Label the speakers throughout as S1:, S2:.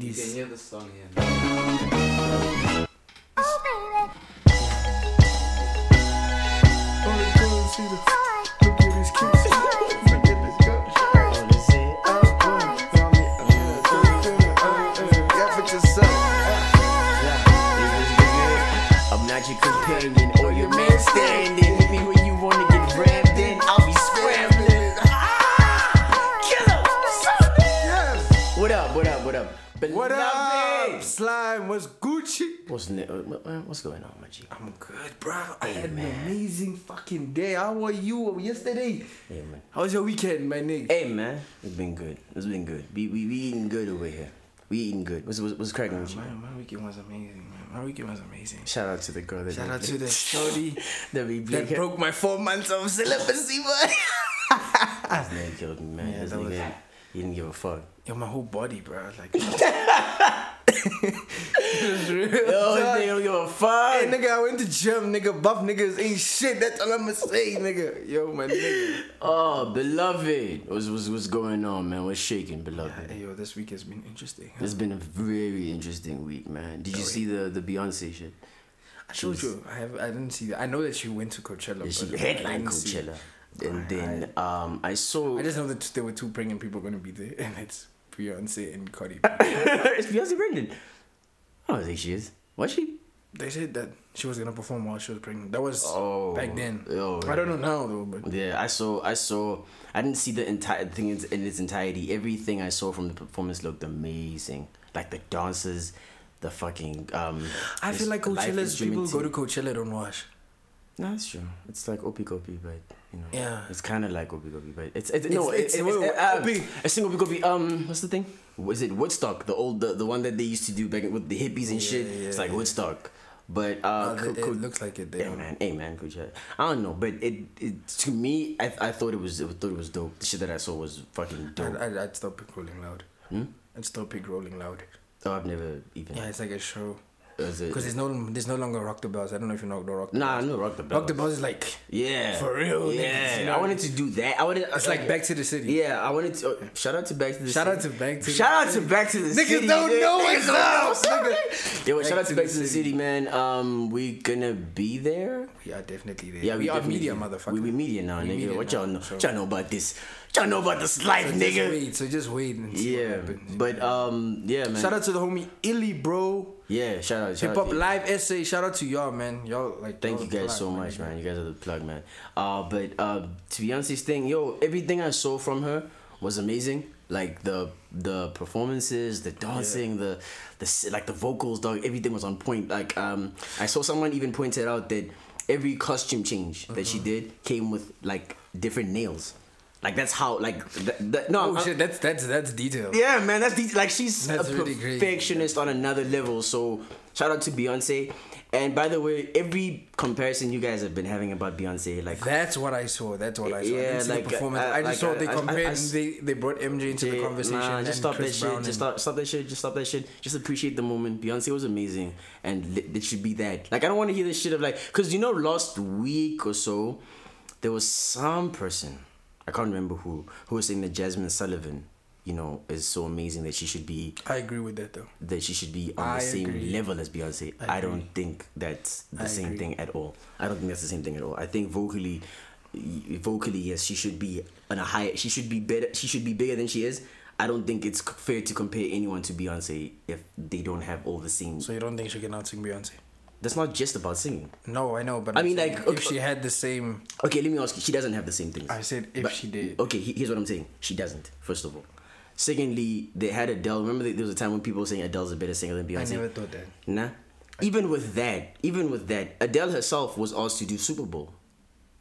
S1: You can
S2: Peace.
S1: hear the song in.
S3: I'm not your companion or your man standing. Hit me when you wanna get rammed in. I'll be scrambling. Ah! Killer, what's up? What up? What up? What up?
S2: What
S3: Beloved.
S2: up, slime? What's Gucci?
S3: What's ne- what- what- what's going on, my G?
S2: I'm good, bro. I
S3: Hey,
S2: had
S3: man.
S2: an amazing fucking day. How were you yesterday?
S3: Hey man.
S2: How was your weekend, my nigga?
S3: Hey man, it's been good. It's been good. We we, we eating good over here. We eating good. What's what's, what's cracking with you?
S2: My, my weekend was amazing, man. My weekend was amazing.
S3: Shout out to the girl that
S2: Shout
S3: we-
S2: out to the shorty
S3: that we
S2: that
S3: that
S2: broke my four months of celibacy, boy.
S3: Man killed me, man.
S2: Yeah,
S3: this
S2: that
S3: nigga,
S2: was-
S3: he didn't give a fuck.
S2: Yo, my whole body, bro. Like, it was
S3: Yo,
S2: real.
S3: this
S2: dog.
S3: nigga don't give a fuck.
S2: Hey, nigga, I went to gym, nigga. Buff niggas ain't shit. That's all I'ma say, nigga. Yo, my nigga.
S3: Oh, beloved, what's what's what's going on, man? What's shaking, beloved?
S2: Hey, yo, this week has been interesting. huh?
S3: It's been a very interesting week, man. Did you see the the Beyonce shit?
S2: I showed you. I have. I didn't see that. I know that she went to Coachella.
S3: She
S2: but I
S3: headlined
S2: didn't see-
S3: Coachella, and then um, I saw.
S2: I just know that there were two pregnant people going to be there, and it's Beyonce and Cardi. B.
S3: it's Beyonce pregnant. I don't think she is. Was she?
S2: they said that she was going to perform while she was pregnant. That was
S3: Oh,
S2: back then.
S3: oh,
S2: I don't know now though, but
S3: Yeah, I saw. I saw. I didn't see the entire thing in in its entirety. Everything I saw from the performance looked amazing. Like the dancers, the fucking. Um,
S2: I feel
S3: this
S2: like
S3: live
S2: Coachella's people
S3: instrumenting.
S2: go to Coachella don't wash.
S3: No, that's true. It's like Opie Gopi, but you know.
S2: Yeah.
S3: It's kind of like Opie Gopi, but it's, it's no, it's,
S2: It's- it's-
S3: it's,
S2: wait, wait,
S3: uh,
S2: Opie-
S3: a single Opie Gopi. Um, what's the thing? Was it Woodstock? The old, the, the one that they used to do back with the hippies and shit.
S2: Yeah, yeah,
S3: it's like
S2: yeah.
S3: Woodstock, but uh,
S2: Uh,
S3: Co-
S2: it,
S3: Co-
S2: it looks like it. They
S3: yeah,
S2: don't-
S3: man, hey man, good job. I don't know, but it, it to me, I, I thought it was, I thought it was dope. The shit that I saw was fucking dope.
S2: I'd, I'd, I'd stop pig rolling loud.
S3: Hmm?
S2: I'd stop pig rolling loud.
S3: oh, I've never even.
S2: Yeah, it's like a show.
S3: Is it-
S2: Because there's no there's no longer Rock the Bells. I don't know if you know the Rock the
S3: nah,
S2: Bells.
S3: no, rock the bell.
S2: Rock the Bells is like
S3: Yeah.
S2: For real, niggas,
S3: Yeah.
S2: you know?
S3: I wanted to do that. I wanted.
S2: it's like Back to the City.
S3: Yeah, I wanted to oh, shout out to Back to the
S2: Shout
S3: City.
S2: out to Back to the
S3: Shout out to Back to the
S2: Niggas
S3: City.
S2: don't
S3: nigga.
S2: know
S3: Niggas
S2: what's
S3: don't
S2: up,
S3: know what's
S2: nigga.
S3: Yo, shout
S2: Back
S3: out to Back to the City, man. Um, we gonna be there.
S2: We are definitely there.
S3: Yeah,
S2: we, are
S3: definitely-
S2: media, motherfucker.
S3: We, we media now,
S2: We
S3: nigga.
S2: media
S3: what
S2: now,
S3: y'all know?
S2: so-
S3: Y'all know about this? Y'all know about this life,
S2: So just
S3: nigga.
S2: wait. So just wait and see what
S3: Yeah,
S2: happens.
S3: but um, yeah, man.
S2: shout out to the homie Illy, bro.
S3: Yeah, shout out. shout
S2: Hip
S3: out
S2: Hop
S3: to-
S2: Live Essay. Shout out to y'all, man. Y'all like.
S3: Thank
S2: y'all
S3: you guys
S2: fly,
S3: so
S2: my
S3: much,
S2: nigga.
S3: man. You guys are the plug, man. Uh, but uh, to Beyonce's thing, yo, everything I saw from her was amazing. Like the the performances, the dancing, the the s- like the vocals, dog. Everything was on point. Like um, I saw someone even pointed out that every costume change that
S2: Uh-huh.
S3: she did came with like different nails. Like that's how like th- th- no
S2: Oh
S3: I-
S2: shit, that's that's that's detail.
S3: yeah, man, that's the, like she's
S2: That's
S3: a
S2: really great.
S3: perfectionist on another level. So shout out to Beyonce. And by the way, every comparison you guys have been having about Beyonce, like
S2: That's what I saw. That's what I saw. I
S3: Yeah,
S2: didn't see
S3: like,
S2: the performance.
S3: I-
S2: I just
S3: like, uh,
S2: saw they
S3: I- I-
S2: compared.
S3: I-
S2: and they they brought MJ into the
S3: Jay,
S2: conversation.
S3: nah,
S2: and
S3: just stop
S2: Chris
S3: that
S2: Brown
S3: shit. Just
S2: and-
S3: stop, stop that shit. Just stop that shit. Just appreciate the moment. Beyonce was amazing, and li- it should be that. Like I don't want to hear this shit of like, cause you know, last week or so, there was some person, I can't remember who, who was saying that Jasmine Sullivan, you know, is so amazing that she should be
S2: I agree with that though.
S3: that she should be on
S2: I
S3: the same
S2: agree.
S3: level as Beyonce.
S2: I
S3: I,
S2: agree.
S3: don't think that's the
S2: I
S3: same
S2: agree.
S3: thing at all. I don't think that's the same thing at all. I think vocally, y- vocally, yes, she should be on a higher. She should be better. She should be bigger than she is. I don't think it's c- fair to compare anyone to Beyonce if they don't have all the same.
S2: So you don't think she can out sing Beyonce?
S3: That's not just about singing.
S2: No, I know, but
S3: I
S2: I'm
S3: mean,
S2: saying
S3: like,
S2: if
S3: okay-
S2: she had the same,
S3: Okay, let me ask you. She doesn't have the same things.
S2: I said if she did.
S3: Okay, he- here's what I'm saying. She doesn't. First of all. Secondly, they had Adele. Remember, there was a time when people were saying Adele's a better singer than Beyonce.
S2: I never thought that.
S3: Nah. Even with that, even with that, Adele herself was asked to do Super Bowl.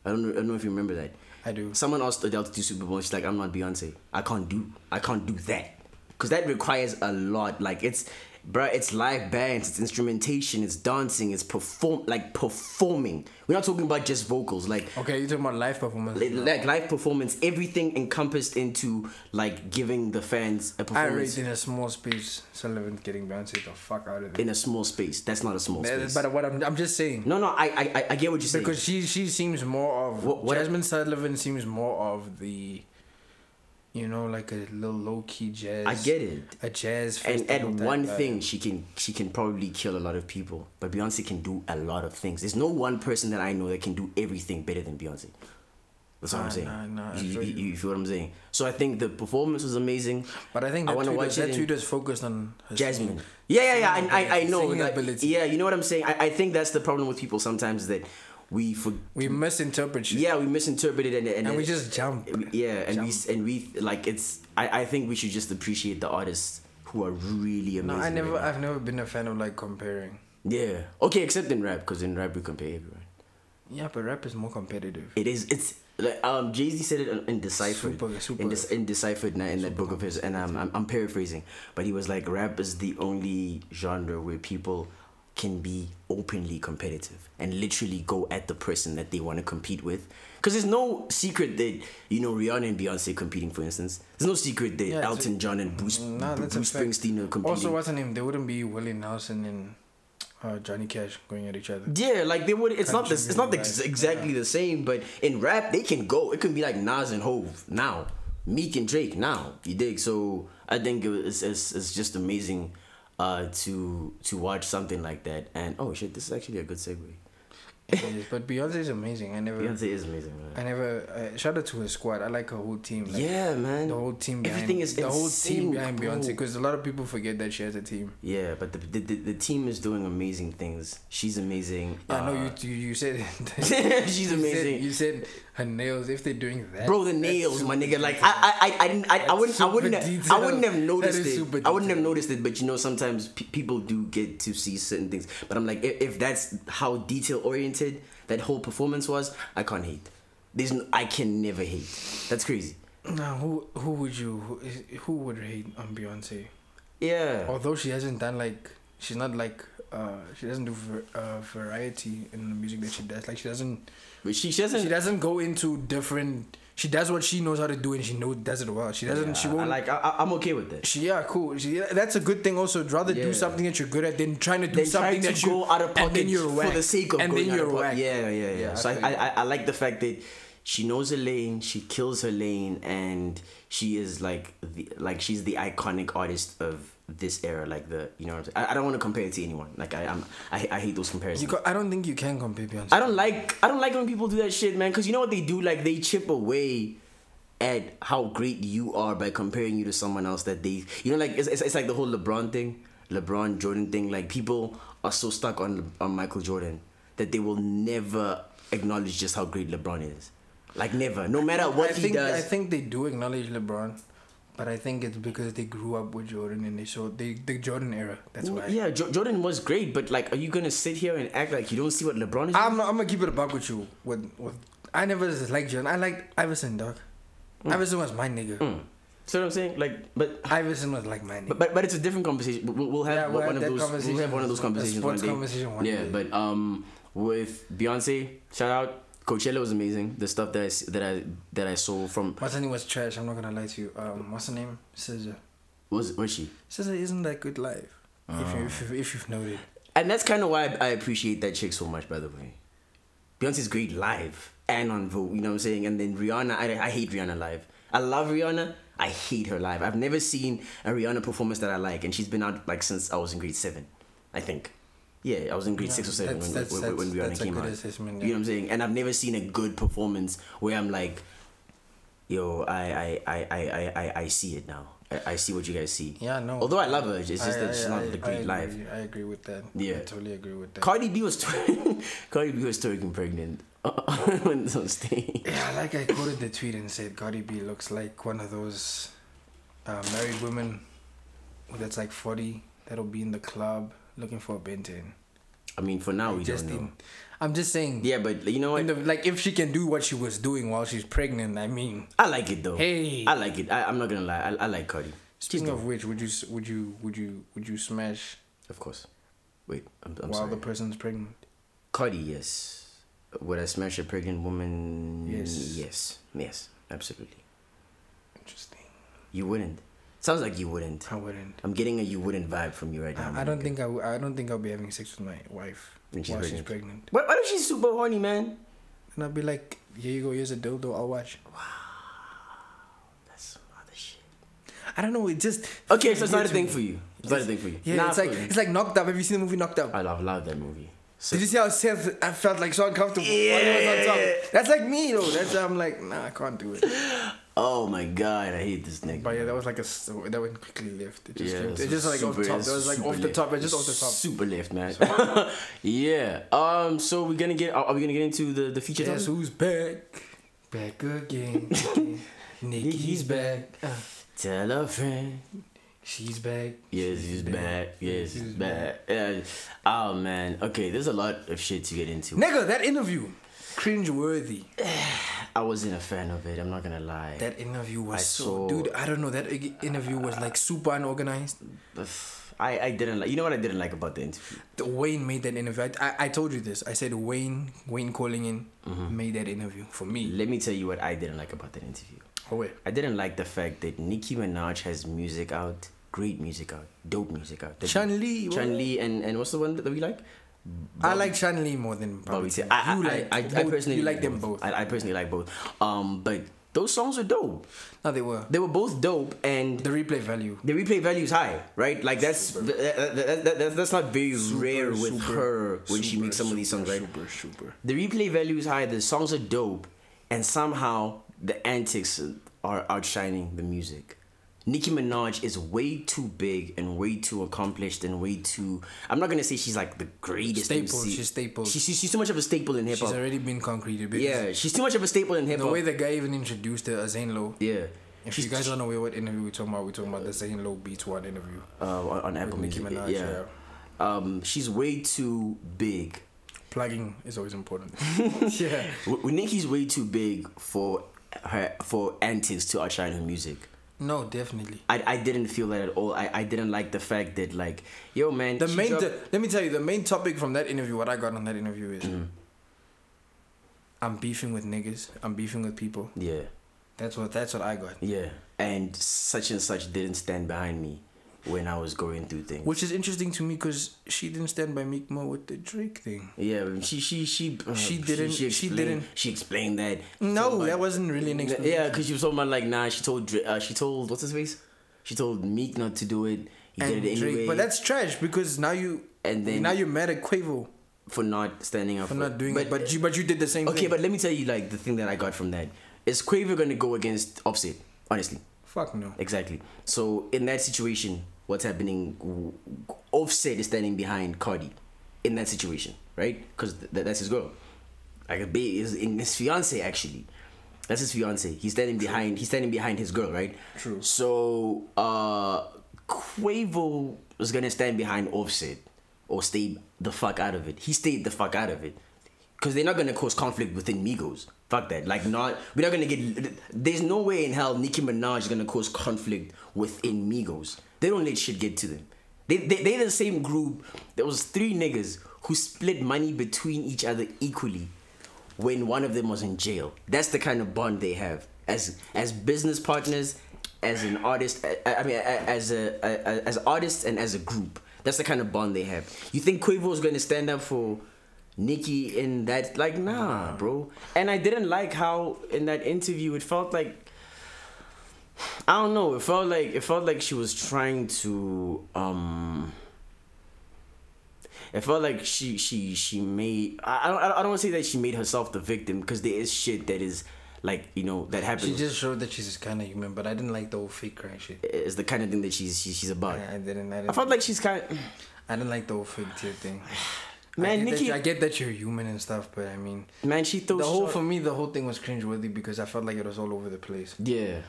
S3: I don't know, I don't know if you remember that.
S2: I do.
S3: Someone asked Adele to do Super Bowl. She's like, I'm not Beyonce. I can't do. I can't do that. Cause that requires a lot. Like it's, bruh, it's live bands, it's instrumentation, it's dancing, it's perform, like performing. We're not talking about just vocals. Like
S2: Okay, you talking about live performance?
S3: li- like live performance, everything encompassed into like giving the fans a
S2: I rate
S3: performance
S2: in a small space. Sullivan getting Beyonce the fuck out of there.
S3: in a small space. That's not a small space.
S2: But uh, what I'm, I'm just saying
S3: no, no, I, I, I- I get what you're saying.
S2: because she she seems more of
S3: What- what-
S2: Jasmine Sullivan seems more of the You know, like a little low key jazz.
S3: I get it.
S2: A jazz.
S3: And
S2: festival
S3: at
S2: type
S3: one
S2: vibe.
S3: thing, she can she can probably kill a lot of people, but Beyonce can do a lot of things. There's no one person that I know that can do everything better than Beyonce. That's what
S2: Nah,
S3: I'm saying.
S2: nah, nah, I
S3: you,
S2: feel
S3: you-
S2: you.
S3: you feel what I'm saying? So I think the performance was amazing.
S2: But I think
S3: I
S2: that
S3: wanna
S2: too
S3: watch
S2: does-
S3: it
S2: that
S3: in-
S2: too does focus on her
S3: Jasmine.
S2: singing.
S3: Yeah, yeah, yeah.
S2: Singing
S3: I, I, I know. That,
S2: ability, singing ability.
S3: yeah, you know what I'm saying. I, I think that's the problem with people sometimes that we for,
S2: We misinterpret shit.
S3: yeah we misinterpret it and and,
S2: And we just jump.
S3: yeah and we s- and we like it's I, I think we should just appreciate the artists who are really amazing.
S2: No, I
S3: right
S2: never.
S3: now.
S2: I've never been a fan of like comparing.
S3: Yeah. Okay, except in rap, because in rap we compare everyone.
S2: Yeah, but rap is more competitive.
S3: It is. It's like um Jay Z said it in- in deciphered.
S2: Super- super-
S3: in, Dis- in deciphered in that book of his, and I'm, I'm I'm paraphrasing, but he was like, rap is the only genre where people can be openly competitive and literally go at the person that they want to compete with. Because there's no secret that you know Rihanna and Beyonce competing, for instance. There's no secret that
S2: Yeah, it's- Mm,
S3: Elton John and Bruce,
S2: Nah, that's a
S3: Bruce
S2: fact.
S3: Springsteen are competing.
S2: Also, what's her name? They wouldn't be Willie Nelson and uh, Johnny Cash going at each other.
S3: Yeah, like they would. It's not this. It's not
S2: Country
S3: ex-
S2: music,
S3: exactly the same, but in rap they can go. It can be like Nas and Hove now, Meek and Drake now. You dig? So I think it was- it's it's, it's just amazing, uh, to to watch something like that. And oh shit, this is actually a good segue.
S2: It is, but Beyonce is amazing. I never.
S3: Beyonce is amazing,
S2: I
S3: man.
S2: never. Uh, shout out to her squad. I like her whole team. Like,
S3: Yeah, man.
S2: The whole team. Behind,
S3: Everything is
S2: the whole team
S3: insane,
S2: behind
S3: bro.
S2: Beyonce because a lot of people forget that she has a team.
S3: Yeah, but the the, the, the team is doing amazing things. She's amazing.
S2: I know
S3: Uh,
S2: you. You, you said you
S3: she's
S2: said-
S3: amazing.
S2: you said her nails. If they're doing that,
S3: Bro, the
S2: that's
S3: nails, my
S2: super
S3: nigga. Like
S2: detailed.
S3: I, I, I, I didn't. I, I
S2: That's
S3: wouldn't. I
S2: super
S3: wouldn't. Have, I wouldn't have
S2: detailed.
S3: noticed
S2: That is
S3: it.
S2: super
S3: I wouldn't have
S2: detailed.
S3: noticed it. But you know, sometimes pe- people do get to see certain things. But I'm like, if, if that's how detail oriented that whole performance was, I can't hate. There's, no, I can never hate. That's crazy.
S2: Now, who who would you who, is, who would hate on Beyonce?
S3: Yeah.
S2: Although she hasn't done like she's not like uh she doesn't do ver- uh, variety in the music that she does. Like she doesn't
S3: But she, she doesn't.
S2: she doesn't go into different. She does what she knows how to do and she knows does it well. She doesn't.
S3: yeah,
S2: she
S3: I
S2: won't.
S3: like. I- I, I'm okay with that.
S2: she yeah cool. She, yeah, that's a good thing. Also, I'd rather
S3: Yeah.
S2: do something that you're good at than trying to do
S3: Then try
S2: something
S3: to
S2: that you
S3: go out of pocket
S2: and then you're whack
S3: for the sake of
S2: and
S3: going
S2: then
S3: out
S2: you're
S3: of pocket.
S2: whack.
S3: Yeah, yeah, yeah.
S2: Yeah, I
S3: so I,
S2: feel
S3: I,
S2: you.
S3: I, I like the fact that she knows her lane, she kills her lane, and she is like the like she's the iconic artist of this era. Like the you know what I'm saying. I, I don't want to compare it to anyone. Like I I'm, I I hate those comparisons.
S2: You ca- I don't think you can compare Beyonce.
S3: I don't like I don't like when people do that shit, man. Because you know what they do? Like they chip away at how great you are by comparing you to someone else that they you know like it's, it's, it's like the whole LeBron thing, LeBron Jordan thing. Like people are so stuck on on Michael Jordan that they will never acknowledge just how great LeBron is. Like never, no matter what
S2: I
S3: he
S2: think,
S3: does.
S2: I think they do acknowledge LeBron, but I think it's because they grew up with Jordan and they saw they the Jordan era. That's why.
S3: yeah, jo- Jordan was great, but like, are you gonna sit here and act like you don't see what LeBron is?
S2: I'm I'm gonna keep it a buck with you. With with I never liked Jordan. I liked Iverson, dog.
S3: Mm.
S2: Iverson was my nigga.
S3: doing? See what I'm saying? Like, but
S2: Iverson was like my nigga.
S3: But, but but it's a different conversation. We'll, we'll have
S2: Yeah, we'll
S3: one
S2: have that
S3: of those. We'll
S2: conversation.
S3: have one of those
S2: A
S3: conversations one
S2: sports
S3: day.
S2: conversation one
S3: yeah,
S2: day.
S3: but um, with Beyonce, shout out. Coachella was amazing. The stuff that I s- that I that I saw from
S2: What's her name was trash. I'm not gonna lie to you. Um, what's her name? Scissor.
S3: was was she,
S2: Scissor isn't that good live. If, you, if, you, if you've noted,
S3: and that's kind of why I, I appreciate that chick so much. By the way, Beyonce's great live and on Vogue. You know what I'm saying? And then Rihanna, I, I hate Rihanna live. I love Rihanna. I hate her live. I've never seen a Rihanna performance that I like, and she's been out like since I was in grade seven, I think. Yeah, I was in grade six or seven
S2: That's-
S3: when, when,
S2: that's-
S3: when Rihanna
S2: that's- that's a
S3: came
S2: good
S3: out.
S2: assessment,
S3: You know
S2: yeah.
S3: what I'm saying? And I've never seen a good performance where I'm like, yo, I I I I I, I, I see it now. I, I see what you guys see.
S2: yeah, no.
S3: Although I love her, it's just
S2: I-
S3: that
S2: I-
S3: she's not
S2: I-
S3: the great
S2: I
S3: live.
S2: agree. I agree with that.
S3: Yeah.
S2: I totally agree with that.
S3: Cardi B was Cardi B was twerking pregnant on on stage.
S2: Yeah, like I quoted the tweet and said, Cardi B looks like one of those uh, married women that's like 40 that'll be in the club looking for a Benton.
S3: I mean, for now we
S2: Just
S3: don't know.
S2: in, I'm just saying,
S3: Yeah, but you know
S2: in
S3: what?
S2: the, like if she can do what she was doing while she's pregnant, I mean.
S3: I like it though.
S2: Hey.
S3: I like it. I, I'm not gonna lie. I, I like Cardi.
S2: Speaking of which, would you s- would you would you would you smash
S3: Of course. Wait, I'm, I'm
S2: while
S3: sorry.
S2: the person's pregnant?
S3: Cardi, yes. Would I smash a pregnant woman?
S2: Yes.
S3: Yes. Yes. Absolutely.
S2: Interesting.
S3: You wouldn't. Sounds like you wouldn't.
S2: I wouldn't.
S3: I'm getting a you wouldn't vibe from you right now.
S2: I, I don't
S3: Monica.
S2: think I, w- I don't think I'll be having sex with my wife
S3: When she's
S2: while she's
S3: pregnant.
S2: pregnant.
S3: What, what if she's super horny, man?
S2: And I'll be like, here you go, here's a dildo. I'll watch.
S3: That's,
S2: I don't know. It just
S3: Okay, so it's not a
S2: hits
S3: thing
S2: me.
S3: for you. It's not a thing for you.
S2: Yeah,
S3: Nah,
S2: it's like
S3: for you.
S2: it's like knocked up. Have you seen the movie Knocked Up?
S3: I love, love that movie. So,
S2: Did you see how Seth? I felt like so uncomfortable. while he was on
S3: Yeah.
S2: top. That's like me though. That's I'm like nah, I can't do it.
S3: oh my god, I hate this nigga.
S2: But yeah, that was like a s- that went quickly left. It just
S3: Yeah,
S2: came-
S3: it's
S2: it just like off the
S3: super-
S2: top.
S3: it's
S2: That was like
S3: super
S2: off the
S3: lift.
S2: top. It just
S3: It's
S2: off the top.
S3: Super lift, man. yeah. Um. So we're gonna get. Are, are we gonna get into the the feature?
S2: Guess
S3: topic?
S2: who's back? Back again. Nikki's back. Uh,
S3: Tell a friend.
S2: she's back.
S3: Yes, he's back. Yes, he's back. Yeah. Oh man. Okay, there's a lot of shit to get into.
S2: Nigga, that interview, cringe worthy.
S3: I wasn't a fan of it. I'm not gonna lie.
S2: That interview was
S3: I
S2: so
S3: saw-
S2: dude. I don't know. That i- interview was like super unorganized.
S3: Uff, I I didn't like. You know what I didn't like about the interview?
S2: The Wayne made that interview. I, I, I told you this. I said Wayne Wayne calling in made that interview for me.
S3: Let me tell you what I didn't like about that interview.
S2: Oh wait.
S3: I didn't like the fact that Nicki Minaj has music out, great music out, dope music out. That-
S2: Chun Li.
S3: Chun Li, and and what's the one that we like?
S2: I like Chan Lee more than
S3: Bobby
S2: Bobby.
S3: T.
S2: Tim.
S3: I, I,
S2: you
S3: I-
S2: like
S3: I, I,
S2: both-
S3: personally
S2: You like them both.
S3: I, I personally like both. Um, but those songs are dope.
S2: no, they were.
S3: They were both dope, and
S2: The replay value.
S3: the replay value is high, right? Like that's that, that, that, that- that's not very rare with
S2: super,
S3: her when she
S2: super,
S3: makes some of these
S2: super,
S3: songs, right?
S2: Super, super.
S3: The replay value is high. The songs are dope, and somehow the antics are outshining the music. Nicki Minaj is way too big and way too accomplished and way too. I'm not gonna say she's like the greatest.
S2: Staple,
S3: MC.
S2: she's staple.
S3: She, she- she's too much of a staple in hip
S2: She's
S3: hop.
S2: already been concreted. Because
S3: Yeah, she's too much of a staple in hip
S2: The
S3: hop.
S2: way the guy even introduced her, Zane Low.
S3: Yeah.
S2: If
S3: She's-
S2: you guys don't know what interview we're talking about, we're talking about the Zane Low Beats One interview.
S3: uh, on, on Apple
S2: Nicki
S3: Music.
S2: Minaj,
S3: yeah. Um, she's way too big.
S2: Plugging is always important. yeah.
S3: W- w- Nicki's way too big for her for antics to outshine her music.
S2: No, definitely.
S3: I, I didn't feel that at all. I, I didn't like the fact that like, yo man,
S2: The
S3: she
S2: main
S3: dropped-
S2: t- let me tell you the main topic from that interview. What I got on that interview is
S3: Mm.
S2: I'm beefing with niggas. I'm beefing with people.
S3: yeah
S2: That's what that's what I got.
S3: yeah, and such and such didn't stand behind me when I was going through things.
S2: Which is interesting to me because she didn't stand by Meek Mill with the Drake thing.
S3: yeah, but she she she uh,
S2: She didn't- she
S3: explained-
S2: didn't-
S3: she explained that.
S2: No,
S3: So,
S2: that
S3: like,
S2: wasn't really an explanation.
S3: Yeah, because she was talking about like nah. She told Dra- uh, she told what's his face. She told Meek not to do it. He
S2: and
S3: did it
S2: Drake,
S3: anyway.
S2: but that's trash because now you
S3: And then-
S2: now you're mad at Quavo
S3: for not standing up
S2: for not doing it. But you but you did the same
S3: okay,
S2: thing.
S3: but let me tell you like the thing that I got from that is Quaver gonna go against Offset. Honestly,
S2: fuck no.
S3: exactly. So in that situation, what's happening? Offset is standing behind Cardi in that situation, right? Because th- that's his girl. Like a baby is in his fiance actually. That's his fiance. He's standing behind. He's standing behind his girl, right?
S2: True.
S3: So uh Quavo was gonna stand behind Offset or stay the fuck out of it. He stayed the fuck out of it. Cause they're not gonna cause conflict within Migos. Fuck that. Like not we're not gonna get there's no way in hell Nicki Minaj is gonna cause conflict within Migos. They don't let shit get to them. They they they're the same group. There was three niggas who split money between each other equally when one of them was in jail. That's the kind of bond they have as as business partners, as an artist. I, I mean, a- as a, a as artists and as a group. That's the kind of bond they have. You think Quavo is going to stand up for Nicki in that? Like, nah, bro. And I didn't like how in that interview it felt like. I don't know. It felt like it felt like she was trying to um it felt like she she she made I I don't, I don't want to say that she made herself the victim because there is shit that is like you know that
S2: She
S3: happens
S2: just showed that she's kind of human, but I didn't like the whole fake crying shit.
S3: is the kind of thing that she's she, she's about.
S2: I, I didn't. I didn't.
S3: I felt like she's kind of
S2: I didn't like the whole fake tear thing. I
S3: man
S2: get that
S3: Nikki
S2: you- I get that you're human and stuff, but I mean,
S3: man she threw
S2: the whole
S3: shot-
S2: for me, the whole thing was cringeworthy because I felt like it was all over the place.
S3: yeah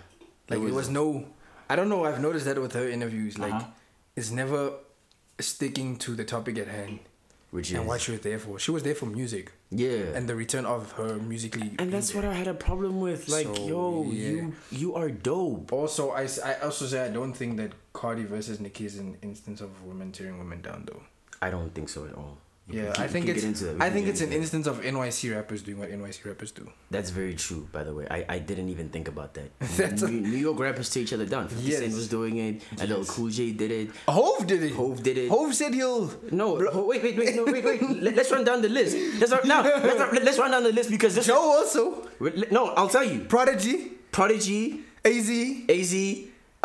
S2: Like
S3: It
S2: there was no, I don't know. I've noticed that with her interviews, like
S3: Uh-huh.
S2: it's never sticking to the topic at hand
S3: which is
S2: and what she was there for. She was there for music
S3: yeah
S2: and the return of her musically. being
S3: and that's
S2: there.
S3: what I had a problem with like
S2: So,
S3: yo
S2: yeah.
S3: you you are dope
S2: Also, I, s- I also say I don't think that Cardi versus Nicki is an instance of women tearing women down though.
S3: I don't think so at all We
S2: Yeah,
S3: can-
S2: I
S3: we
S2: think
S3: can
S2: it's
S3: get into that. We
S2: I
S3: can
S2: think
S3: get
S2: it's an
S3: into that.
S2: instance of NYC rappers doing what NYC rappers do.
S3: That's very true, by the way. I, I didn't even think about that.
S2: That's
S3: New, New York rappers tear each other down. 50 Cent
S2: Yes. Oh,
S3: was doing it. A little Cool J did it.
S2: Hove did it.
S3: Hove did it.
S2: Hove said he'll.
S3: No, ho- wait, wait, wait, no, wait, wait. Let, us run down the list. Let's run, no, let's, run- let's run down the list because this.
S2: Joe also.
S3: No, I'll tell you.
S2: Prodigy.
S3: Prodigy,
S2: AZ.
S3: AZ,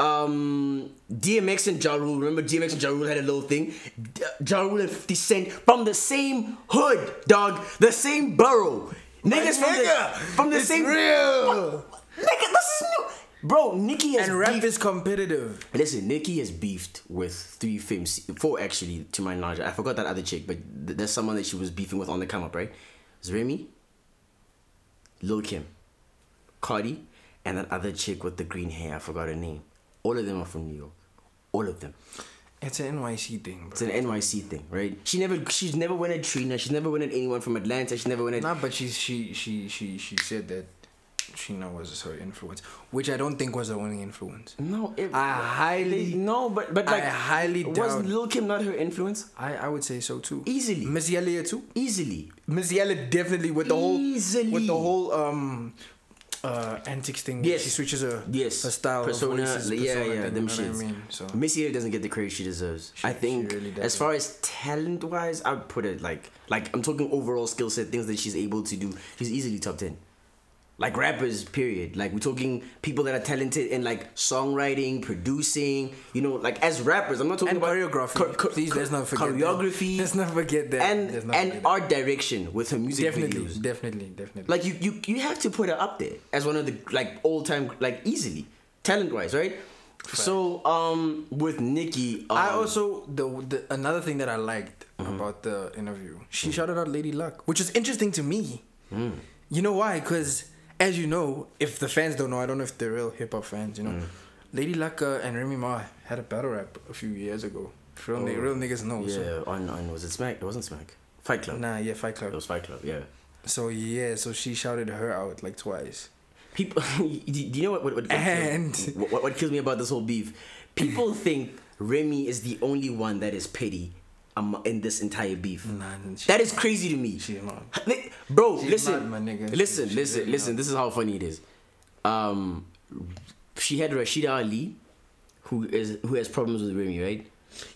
S3: um, DMX and Ja Rule. Remember DMX and Ja Rule had a little thing? D- uh, Ja Rule and 50 Cent from the same hood, dog. The same borough. Niggas from
S2: nigga,
S3: the, from the
S2: it's
S3: same...
S2: real.
S3: Nigga, this is new. Bro, Nicki has
S2: And rap
S3: beef-
S2: is competitive.
S3: Listen, Nikki has beefed with three famous, four actually, to my knowledge. I forgot that other chick, but th- there's someone that she was beefing with on the come up, right? It's Remy, Lil Kim, Cardi, and that other chick with the green hair. I forgot her name. All of them are from New York. All of them.
S2: It's an NYC thing,
S3: It's
S2: bro.
S3: an NYC thing, right? She never, she's never went at Trina. She's never went at anyone from Atlanta. She's never went at.
S2: Nah, but she she she she she said that Sheena was her influence, which I don't think was the only influence.
S3: No, it,
S2: I highly-
S3: They- no, but but
S2: I
S3: like
S2: highly
S3: was
S2: doubt-
S3: Lil Kim not her influence?
S2: I I would say so too.
S3: Easily.
S2: Missy Elliott too.
S3: Easily,
S2: Missy Elliott definitely with the whole
S3: Easily.
S2: with the whole um uh antics thing. where
S3: Yes.
S2: she switches her
S3: Yes.
S2: her style
S3: persona.
S2: of voices,
S3: like, yeah,
S2: persona
S3: yeah,
S2: thing,
S3: them
S2: you know
S3: shits.
S2: What I mean, so
S3: Missy Elliott doesn't get the credit she deserves. I
S2: she
S3: think
S2: really
S3: as far as talent wise, I'd put it like like I'm talking overall skill set, things that she's able to do. She's easily top ten. Like rappers, period. Like we're talking people that are talented in like songwriting, producing. You know, like as rappers, I'm not talking
S2: and
S3: about
S2: choreography.
S3: chor- chor-
S2: Please let's not forget that.
S3: choreography.
S2: Let's not forget that. Let's
S3: and
S2: not
S3: and
S2: forget that.
S3: art direction with her music
S2: definitely,
S3: videos.
S2: definitely, definitely.
S3: Like you, you, you have to put her up there as one of the like all time like easily talent wise, right? So um, with Nikki, um,
S2: I also the, the another thing that I liked about the interview, she shouted out Lady Luck, which is interesting to me. You know why? Because as you know, if the fans don't know, I don't know if they're real hip hop fans. You know, Lady Luck uh, and Remy Ma had a battle rap a few years ago. If Real, ni-
S3: Oh.
S2: real niggas know.
S3: yeah,
S2: So.
S3: on on was it Smack? It wasn't Smack. Fight Club.
S2: Nah, yeah, Fight
S3: It
S2: Club.
S3: was Fight Club. Yeah.
S2: So yeah, so she shouted her out like twice.
S3: People, do you know what what what, what,
S2: And-
S3: what, what- what kills me about this whole beef? People think Remy is the only one that is petty, um, in this entire beef.
S2: Nah, and she,
S3: That is crazy to me.
S2: she's not.
S3: Li- Bro,
S2: She's
S3: listen,
S2: not, my nigga.
S3: listen,
S2: She- she's
S3: listen,
S2: really
S3: listen.
S2: not.
S3: This is how funny it is. Um, she had Rashida Ali, who is who has problems with Remy, right?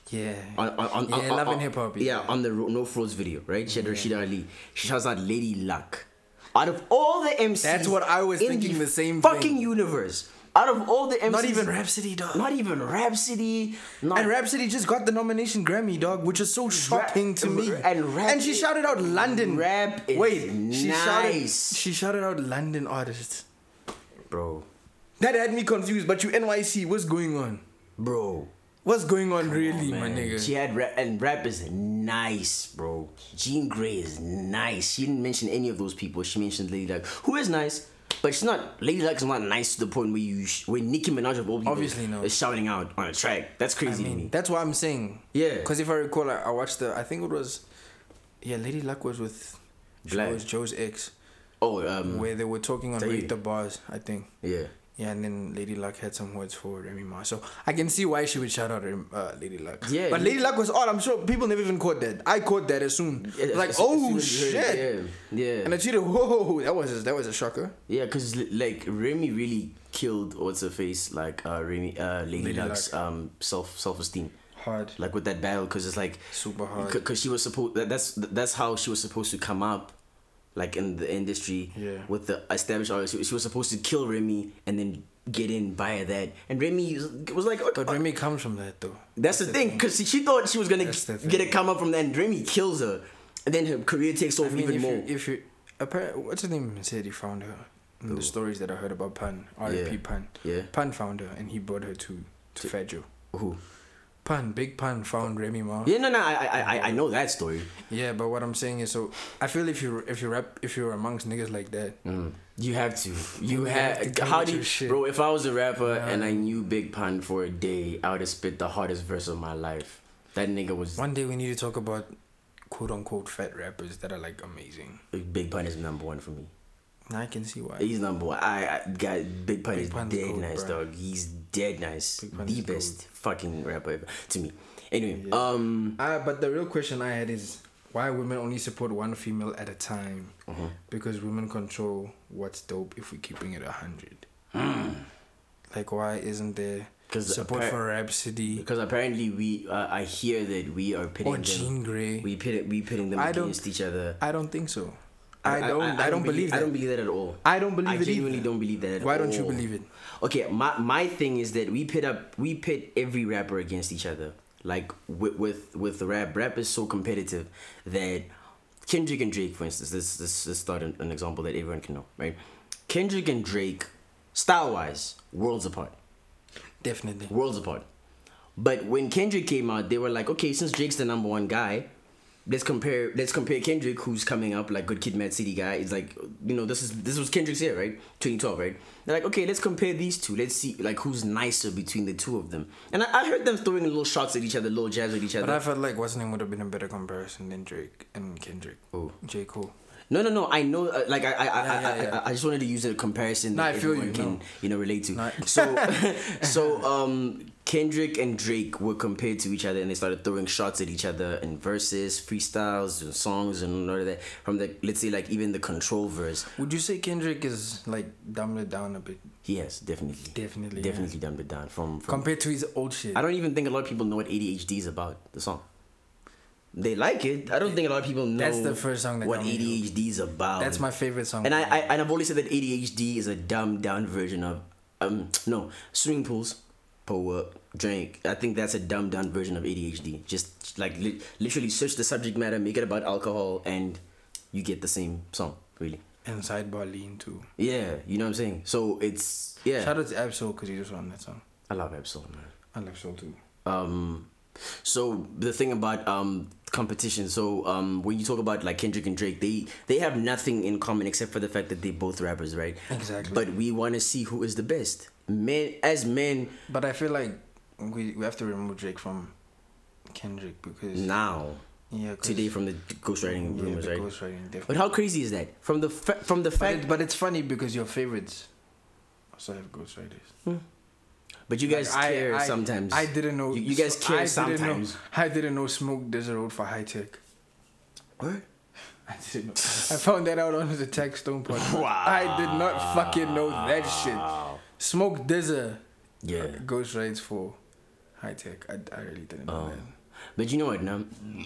S2: Yeah.
S3: On, on, on,
S2: Yeah,
S3: on,
S2: Love
S3: on-
S2: and Hip Hop,
S3: Yeah,
S2: yeah.
S3: on the Ro- No Frills video, right? She had Rashida Ali. She shouts out Lady Luck. Out of all the MCs,
S2: That's what I was
S3: in
S2: thinking the same
S3: fucking
S2: thing.
S3: universe. Out of all the MCs,
S2: Not even Rhapsody, dog.
S3: not even Rhapsody, not
S2: And Rhapsody just got the nomination Grammy, dog, which is so shocking to me.
S3: and rap
S2: she
S3: is-
S2: shouted out London.
S3: rap is
S2: Wait, she
S3: nice.
S2: shouted. She shouted out London artists.
S3: bro,
S2: That had me confused. But you NYC, what's going on?
S3: bro.
S2: What's going on, really, my
S3: Man,
S2: nigga?
S3: She had rap, and rap is nice, bro. Jean Grey is nice. She didn't mention any of those people. She mentioned Lady Luck, who is nice, but she's not. Lady Luck is not nice to the point where you, sh- where Nicki Minaj of all people
S2: Obviously not.
S3: is shouting out on a track. That's
S2: I
S3: crazy
S2: mean,
S3: to me.
S2: Mm, that's what I'm saying.
S3: Yeah.
S2: Because if I recall, I, I watched the. I think it was. Yeah, Lady Luck was with. she
S3: Black.
S2: was Joe's ex,
S3: Oh, um,
S2: where they were talking on
S3: Tell
S2: Rate
S3: you.
S2: the Bars, I think.
S3: yeah.
S2: Yeah, and then Lady Luck had some words for Remy Ma. So I can see why she would shout out Rem- uh, Lady Luck.
S3: Yeah,
S2: But
S3: you-
S2: Lady Luck was odd. I'm sure people never even caught that. I caught that as soon.
S3: Yeah, as-
S2: like,
S3: as soon
S2: oh
S3: as you heard it,
S2: shit.
S3: Yeah, yeah.
S2: And I cheated, whoa, that was a, that was a shocker.
S3: Yeah, cause li- like Remy really killed what's her face like uh Remy uh Lady,
S2: Lady
S3: Luck's um self self esteem
S2: Hard.
S3: like with that battle because it's like
S2: Super hard.
S3: because she was supposed that, that's that's how she was supposed to come up like in the industry
S2: Yeah.
S3: with the established artists she, she was supposed to kill Remy and then get in via that and Remy was, was like uh,
S2: But Remy comes from that though.
S3: that's the thing because she, she thought she was gonna
S2: That's the
S3: get a
S2: thing.
S3: come up from that and Remy kills her and then her career takes off
S2: I mean,
S3: even
S2: if
S3: more
S2: you, if you, appar- what's his name said he found her. In the stories that I heard about Pan, R.I.P.
S3: Yeah.
S2: Pan.
S3: yeah
S2: Pan found her, and he brought her to to Fat Joe.
S3: who
S2: Pan, Big Pan found Remy Ma.
S3: yeah no no I I I, I know that story
S2: Yeah, but what I'm saying is, so I feel if you if you rap if you're amongst niggas like that,
S3: Mm. You have to. You
S2: You
S3: have.
S2: have to
S3: how
S2: commit
S3: do you,
S2: your shit.
S3: bro? If I was a rapper and I knew Big Pun for a day, I would have spit the hardest verse of my life. That nigga was
S2: one day we need to talk about quote unquote fat rappers that are like amazing.
S3: Big Pun is number one for me.
S2: Now I can see why.
S3: He's number one. I, I got Big Pun
S2: Big
S3: is
S2: Pun's
S3: dead
S2: gold,
S3: nice,
S2: bruh.
S3: dog. He's dead nice.
S2: Big Pun
S3: The
S2: is
S3: best fucking rapper ever to me. Anyway,
S2: Yeah.
S3: um,
S2: Uh, but the real question I had is why women only support one female at a time?
S3: Mm-hmm.
S2: Because women control what's dope if we're keeping it a hundred. Like why isn't there
S3: Hmm. 'Cause
S2: support
S3: appar-
S2: for Rhapsody
S3: because apparently we, uh, I hear that we are pitting
S2: or
S3: them.
S2: Jean Grey?
S3: We pit, we pitting them
S2: I don't-
S3: against each other.
S2: I don't think so. I don't- I don't believe
S3: I
S2: that.
S3: don't believe that at all.
S2: I don't believe
S3: I
S2: it either.
S3: genuinely don't believe that at
S2: Why don't you
S3: all.
S2: believe it?
S3: Okay, my my thing is that we pit up we pit every rapper against each other. Like with with with the rap, rap is so competitive that Kendrick and Drake, for instance, this this this start an, an example that everyone can know, right? Kendrick and Drake, style wise, worlds apart
S2: Definitely.
S3: worlds apart. But when Kendrick came out, they were like, okay, since Drake's the number one guy, let's compare. Let's compare Kendrick, who's coming up like Good Kid, Mad City guy. It's like, you know, this is this was Kendrick's year, right? 2012, right? They're like, okay, let's compare these two. Let's see like who's nicer between the two of them. And I, I heard them throwing little shots at each other, little jabs at each
S2: But I
S3: other.
S2: felt like what's name would have been a better comparison than Drake and Kendrick.
S3: Who?
S2: J Cole.
S3: No, no, no. I know. Uh, like, I, I,
S2: Yeah,
S3: I,
S2: yeah, yeah.
S3: I, I, I just wanted to use a comparison
S2: No,
S3: that
S2: I feel
S3: everyone
S2: you,
S3: can,
S2: no.
S3: you know, relate to.
S2: No.
S3: So, so um, Kendrick and Drake were compared to each other, and they started throwing shots at each other in verses, freestyles, and songs, and all of that. From the let's say, like even the control verse,
S2: Would you say Kendrick is like dumbed it down a bit
S3: he has definitely,
S2: Definitely, yeah.
S3: definitely done with down from. from
S2: compared to his old shit?
S3: I don't even think a lot of people know what ADHD is about. The song. They like it. I don't think a lot of people know.
S2: That's the first song that
S3: what
S2: got me hooked.
S3: ADHD is about.
S2: That's my favorite song.
S3: And I,
S2: by
S3: I and I've always said that ADHD is a dumbed down version of um no swimming pools, pull up, drink. I think that's a dumbed down version of ADHD. Just like li- literally search the subject matter, make it about alcohol, and you get the same song. Really?
S2: and sidebar lean too.
S3: Yeah, you know what I'm saying. So it's yeah.
S2: Shout out to Absol because he just on that song.
S3: I love Absol, man.
S2: I love Soul too.
S3: Um, so the thing about um competition. So um, when you talk about like Kendrick and Drake, they they have nothing in common except for the fact that they both rappers, right?
S2: Exactly.
S3: But we want to see who is the best. Men as men
S2: But I feel like we we have to remove Drake from Kendrick because
S3: now
S2: yeah 'cause-
S3: today from the
S2: yeah,
S3: ghostwriting rumors,
S2: the
S3: right?
S2: ghostwriting definitely.
S3: But how crazy is that? From the fa- from the
S2: But,
S3: fact,
S2: it, but it's funny because your favorites also have ghostwriters.
S3: but you guys
S2: Like, I-
S3: care
S2: I-
S3: sometimes.
S2: I didn't know.
S3: You- you guys care
S2: I didn't know-
S3: sometimes.
S2: I didn't know Smoke There's a Road for High Tech.
S3: What?
S2: I didn't know. I found that out on the Tech Stone podcast.
S3: Wow.
S2: I did not fucking know that shit. Smoke Dizza
S3: Yeah.
S2: Ghost Rides for High Tech. I, I really didn't know
S3: Um, but you know what? Now,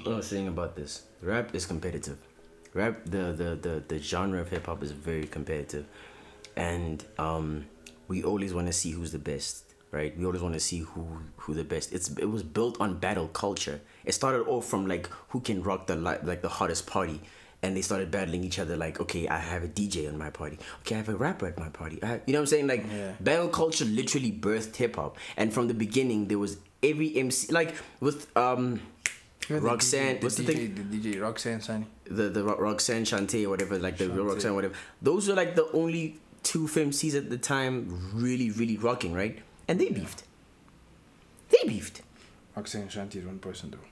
S3: what I was saying about this, rap is competitive. Rap, the the the, the genre of hip hop is very competitive, and um, we always want to see who's the best, right? We always want to see who who the best. It's it was built on battle culture. It started off from like who can rock the li- like the hottest party. And they started battling each other like, okay, I have a DJ on my party. Okay, I have a rapper at my party. I have, you know what I'm saying? Like,
S2: Yeah.
S3: Battle culture literally birthed hip hop, and from the beginning there was every MC like with um
S2: that.
S3: Roxanne-
S2: The DJ,
S3: what's the thing?
S2: The DJ Roxanne Sunny.
S3: the the Ro- Roxanne Shante or whatever like the
S2: Shante.
S3: Roxanne whatever. Those were like the only two FMCs at the time really really rocking right, and they beefed. They beefed.
S2: Roxanne Shanti is one person though.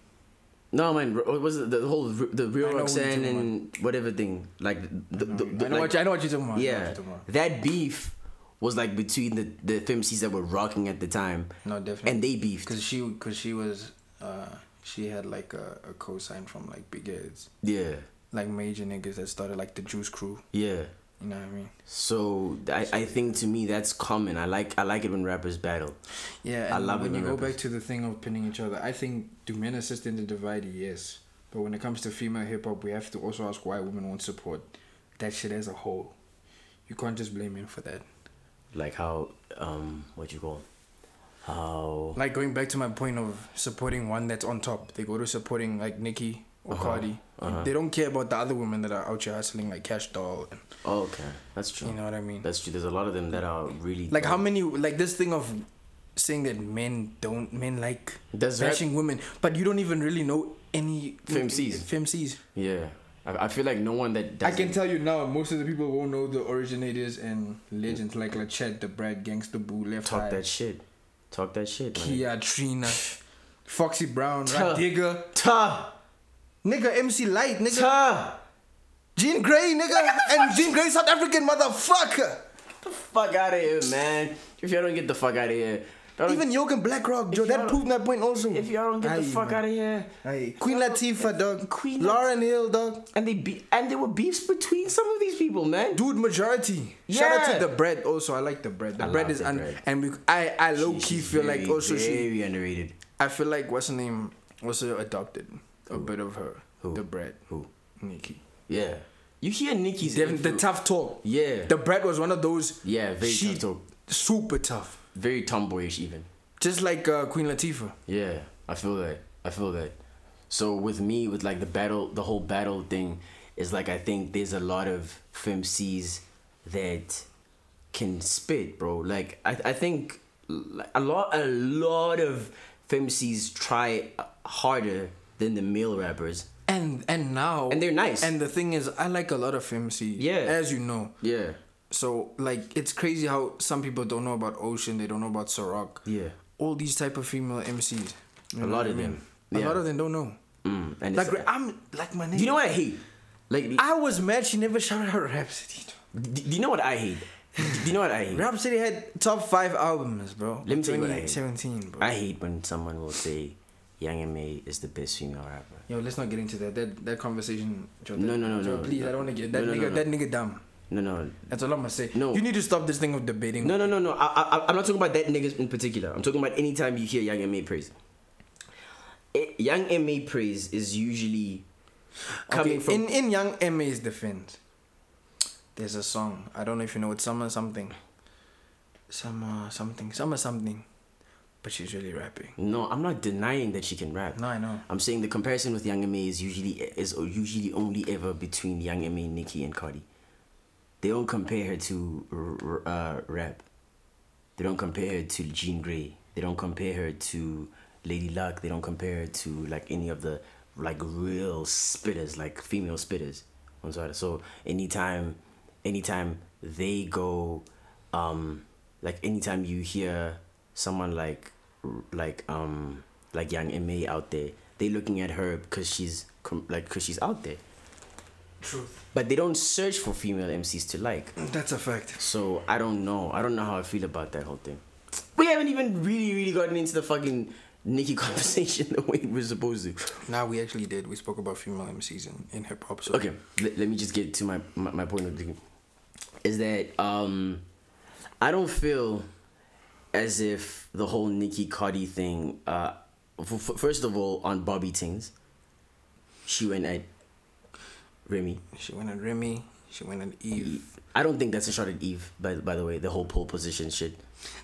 S3: No man, Ro- what was it, the whole r- the
S2: I
S3: real
S2: know what you're
S3: Roxanne
S2: talking
S3: and whatever thing like the, the, the
S2: I know,
S3: like-
S2: what you, I know what you're talking about. I know what
S3: yeah
S2: you're talking about.
S3: that beef was like between the the FMCs that were rocking at the time,
S2: No, definitely.
S3: and they beefed.
S2: Cause she, cause she was, uh, she had like a, a co-sign from like big heads,
S3: Yeah,
S2: like major niggas that started like the Juice Crew.
S3: yeah.
S2: You know what I mean?
S3: So I, I think to me that's common. I like I like it when rappers battle.
S2: Yeah, and
S3: I love it
S2: when
S3: when
S2: you go
S3: rappers-
S2: back to the thing of pinning each other. I think do men assist in the divide? Yes, but when it comes to female hip hop, we have to also ask why women won't support that shit as a whole. You can't just blame men for that.
S3: Like how um what you call how
S2: Like going back to my point of supporting one that's on top, they go to supporting like Nicki or
S3: Uh-huh.
S2: Cardi. They don't care about the other women that are out here hustling like Cash Doll. And,
S3: oh, okay that's true.
S2: you know what I mean?
S3: That's true. There's a lot of them that are really
S2: Like how many like this thing of saying that men don't men like
S3: That's right.
S2: bashing women, but you don't even really know any
S3: FMCs.
S2: FMCs.
S3: Yeah, I, I feel like no one that
S2: I
S3: doesn't,
S2: can tell you now, most of the people won't know the originators and legends like Lachette, the Brad, Gangsta Boo, Left
S3: talk
S2: Eye,
S3: that shit. Talk that shit. man.
S2: Kia, Trina, Foxy Brown,
S3: Tuh.
S2: Rat Digger,
S3: Ta
S2: nigga MC Light, nigga
S3: ta.
S2: Jean Grey, nigga, and Jean Grey South African motherfucker.
S3: Fuck out of here, man. If y'all don't get the fuck out of here, y'all don't-
S2: Even Yogan Blackrock, Joe,
S3: Oh. y'all-
S2: that proved my point also.
S3: if y'all don't get the fuck out of here,
S2: Aye. Queen Latifah, dog.
S3: Queen Latifah.
S2: Lauren Hill, dog.
S3: and they be and there were beefs between some of these people, man.
S2: Dude, majority. Shout out
S3: Yeah.
S2: to the bread. Also, I like the bread. The
S3: I
S2: bread
S3: love
S2: is
S3: the
S2: un-
S3: bread.
S2: and we, I I low
S3: She's
S2: key feel like
S3: very,
S2: also she.
S3: very underrated.
S2: I feel like what's her name also adopted a bit of her.
S3: Who?
S2: The bread.
S3: Who?
S2: Nikki.
S3: Yeah. You hear Nicki's
S2: Devin, the
S3: influ-
S2: tough talk.
S3: Yeah.
S2: The Brett was one of those.
S3: Yeah, very
S2: she-
S3: tough talk.
S2: Super tough.
S3: Very tomboyish even.
S2: Just like uh, Queen Latifah.
S3: Yeah, I feel that. I feel that. So with me, with like the battle, the whole battle thing is like I think there's a lot of femcs that can spit, bro. Like I, I think like, a lot, a lot of femcs try harder than the male rappers.
S2: And and now
S3: And they're nice.
S2: And the thing is, I like a lot of MCs.
S3: Yeah.
S2: As you know,
S3: Yeah,
S2: so like it's crazy how some people don't know about Ocean, they don't know about Ciroc.
S3: yeah,
S2: All these type of female MCs. You know
S3: lot
S2: what
S3: of
S2: I mean?
S3: them.
S2: A
S3: Yeah.
S2: lot of them don't know.
S3: mm. and
S2: Like
S3: it's,
S2: I'm like my name.
S3: you know what I hate? Like, I,
S2: I was mad she never shouted out Rhapsody. dude.
S3: do you know what I hate? Do you know what I hate?
S2: Rhapsody had top five albums, bro.
S3: Mm. Let me tell you what I hate.
S2: 2017, bro.
S3: I hate when someone will say Young M.A. is the best female rapper.
S2: Yo, let's not get into that. That that conversation. Joe, that,
S3: No, no, no,
S2: Joe,
S3: no.
S2: Please, I don't want to get that
S3: No, no,
S2: nigga.
S3: no, no.
S2: That nigga dumb.
S3: No, no,
S2: That's all I'm gonna say.
S3: No.
S2: You need to stop this thing of debating.
S3: no, no, no, no. I, I, I'm not talking about that niggas in particular. I'm talking about any time you hear Young M.A. praise. Eh, It, young M.A. praise is usually coming
S2: Okay,
S3: from.
S2: in in Young Ma's defense, there's a song. I don't know if you know it. Summer something, summer something, summer something, but she's really rapping.
S3: no, I'm not denying that she can rap.
S2: No, I know.
S3: I'm saying the comparison with Young M.A. is usually is usually only ever between Young M.A., Nicki, and Cardi. They don't compare her to r- r- uh, rap. They don't compare her to Jean Grey. They don't compare her to Lady Luck. They don't compare her to like any of the like real spitters, like female spitters. I'm sorry. So anytime, anytime they go, um, like anytime you hear someone like like um like Young Ma out there, they looking at her because she's com- like because she's out there.
S2: Truth.
S3: But they don't search for female MCs to like.
S2: That's a fact.
S3: So I don't know. I don't know how I feel about that whole thing. We haven't even really, really gotten into the fucking Nikki conversation the way we're supposed to.
S2: Now we actually did. We spoke about female MCs in, in hip hop. So
S3: Okay, let, let me just get to my my, my point of thinking. Is that um, I don't feel as if the whole Nikki Cardi thing. Uh, f- f- first of all, on Bobby Tings, she went at Remy.
S2: she went at Remy. She went at Eve.
S3: I don't think that's a shot at Eve. By by the way, the whole pole position shit.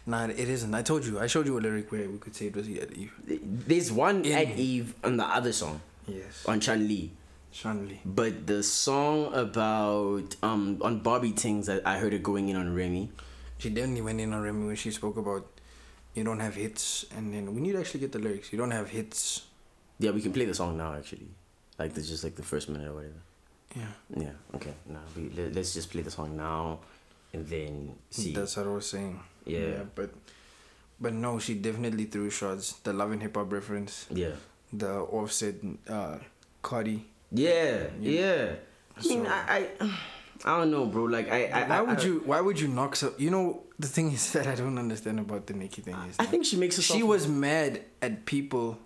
S2: Nah, it isn't. I told you. I showed you a lyric where we could say it was at Eve.
S3: There's one
S2: In-
S3: at Eve on the other song
S2: Yes.
S3: on Chan Lee,
S2: Sean Lee.
S3: but the song about um on Bobby Tings, I, I heard it going in on Remy.
S2: She definitely went in on Remy when she spoke about you don't have hits, and then we need to actually get the lyrics. You don't have hits.
S3: Yeah, we can play the song now actually, like it's just like the first minute or whatever.
S2: Yeah.
S3: Yeah, okay. Now we let, us just play the song now, and then see.
S2: That's what I was saying.
S3: Yeah.
S2: but but no, she definitely threw shots. The love and hip hop reference,
S3: yeah,
S2: the offset, uh, Cardi.
S3: yeah, yeah. I mean,
S2: So-
S3: I, I, I don't know, bro. Like, I, I
S2: why
S3: I-
S2: would
S3: I-
S2: you? Why would you knock? So you know the thing is that I don't understand about the Nicki thing is
S3: I think she makes herself.
S2: she was mad at people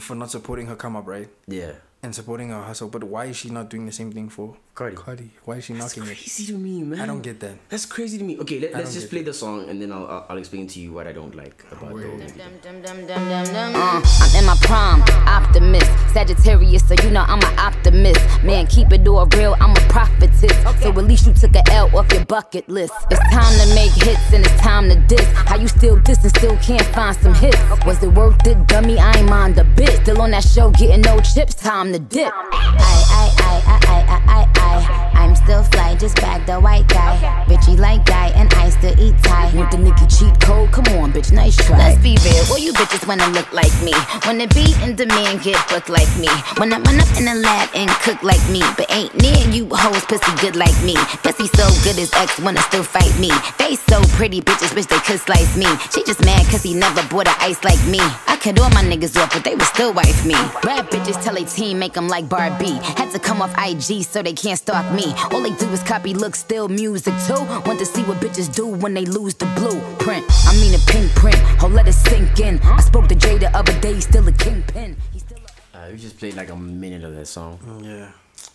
S2: for not supporting her come up right
S3: Yeah,
S2: and supporting her hustle. But why is she not doing the same thing for
S3: Cardi.
S2: Cardi? Why is she
S3: That's
S2: knocking it?
S3: crazy to me, man.
S2: I don't get that.
S3: That's crazy to me. Okay, let,
S2: I
S3: let's
S2: don't
S3: just
S2: get
S3: play the song and then I'll, I'll, I'll explain to you what I don't like about the whole thing.
S1: Uh, I'm in my prime, optimist. Sagittarius, so you know I'm an optimist. Man, keep it all real, I'm a prophetess. So at least you took a L off your bucket list. It's time to make hits and it's time to diss. How you still diss and still can't find some hits? Was it worth it, dummy? I ain't mind a bit. Still on that show, getting no chips, time to dip.
S4: I, I, I, I, I, I, I. I'm still fly, just bag the white guy. Richie like guy, and I still eat Thai.
S1: Want the Nikki cheat code? Come on, bitch, nice try.
S4: Let's be real, all you bitches wanna look like me. Wanna be in demand, get booked like me. Wanna run up in the lab and cook like me. But ain't near you hoes pussy good like me. Pussy so good his ex wanna still fight me. They so pretty, bitches wish they could slice me. She just mad cause he never bought a ice like me. I cut all my niggas off, but they would still wife me.
S1: Rap bitches tell they team make 'em like Barbie. Had to come off IG so they can't stalk me. All they do is copy look, still music too. Want to see what bitches do when they lose the blueprint. I mean a pinprint, oh let it sink in. I spoke to Jay the other day, still a kingpin. He's still a-
S3: Uh, we just played like a minute of that song.
S2: Yeah.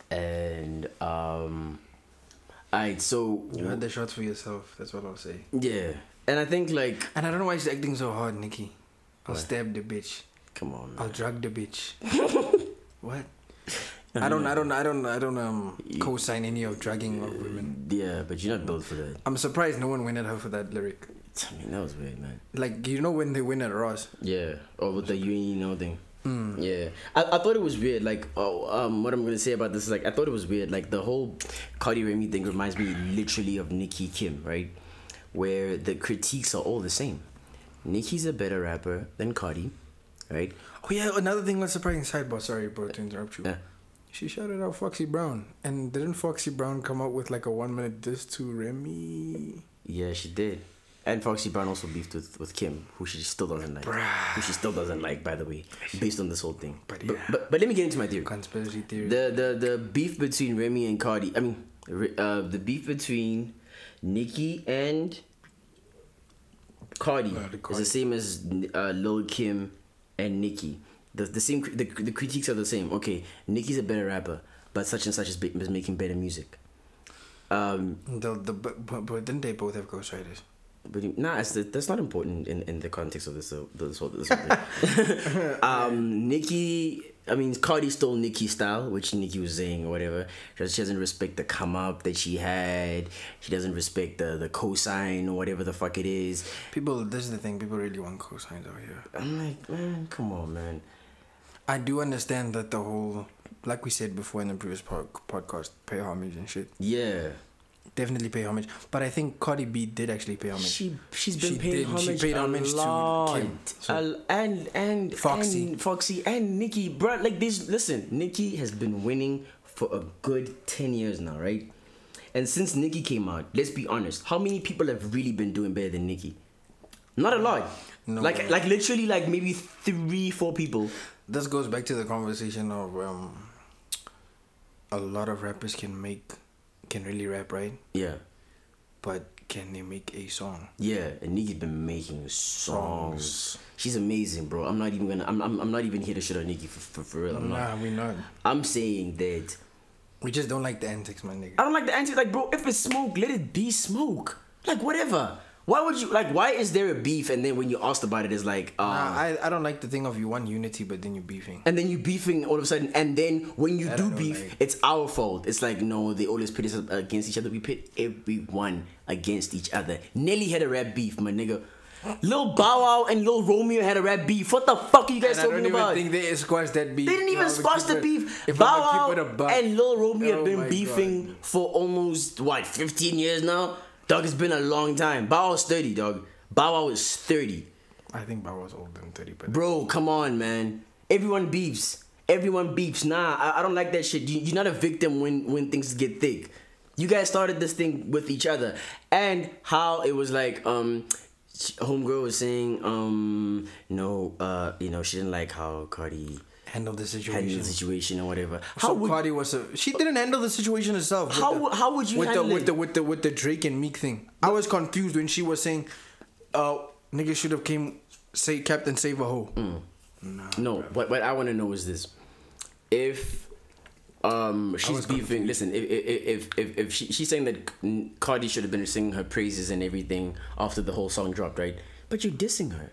S3: And, um, alright, so,
S2: You had the shots for yourself. That's what I'll say.
S3: yeah. And I think, like,
S2: And I don't know why she's acting so hard, Nikki. I'll stab the bitch.
S3: come on, man.
S2: I'll drug the bitch. what? I don't, I don't, I don't, I don't um, co-sign any of dragging of women.
S3: Yeah, but you're not built for that.
S2: I'm surprised no one went at her for that lyric.
S3: I mean, that was weird, man.
S2: Like you know when they win at Ross.
S3: Yeah, or with the you ain't know thing.
S2: Hmm.
S3: Yeah, I, I thought it was weird. Like, oh, um, what I'm gonna say about this is like, I thought it was weird. Like the whole Cardi Remy thing reminds me literally of Nicki Kim, right? Where the critiques are all the same. Nicki's a better rapper than Cardi, right?
S2: Oh yeah, another thing was surprising sidebar. Sorry, bro, to interrupt you.
S3: Yeah.
S2: She shouted out Foxy Brown, and didn't Foxy Brown come out with like a one-minute diss to Remy?
S3: Yeah, she did. And Foxy Brown also beefed with, with Kim, who she still doesn't like. Who she still doesn't like, by the way, based on this whole thing.
S2: But yeah.
S3: but, but, but let me get into my theory.
S2: Conspiracy theory.
S3: The the the beef between Remy and Cardi. I mean, Re- uh, the beef between Nicki and Cardi,
S2: Uh, the
S3: is
S2: Cardi.
S3: the same as uh, Lil Kim and Nicki. The the same cri- the, the critiques are the same. Okay, Nicki's a better rapper, but such and such is, ba- is making better music. Um,
S2: the the but, but, but didn't they both have ghostwriters?
S3: but you- nah, it's, that's not important in, in the context of this uh, this whole, this whole thing. um, Nikki, I mean, Cardi stole Nikki's style, which Nikki was saying or whatever. She she doesn't respect the come up that she had. She doesn't respect the the cosign or whatever the fuck it is.
S2: People, this is the thing. People really want cosigns out here.
S3: I'm like, man, come on, man.
S2: I do understand that the whole, like we said before in the previous pod- podcast, pay homage and shit.
S3: Yeah,
S2: Definitely pay homage. But I think Cardi B did actually pay homage.
S3: she she's been
S2: She
S3: paying
S2: did. She
S3: homage,
S2: paid
S3: a
S2: homage to
S3: lot.
S2: Kim, so-
S3: A- and and
S2: Foxy.
S3: and Foxy and Nikki, bro. Like these, listen, Nikki has been winning for a good ten years now, right? And since Nikki came out, let's be honest, how many people have really been doing better than Nikki? Not a lot.
S2: No.
S3: Like like literally like maybe three four people.
S2: This goes back to the conversation of um, a lot of rappers can make, can really rap, right?
S3: Yeah.
S2: But can they make a song?
S3: Yeah, and Nikki's been making songs. She's amazing, bro. I'm not even gonna. I'm. I'm, I'm not even here to shit on Nikki for, for, for real. I'm not.
S2: Nah, we not.
S3: I'm saying that
S2: We just don't like the antics, my nigga.
S3: I don't like the anti. Like, bro, if it's smoke, let it be smoke. Like, whatever. Why would you like? Why is there a beef? And then when you asked about it, it's like, uh,
S2: Nah, I, I don't like the thing of you want unity, but then you beefing.
S3: and then you beefing all of a sudden. And then when you
S2: I
S3: do
S2: don't know,
S3: beef,
S2: like-
S3: it's our fault. It's like, no, they always pit us against each other. We pit everyone against each other. Nelly had a rap beef, my nigga. Lil Bow Wow and Lil Romeo had a rap beef. What the fuck are you guys
S2: And I
S3: talking
S2: don't even
S3: about?
S2: think they squashed that beef.
S3: They didn't
S2: If
S3: even
S2: I'ma
S3: squash
S2: keep
S3: the
S2: it-
S3: beef.
S2: if I'ma
S3: Bow
S2: keep it a
S3: Wow
S2: buck-
S3: and Lil Romeo
S2: Oh
S3: have
S2: my
S3: been
S2: God.
S3: beefing for almost what 15 years now. Dog, it's been a long time. Bow Wow's 30, dog. Bow Wow is 30.
S2: I think Bow Wow's older than 30, but
S3: Bro, come on, man. Everyone beefs. Everyone beefs. Nah, I, I don't like that shit. You, you're not a victim when when things get thick. You guys started this thing with each other, and how it was like, um, sh- homegirl was saying, um, no, uh, you know, she didn't like how Cardi
S2: handle the
S3: handle
S2: situation.
S3: the situation or whatever. How
S2: So
S3: would
S2: Cardi was a, she didn't handle the situation herself. with
S3: How
S2: the-
S3: would- how would you
S2: with the
S3: handle
S2: with
S3: it?
S2: the with the with the Drake and Meek thing? I was confused when she was saying, "Uh, nigga should have came say Captain Save a hoe."
S3: Mm. no? What what I want to know is this: if um she's beefing, listen, if if if, if, if she, she's saying that Cardi should have been singing her praises and everything after the whole song dropped, right? But you're dissing her.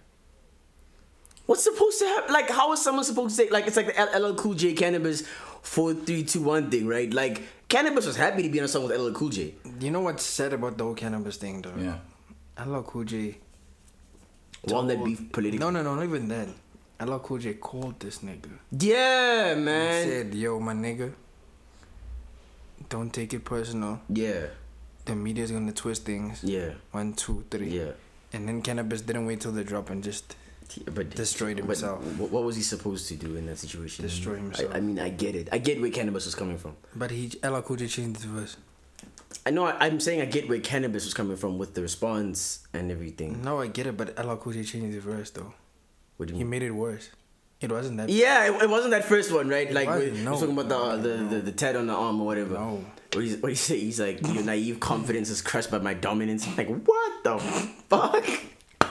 S3: What's supposed to happen? Like, how is someone supposed to say? Like, it's like the LL Cool J Cannabis four three two one thing, right? Like, Cannabis was happy to be on a song with LL Cool J.
S2: You know what's sad about the whole cannabis thing, though?
S5: Yeah.
S2: LL Cool J.
S3: While that beef political.
S2: No, no, no, not even that. LL Cool J called this nigga.
S3: Yeah,
S2: He
S3: man.
S2: said, "Yo, my nigga, don't take it personal.
S3: Yeah,
S2: The media's gonna twist things.
S3: yeah,
S2: One, two, three.
S3: yeah.
S2: And then cannabis didn't wait till the drop and just
S3: but
S2: Destroyed
S3: but
S2: himself.
S3: wh- what was he supposed to do in that situation?
S2: Destroy
S3: I-
S2: himself.
S3: I, mean, I get it. I get where cannabis was coming from.
S2: But he LL Cool J changed the verse.
S3: I know. I, I'm saying I get where cannabis was coming from with the response and everything.
S2: No, I get it, but LL Cool J changed the verse though.
S3: What do
S2: Mm-hmm. He
S3: you mean?
S2: made it worse. It wasn't that.
S3: Yeah, it, it wasn't that first one, right? like
S2: wasn't,
S3: we're,
S2: no.
S3: talking about the, uh, the, the the tat on the arm or whatever.
S2: No.
S3: What do you what do you say? He's like your naive confidence is crushed by my dominance. Like what the fuck?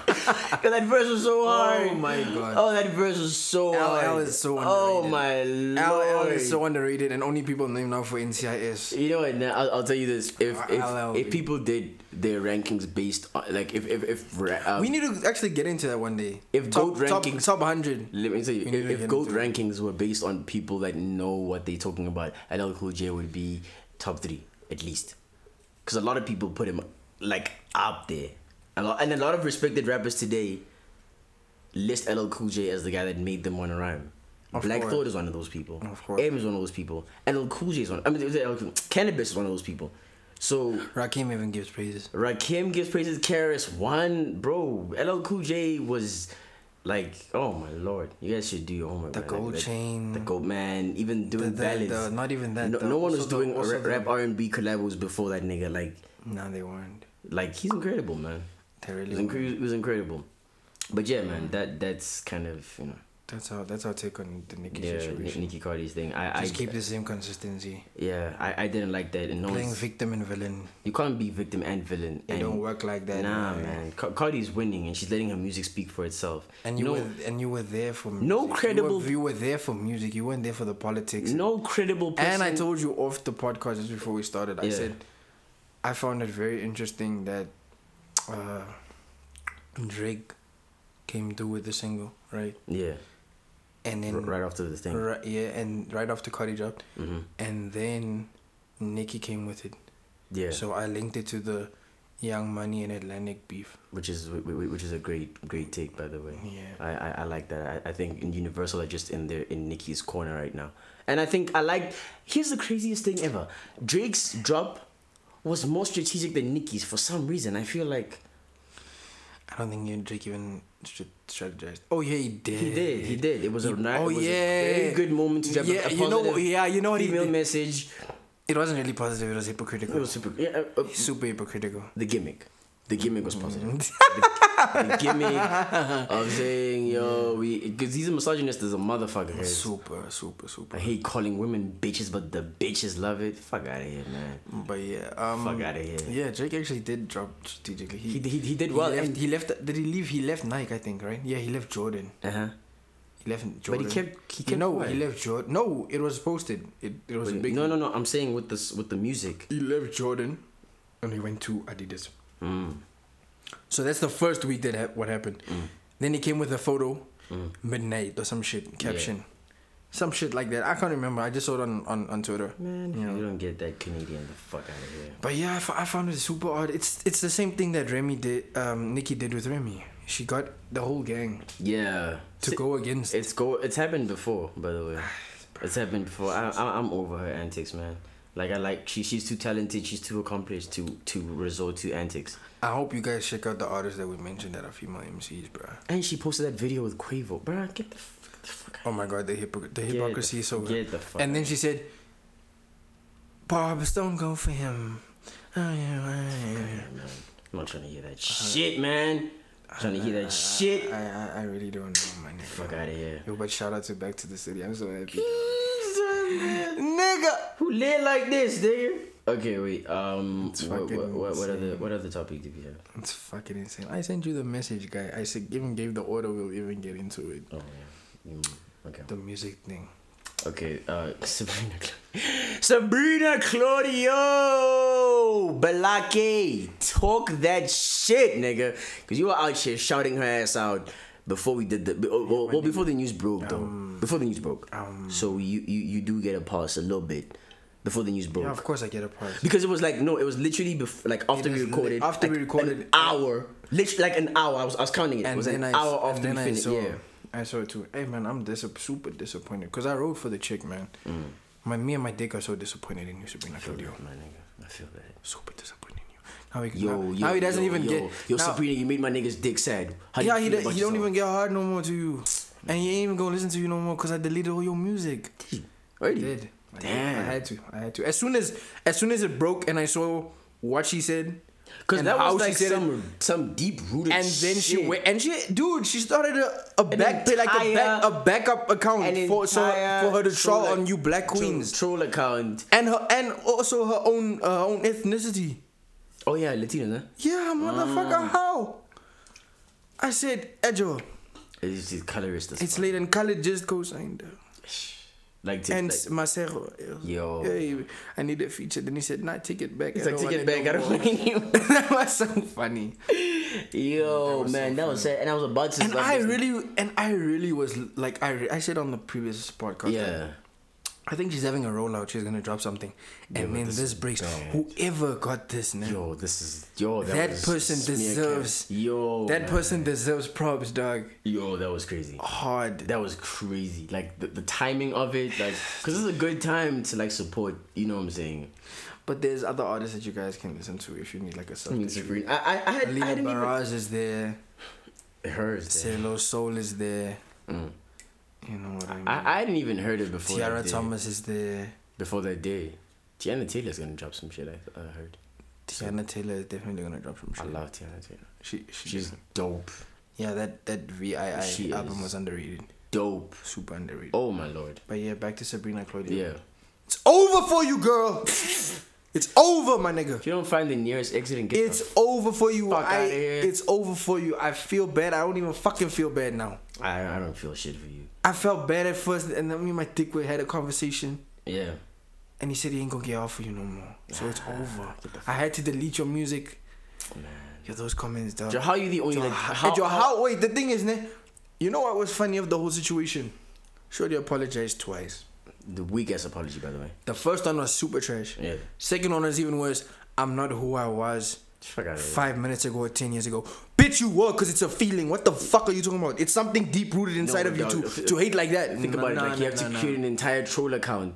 S3: Cause that verse was so hard.
S2: Oh my God.
S3: Oh, that verse was so hard.
S2: LL is so
S3: Oh
S2: underrated.
S3: my
S2: LL
S3: lord.
S2: is so underrated, and only people named now for NCIS.
S3: You know what? now I'll, I'll tell you this: if if,
S2: LL,
S3: if
S2: dude.
S3: people did their rankings based on like if if if ra- uh,
S2: We need to actually get into that one day.
S3: If
S2: top,
S3: GOAT
S2: top,
S3: rankings-
S2: top 100.
S3: let me tell you,
S2: We need
S3: if,
S2: to
S3: if
S2: get
S3: gold
S2: into it.
S3: rankings were based on people that know what they're talking about, LL Cool J would be top three at least, because a lot of people put him like up there, a lot, and a lot of respected rappers today list LL Cool J as the guy that made them want to rhyme.
S2: Of
S3: Black
S2: course.
S3: Thought is one of those people.
S2: Of course.
S3: M is one of those people. LL Cool J is one. I mean, LL Cool- Cannabis is one of those people. So
S2: Rakim even gives praises.
S3: Rakim gives praises. Karis one, bro. LL Cool J was like, oh my lord, you guys should do your homework.
S2: The
S3: man.
S2: Gold
S3: like, like,
S2: Chain.
S3: the gold man, even doing
S2: the-
S3: ballads.
S2: the- not even that,
S3: No,
S2: the-
S3: no one was
S2: also the-
S3: doing
S2: also
S3: ra-
S2: the-
S3: rap R and B collabs before that nigga. Like,
S2: No, they weren't.
S3: like he's incredible, man.
S2: They
S3: He
S2: really
S3: was,
S2: weren't.
S3: incre- he was incredible. But yeah, man, that that's kind of you know,
S2: That's how that's our take on the Nicki
S3: yeah, Ni-
S2: situation.
S3: Nicki Cardi's thing. I
S2: Just
S3: I
S2: keep the same consistency.
S3: Yeah, I, I didn't like that. And no
S2: Playing
S3: one's-
S2: victim and villain.
S3: you can't be victim and villain.
S2: It
S3: and
S2: don't work like that.
S3: Nah, man. Ca- Cardi's winning, and she's letting her music speak for itself.
S2: And you
S3: no,
S2: were and you were there for music.
S3: No
S2: You were-
S3: credible-
S2: You were, there for music. You weren't there for the politics.
S3: no credible person.
S2: And I told you off the podcast just before we started. I
S3: Yeah.
S2: said I found it very interesting that uh, Drake came through with the single, right?
S3: yeah,
S2: And
S3: r-
S2: then
S3: right after the thing.
S2: Right, yeah, and right after Cardi dropped,
S3: hmm
S2: and then Nicki came with it.
S3: Yeah,
S2: So I linked it to the Young Money and Atlantic beef.
S3: which is wh- wh- which is a great great take by the way.
S2: Yeah.
S3: I, I, I like that. I, I think in Universal are just in their in Nicki's corner right now, and I think I like. Here's the craziest thing ever: Drake's drop was more strategic than Nicki's for some reason. I feel like
S2: I don't think you Drake even should strategize. Oh yeah, he did.
S3: He did. He did. It was a nice.
S2: oh,
S3: it was
S2: yeah.
S3: a very good moment to drop
S2: Yeah,
S3: a, a
S2: you know-
S3: positive
S2: yeah, you know what he
S3: female
S2: did.
S3: message.
S2: It wasn't really positive. It was hypocritical.
S3: It was super. Yeah, uh, uh,
S2: super hypocritical.
S3: the gimmick. The gimmick was positive. the, the gimmick of saying, "Yo, we," because he's a misogynist as a motherfucker. guys.
S2: Super, super, super.
S3: I hate calling women bitches, but the bitches love it. Fuck out of here, man.
S2: But yeah, um,
S3: Fuck outta here.
S2: Yeah, Drake actually did drop strategically.
S3: He he, he did well,
S2: He left,
S3: and
S2: he left. Did he leave? He left Nike, I think. Right? Yeah, he left Jordan.
S3: uh huh.
S2: He left
S3: But
S2: Jordan.
S3: he kept he kept
S2: no,
S3: quiet.
S2: he left Jordan. No, it was posted. It, it was a
S3: But-
S2: big.
S3: No, no, no. I'm saying with this with the music.
S2: He left Jordan, and he went to Adidas.
S3: Mm.
S2: So that's the first week that ha- what happened. Then he came with a photo,
S3: Mm.
S2: midnight or some shit caption, some shit like that. I can't remember. I just saw it on on, on Twitter.
S3: Man, you don't get that Canadian the fuck out of here.
S2: But yeah, I, f- I found it super odd. It's it's the same thing that Remy did. Um, Nikki did with Remy. She got the whole gang
S3: Yeah.
S2: to
S3: Si-
S2: go against.
S3: It's go. It's happened before, by the way. It's happened before. I, I, I'm over her antics, man. Like I like she. She's too talented. She's too accomplished to to resort to antics.
S2: I hope you guys check out the artists that we mentioned that are female MCs, bro.
S3: And she posted that video with Quavo, bro. Get the, f- the fuck
S2: Oh my god, the, hypocr- the
S3: the
S2: hypocrisy is so
S3: f-
S2: good.
S3: get the fuck
S2: And then
S3: out.
S2: she said, Bob, don't go for him. Oh,
S3: out, man. I'm not trying to hear
S2: Uh,
S3: that shit, man. I'm trying to hear that
S2: I,
S3: shit.
S2: I, I really don't know, my nigga.
S3: Fuck out of here.
S2: Yo, but shout out to Back to the City. I'm so happy.
S3: Nigga, who lit like this, nigga? Okay, wait. Um, what, what,
S2: fucking
S3: what, what other
S2: insane.
S3: what other topic did we have?
S2: It's fucking insane. I sent you the message, guy. I said, even gave the order. We'll even get into it.
S3: Oh yeah. Mm, okay.
S2: The music thing.
S3: Okay, uh, Sabrina, Cla- Sabrina Claudio, Balake, talk that shit, nigga, because you were out here shouting her ass out before we did the be- oh, well, well before the news broke though,
S2: Um,
S3: before the news broke. so you, you you do get a pause a little bit before the news broke
S2: Yeah, of course I get a prize.
S3: because it was like no, it was literally bef- like after
S2: It
S3: we
S2: is lit-
S3: recorded,
S2: after we
S3: like,
S2: recorded,
S3: an hour, literally like an hour. I was I was counting it. it was an
S2: I,
S3: hour
S2: and
S3: after we
S2: then I
S3: finished.
S2: saw,
S3: Yeah.
S2: I saw it too. Hey man, I'm dis- super disappointed because I rode for the chick, man.
S3: Mm.
S2: My me and my dick are so disappointed in you, Sabrina Claudio.
S3: My nigga, I feel that.
S2: Super disappointed in you. Now he,
S3: Yo,
S2: now,
S3: yo,
S2: now he doesn't
S3: yo,
S2: even
S3: yo,
S2: get.
S3: Yo,
S2: now,
S3: Sabrina, you made my nigga's dick sad. How do
S2: yeah,
S3: you
S2: he,
S3: feel
S2: do-
S3: about
S2: he don't even
S3: yourself? Mm.
S2: get hard no more to you, and he ain't even gonna listen to you no more because I deleted all your music. I
S3: Already?
S2: did. I did.
S3: Damn.
S2: I had to. I had to. As soon as, as soon as it broke, and I saw what she said,
S3: Cause
S2: and
S3: that
S2: how
S3: was like
S2: she said it,
S3: some some deep rooted.
S2: and then she
S3: shit.
S2: went and she dude she started a, a back like a, back,
S3: entire-
S2: a backup account
S3: An
S2: for so
S3: entire
S2: for her to troll
S3: troll-
S2: on you black
S3: troll-
S2: queens
S3: troll account.
S2: and her and also her own uh, own ethnicity
S3: Oh yeah, Latinas, huh?
S2: yeah motherfucker how I said, Ejo,
S3: It's just colorist as
S2: it's
S3: fuck.
S2: late and Khaled just co-signed.
S3: Like, to,
S2: And
S3: like
S2: Macero.
S3: Yo.
S2: Hey, I need a feature. Then he said, nah, take it back.
S3: It's like, take it back. I don't want
S2: want
S3: you.
S2: it." that was so funny.
S3: Yo, man, that was sad. And I was about to.
S2: And I really, and I really was like, I, re- I said on the previous podcast.
S3: Yeah.
S2: I think she's having a rollout. She's gonna drop something, and then this, breaks.
S3: dog.
S2: Whoever got this, man,
S3: Yo, this is yo. That,
S2: that
S3: was
S2: person
S3: smear cam.
S2: deserves.
S3: Yo,
S2: that
S3: man.
S2: person deserves props, dog.
S3: Yo, that was crazy.
S2: Hard.
S3: That was crazy. Like the, the timing of it, like, cause this is a good time to like support. You know what I'm saying?
S2: But there's other artists that you guys can listen to if you need like a
S3: I mean,
S2: substitute.
S3: it's a green- I, I, I had. I
S2: Alina
S3: didn't even,
S2: Baraz is there.
S3: hers. yeah.
S2: Cello Soul is there.
S3: Mm.
S2: You know what I mean.
S3: I, I hadn't even heard it before.
S2: Tiara
S3: that day.
S2: Thomas is there.
S3: Before that day, Tiana Taylor's gonna drop some shit. I, I heard.
S2: Tiana Taylor is definitely gonna drop some shit.
S3: I love Tiana Taylor.
S2: She, she
S3: She's dope.
S2: yeah that that VII
S3: She
S2: album
S3: is.
S2: was underrated,
S3: Dope.
S2: super underrated.
S3: Oh my lord.
S2: But yeah, back to Sabrina Claudia.
S3: Yeah.
S2: It's over for you, girl. it's over, my nigga.
S3: If you don't find the nearest exit and get the
S2: It's over for you.
S3: Fuck
S2: I,
S3: outta here.
S2: It's over for you. I feel bad. I don't even fucking feel bad now.
S3: I, I don't feel shit for you.
S2: I felt bad at first, and then me and my dickhead had a conversation,
S3: Yeah.
S2: and he said he ain't gonna get off for you no more. So it's over. I had to delete your music. Yo, those comments, dog.
S3: Jo, how you the only
S2: Yo,
S3: like,
S2: how,
S3: how,
S2: yo,
S3: how-
S2: how- wait, the thing is, ne, you know what was funny of the whole situation? Shorty apologized twice.
S3: the weak ass apology by the way.
S2: The first one was super trash.
S3: Yeah.
S2: Second one is even worse. I'm not who I was
S3: Fuck outta here.
S2: five minutes ago or ten years ago. Bitch, you were because it's a feeling. What the fuck are you talking about? It's something deep rooted inside of you
S3: dog.
S2: to, to hate like that.
S3: Think about it, like you have to create an entire troll account.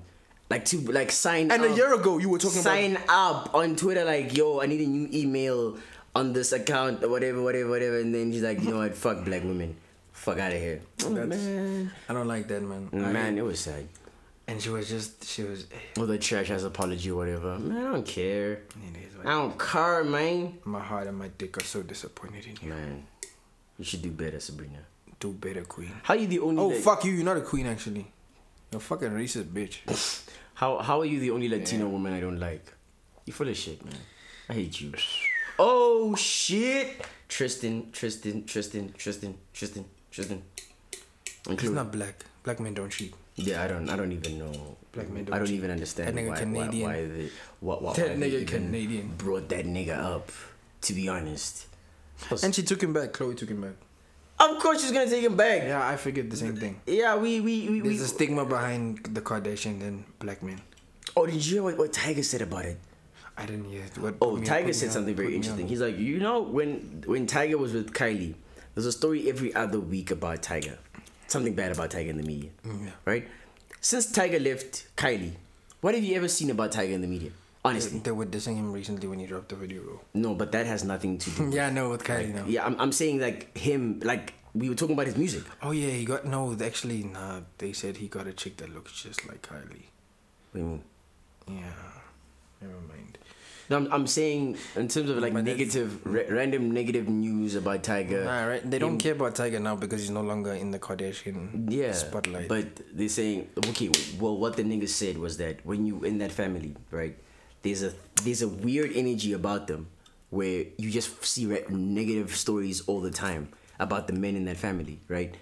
S3: Like to like sign
S2: And
S3: up,
S2: a year ago, you were talking about-
S3: sign up on Twitter like yo, I need a new email on this account or whatever, whatever, whatever and then she's like, you know what, fuck black women. Fuck out of here.
S2: Oh,
S3: man.
S2: I don't like that, man.
S3: Man, it was sad.
S2: And she was just, she was. eh,
S3: Or the church has apology, whatever. Man, I don't care.
S2: It is what-
S3: I don't care, man.
S2: My heart and my dick are so disappointed in you.
S3: Man, you should do better, Sabrina.
S2: Do better, queen.
S3: How you the only?
S2: Oh
S3: like-
S2: fuck you! You're not a queen, actually. You're a fucking racist, bitch.
S3: How how are you the only Latino woman I don't like? You full of shit, man. I hate you. Oh shit! Tristan, Tristan, Tristan, Tristan, Tristan, Tristan.
S2: He's
S3: Include.
S2: not black. Black men don't cheat.
S3: yeah, I don't. I don't even know.
S2: Black man
S3: I
S2: don't
S3: don't
S2: cheat.
S3: even understand
S2: That nigga
S3: why,
S2: Canadian.
S3: why why they why, why,
S2: That
S3: why they
S2: nigga
S3: even
S2: Canadian.
S3: brought that nigga up. To be honest,
S2: And she took him back. Chloe took him back.
S3: of course she's gonna take him back. Yeah,
S2: Yeah, I figured the same thing.
S3: we we we. we
S2: There's a stigma behind the Kardashians and black men.
S3: oh, did you hear what, what Tiger said about it?
S2: I didn't hear it. what.
S3: Oh,
S2: put me- put
S3: Tiger
S2: me
S3: said
S2: on,
S3: something
S2: put
S3: very
S2: me on.
S3: interesting. He's like, you know, when when Tiger was with Kylie, there's a story every other week about Tiger, something bad about Tiger in the media,
S2: Mm,
S3: right? Since Tiger left Kylie, what have you ever seen about Tiger in the media? Honestly,
S2: They were dissing him recently when he dropped the video.
S3: no, but that has nothing to do. with-
S2: Yeah, I know with Kylie now.
S3: yeah, I'm, I'm saying like him, like we were talking about his music.
S2: Oh yeah, he got no. Actually, nah. They said he got a chick that looks just like Kylie.
S3: What do you mean?
S2: Yeah, never mind.
S3: No, I'm, I'm saying in terms of like
S2: Mm, But that's-
S3: negative, ra- random negative news about Tiger.
S2: All right, they don't
S3: him-
S2: care about Tiger now because he's no longer in the Kardashian
S3: yeah,
S2: spotlight.
S3: But they're saying, okay, well, what the nigga said was that when you in that family, right, there's a there's a weird energy about them where you just see re- negative stories all the time about the men in that family, right?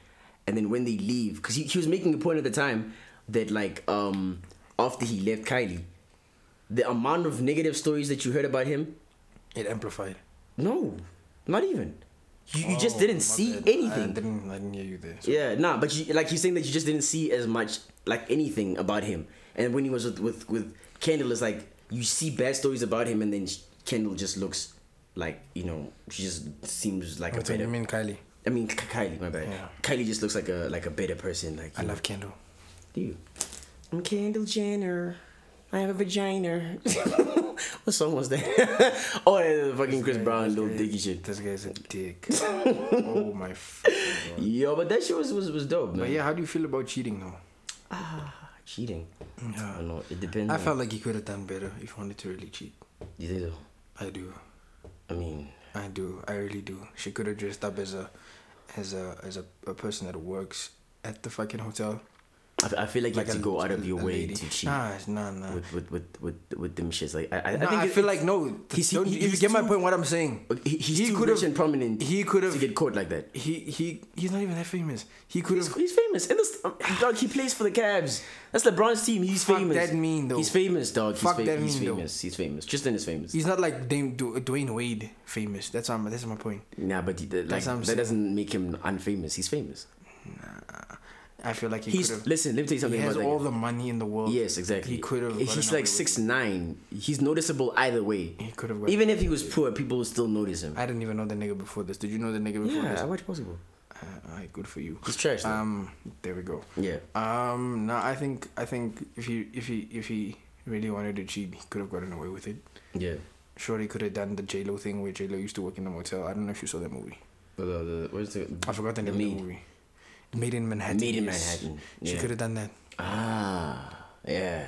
S3: And then when they leave, because he, he was making a point at the time that like um after he left Kylie, the amount of negative stories that you heard about him,
S2: it amplified.
S3: no, not even. You, you just
S2: Oh,
S3: didn't
S2: my
S3: see
S2: bad. I
S3: anything.
S2: didn't, I didn't hear you there. So-
S3: Yeah, nah, but you, like he's saying that you just didn't see as much like anything about him. And when he was with with, with Kendall, it's like you see bad stories about him, and then sh- Kendall just looks like you know she just seems like
S2: Oh, What
S3: a
S2: do
S3: better.
S2: you mean, Kylie?
S3: I mean K- Kylie, my bad.
S2: Yeah.
S3: Kylie just looks like a like a better person. Like
S2: I love Kendall.
S3: you. I'm Kendall Jenner. I have a vagina. what song was that? oh, yeah, the fucking Chris Brown, little Dicky shit.
S2: This guy's a dick. oh my. fucking God.
S3: Yo, but that shit was was, was dope, man.
S2: But yeah, how do you feel about cheating now?
S3: cheating. I don't know. It depends.
S2: I
S3: on-
S2: felt like he could have done better if he wanted to really cheat.
S3: You think so?
S2: I do.
S3: I mean,
S2: I do. I really do. She could have dressed up as a, as a, as a, a person that works at the fucking hotel,
S3: I, f- I feel like,
S2: Like
S3: you have to
S2: a-
S3: go out of your
S2: a
S3: way
S2: lady.
S3: to cheat
S2: Nah, nah, nah.
S3: with, with with with with them shits. Like I, I,
S2: Nah, I,
S3: think it-
S2: feel
S3: it's-
S2: like no.
S3: he's-
S2: don't,
S3: he-
S2: you
S3: he's
S2: get my
S3: too-
S2: point. What I'm saying.
S3: he, he's
S2: he
S3: too
S2: could
S3: rich
S2: have
S3: and prominent.
S2: He could have.
S3: to get caught like that.
S2: He he. He's not even that famous. He could
S3: He's,
S2: have.
S3: he's famous. In this, um, dog, he plays for the Cavs. That's LeBron's team. He's
S2: Fuck
S3: famous.
S2: that mean, though.
S3: He's famous, dog. He's,
S2: Fuck
S3: fa-
S2: that
S3: he's
S2: mean, though.
S3: famous. He's famous. Tristan is famous.
S2: He's not like Dame, Du- Dwayne Wade famous. That's my that's my point.
S3: nah, but he, like,
S2: That's what I'm
S3: that
S2: saying.
S3: doesn't make him unfamous. He's famous.
S2: I feel like he could
S3: He's
S2: have.
S3: listen. Let me tell you
S2: He
S3: something.
S2: has
S3: about
S2: all
S3: that
S2: the money in the world.
S3: Yes, exactly.
S2: He could have.
S3: He's like six nine. He's noticeable either way.
S2: He could've gotten
S3: Even if he was poor, people would still notice him.
S2: I didn't even know the nigga before this. Did you know the nigga before
S3: yeah,
S2: this?
S3: I watch possible.
S2: Uh, alright, good for you.
S3: He's trash, though.
S2: Um, there we go.
S3: Yeah.
S2: Um, no, I think I think if he if he if he really wanted to cheat, he could have gotten away with it.
S3: Yeah.
S2: Sure, he could have done the J Lo thing where J Lo used to work in a motel. I don't know if you saw that movie.
S3: But uh, the where's the
S2: I forgot the name of
S3: Maid.
S2: the movie. Made in Manhattan.
S3: Made in
S2: yes.
S3: Manhattan,
S2: She
S3: yeah.
S2: could have done that.
S3: Ah, yeah,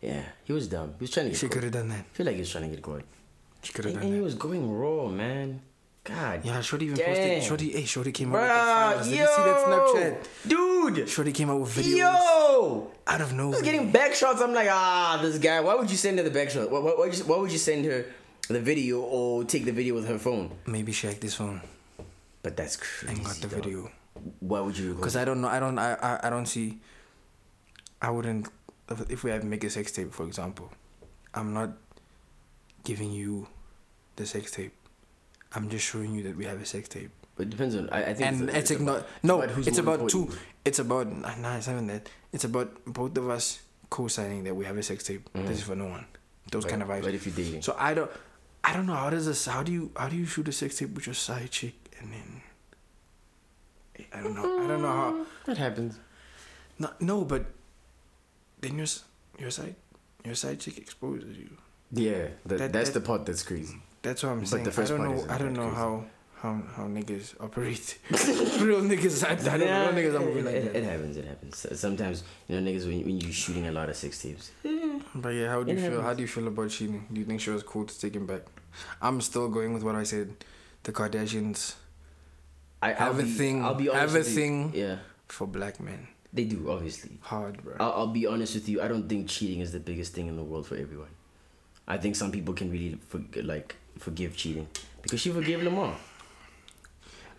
S3: yeah. He was dumb. He was trying to get.
S2: She
S3: caught.
S2: could have done that.
S3: I feel like he was trying to get caught.
S2: She could have
S3: And,
S2: done
S3: and
S2: that.
S3: he was going raw, man. God.
S2: Yeah, Shorty even
S3: damn.
S2: posted. Shorty, hey, Shorty came out with the
S3: Bruh,
S2: finals. Did
S3: yo,
S2: you see that
S3: dude.
S2: Snapchat? Shorty came out with videos
S3: Yo,
S2: out of
S3: I
S2: nowhere.
S3: was getting back shots. I'm like, ah, this guy. Why would you send her the back shot? Why, why, why, why would you send her the video or take the video with her phone?
S2: Maybe she hacked his phone
S3: But that's crazy.
S2: and got the
S3: dog.
S2: video.
S3: Why would you?
S2: Cause I don't know. I don't. I. I, I don't see. I wouldn't. if- If we have make a sex tape, for example, I'm not giving you the sex tape. I'm just showing you that we have a sex tape.
S3: It depends on. I, I think.
S2: and it's,
S3: about-
S2: igno- no
S3: about who's
S2: it's
S3: more
S2: about two
S3: important.
S2: it's about nah it's not even that it's about both of us co-signing that we have a sex tape
S3: Mm.
S2: this is for no one those
S3: But-
S2: kind of vibes
S3: but if you're dating.
S2: so i don't i don't know how does this how do you how do you shoot a sex tape with your side chick and then i don't know i don't know how
S3: That happens.
S2: no, no but then your s- your side your side chick exposes you
S3: Yeah, that,
S2: That-
S3: that's
S2: that-
S3: the part that's crazy.
S2: That's what I'm
S3: But
S2: saying.
S3: the first
S2: I don't
S3: part
S2: know.
S3: isn't
S2: I don't
S3: that
S2: know
S3: crazy.
S2: how how how niggas operate. real niggas. I, I don't.
S3: Yeah,
S2: real niggas are
S3: it,
S2: moving like
S3: it,
S2: that.
S3: it happens. It happens. So- Sometimes you know niggas when, you- when you're shooting a lot of sex tapes.
S2: But yeah, how do you
S3: It
S2: feel? How
S3: happens.
S2: do you feel about cheating? Do you think she was cool to take him back? I'm still going with what I said. The Kardashians
S3: I I'll
S2: Have a
S3: be-
S2: thing-
S3: I'll be honest
S2: have a
S3: with you.
S2: thing.
S3: Yeah,
S2: for black men,
S3: they do obviously.
S2: hard, bro.
S3: I'll, I'll be honest with you. I don't think cheating is the biggest thing in the world for everyone. I think some people can really for, like forgive cheating because she forgave Lamar.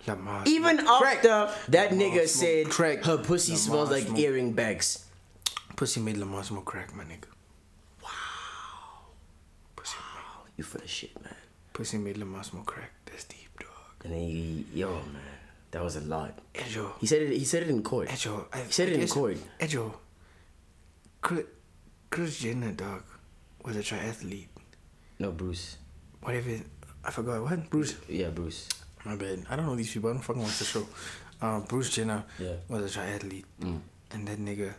S2: Lamar.
S3: Even
S2: Crack.
S3: after that nigga
S2: smoke
S3: said
S2: crack.
S3: her pussy
S2: Lamar
S3: smells like
S2: smoke.
S3: earring bags.
S2: pussy made Lamar smoke crack, my nigga.
S3: You for the shit, man.
S2: Pussy made Lamar smoke crack. That's deep, dog.
S3: And then he, yo, man, that was a lot.
S2: Ejo,
S3: He said it. He said it in court.
S2: Ejo. I-
S3: He said it in
S2: it's-
S3: court.
S2: Ejo, Chris, Chris Jenner, dog, was a triathlete.
S3: No, Bruce.
S2: Whatever. I forgot what Bruce.
S3: Yeah, Bruce.
S2: My bad. I don't know these people. I don't fucking watch the show. Uh, Bruce Jenner
S3: Yeah. Mm.
S2: was a triathlete, and that nigga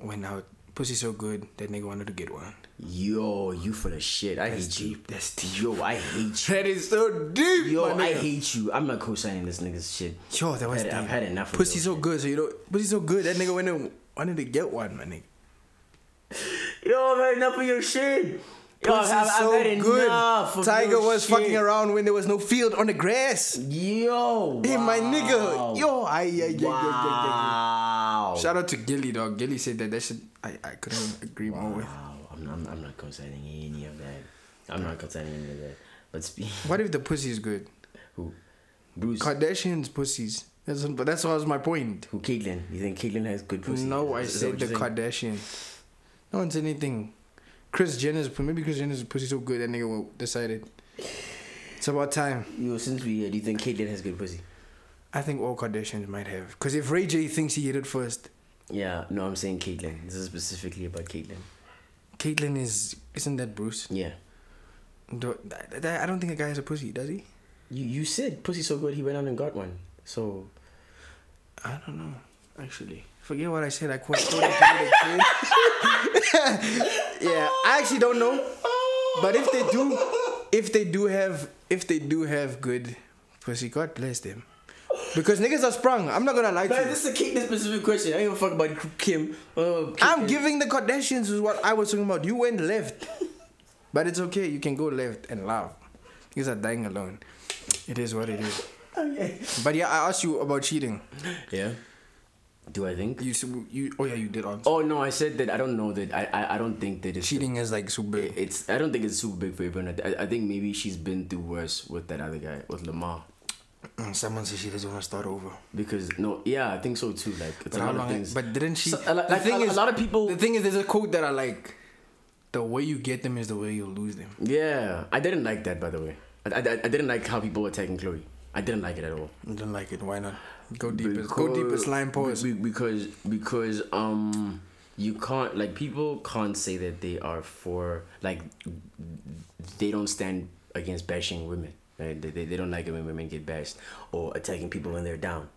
S2: went out. Pussy so good that nigga wanted to get one.
S3: Yo, you for the shit. I
S2: That's
S3: hate you.
S2: deep. That's deep.
S3: Yo, I hate you.
S2: That is so deep.
S3: Yo,
S2: my
S3: I
S2: nigga.
S3: hate you. I'm not co-signing this nigga's shit.
S2: Yo, that was
S3: I've had,
S2: deep.
S3: I've had enough. of
S2: Pussy
S3: those.
S2: so good, so you know. Pussy so good that nigga went and wanted to get one, my nigga.
S3: Yo, I've had enough of your shit. Yo, I've,
S2: Pussy
S3: I've had enough. Of
S2: Tiger
S3: your
S2: was
S3: shit.
S2: fucking around when there was no field on the grass.
S3: Yo, wow.
S2: Hey, my nigga. Yo, I, yeah, yeah, yeah, yeah, yeah.
S3: wow.
S2: Shout out to Gilly dog. Gilly said that that shit I, I couldn't agree more with.
S3: Wow. I'm, I'm, I'm not co-signing any of that. I'm not co-signing any of that. But speak.
S2: What if the pussy is good?
S3: Who? Bruce.
S2: Kardashians pussies. That's but that's what was my point.
S3: Who? Caitlyn? You think Caitlyn has good pussy?
S2: No, I
S3: Is that
S2: said
S3: what
S2: the
S3: you're saying?
S2: Kardashians. No one's anything. Chris Jenner's pu- maybe Chris Jenner's pussy so good that nigga will- decided. It's about time.
S3: Yo, since we here, do you think Caitlyn has good pussy?
S2: I think all Kardashians might have. Cause if Ray J thinks he hit it first,
S3: Yeah, no, I'm saying Caitlyn. This is specifically about Caitlyn.
S2: Caitlyn is isn't that Bruce?
S3: Yeah.
S2: Do, that, that- I don't think a guy has a pussy, does he?
S3: You you said pussy so good he went out and got one. So
S2: I don't know. Actually, forget what I said. I quote quoted you yeah, I actually don't know. But if they do, if they do have, if they do have good pussy, God bless them. Because niggas are sprung. I'm not gonna lie to you.
S3: is a Caitlyn specific question. I don't give a fuck about Kim. Uh,
S2: I'm giving the Kardashians is what I was talking about. You went left, but it's okay. You can go left and laugh. Niggas are dying alone. It is what it is.
S3: Okay.
S2: But yeah, I asked you about cheating.
S3: Yeah. Do I think?
S2: You, su- you, oh yeah, you did answer.
S3: Oh no, I said that I don't know that I I, I don't think that it's
S2: Cheating is like super.
S3: It's I don't think it's super big for April. and I, I- I think maybe she's been through worse with that other guy with Lamar
S2: Mm, Someone says she doesn't want to start over.
S3: because no, yeah, I think so too. Like it's
S2: But
S3: a
S2: how
S3: lot of
S2: long?
S3: things.
S2: But didn't she?
S3: So, a, lot- like, a, a lot of people.
S2: The thing is, there's a quote that I like. The way you get them is the way you lose them.
S3: yeah, I didn't like that by the way. I, I, I didn't like how people were attacking Chloe. I didn't like it at all.
S2: I don't like it. Why not? Go deeper. Go deeper. Slime pose.
S3: be- be- Because because um you can't like people can't say that they are for like they don't stand against bashing women. Right? They, they, they don't like it when women get bashed or attacking people when they're down.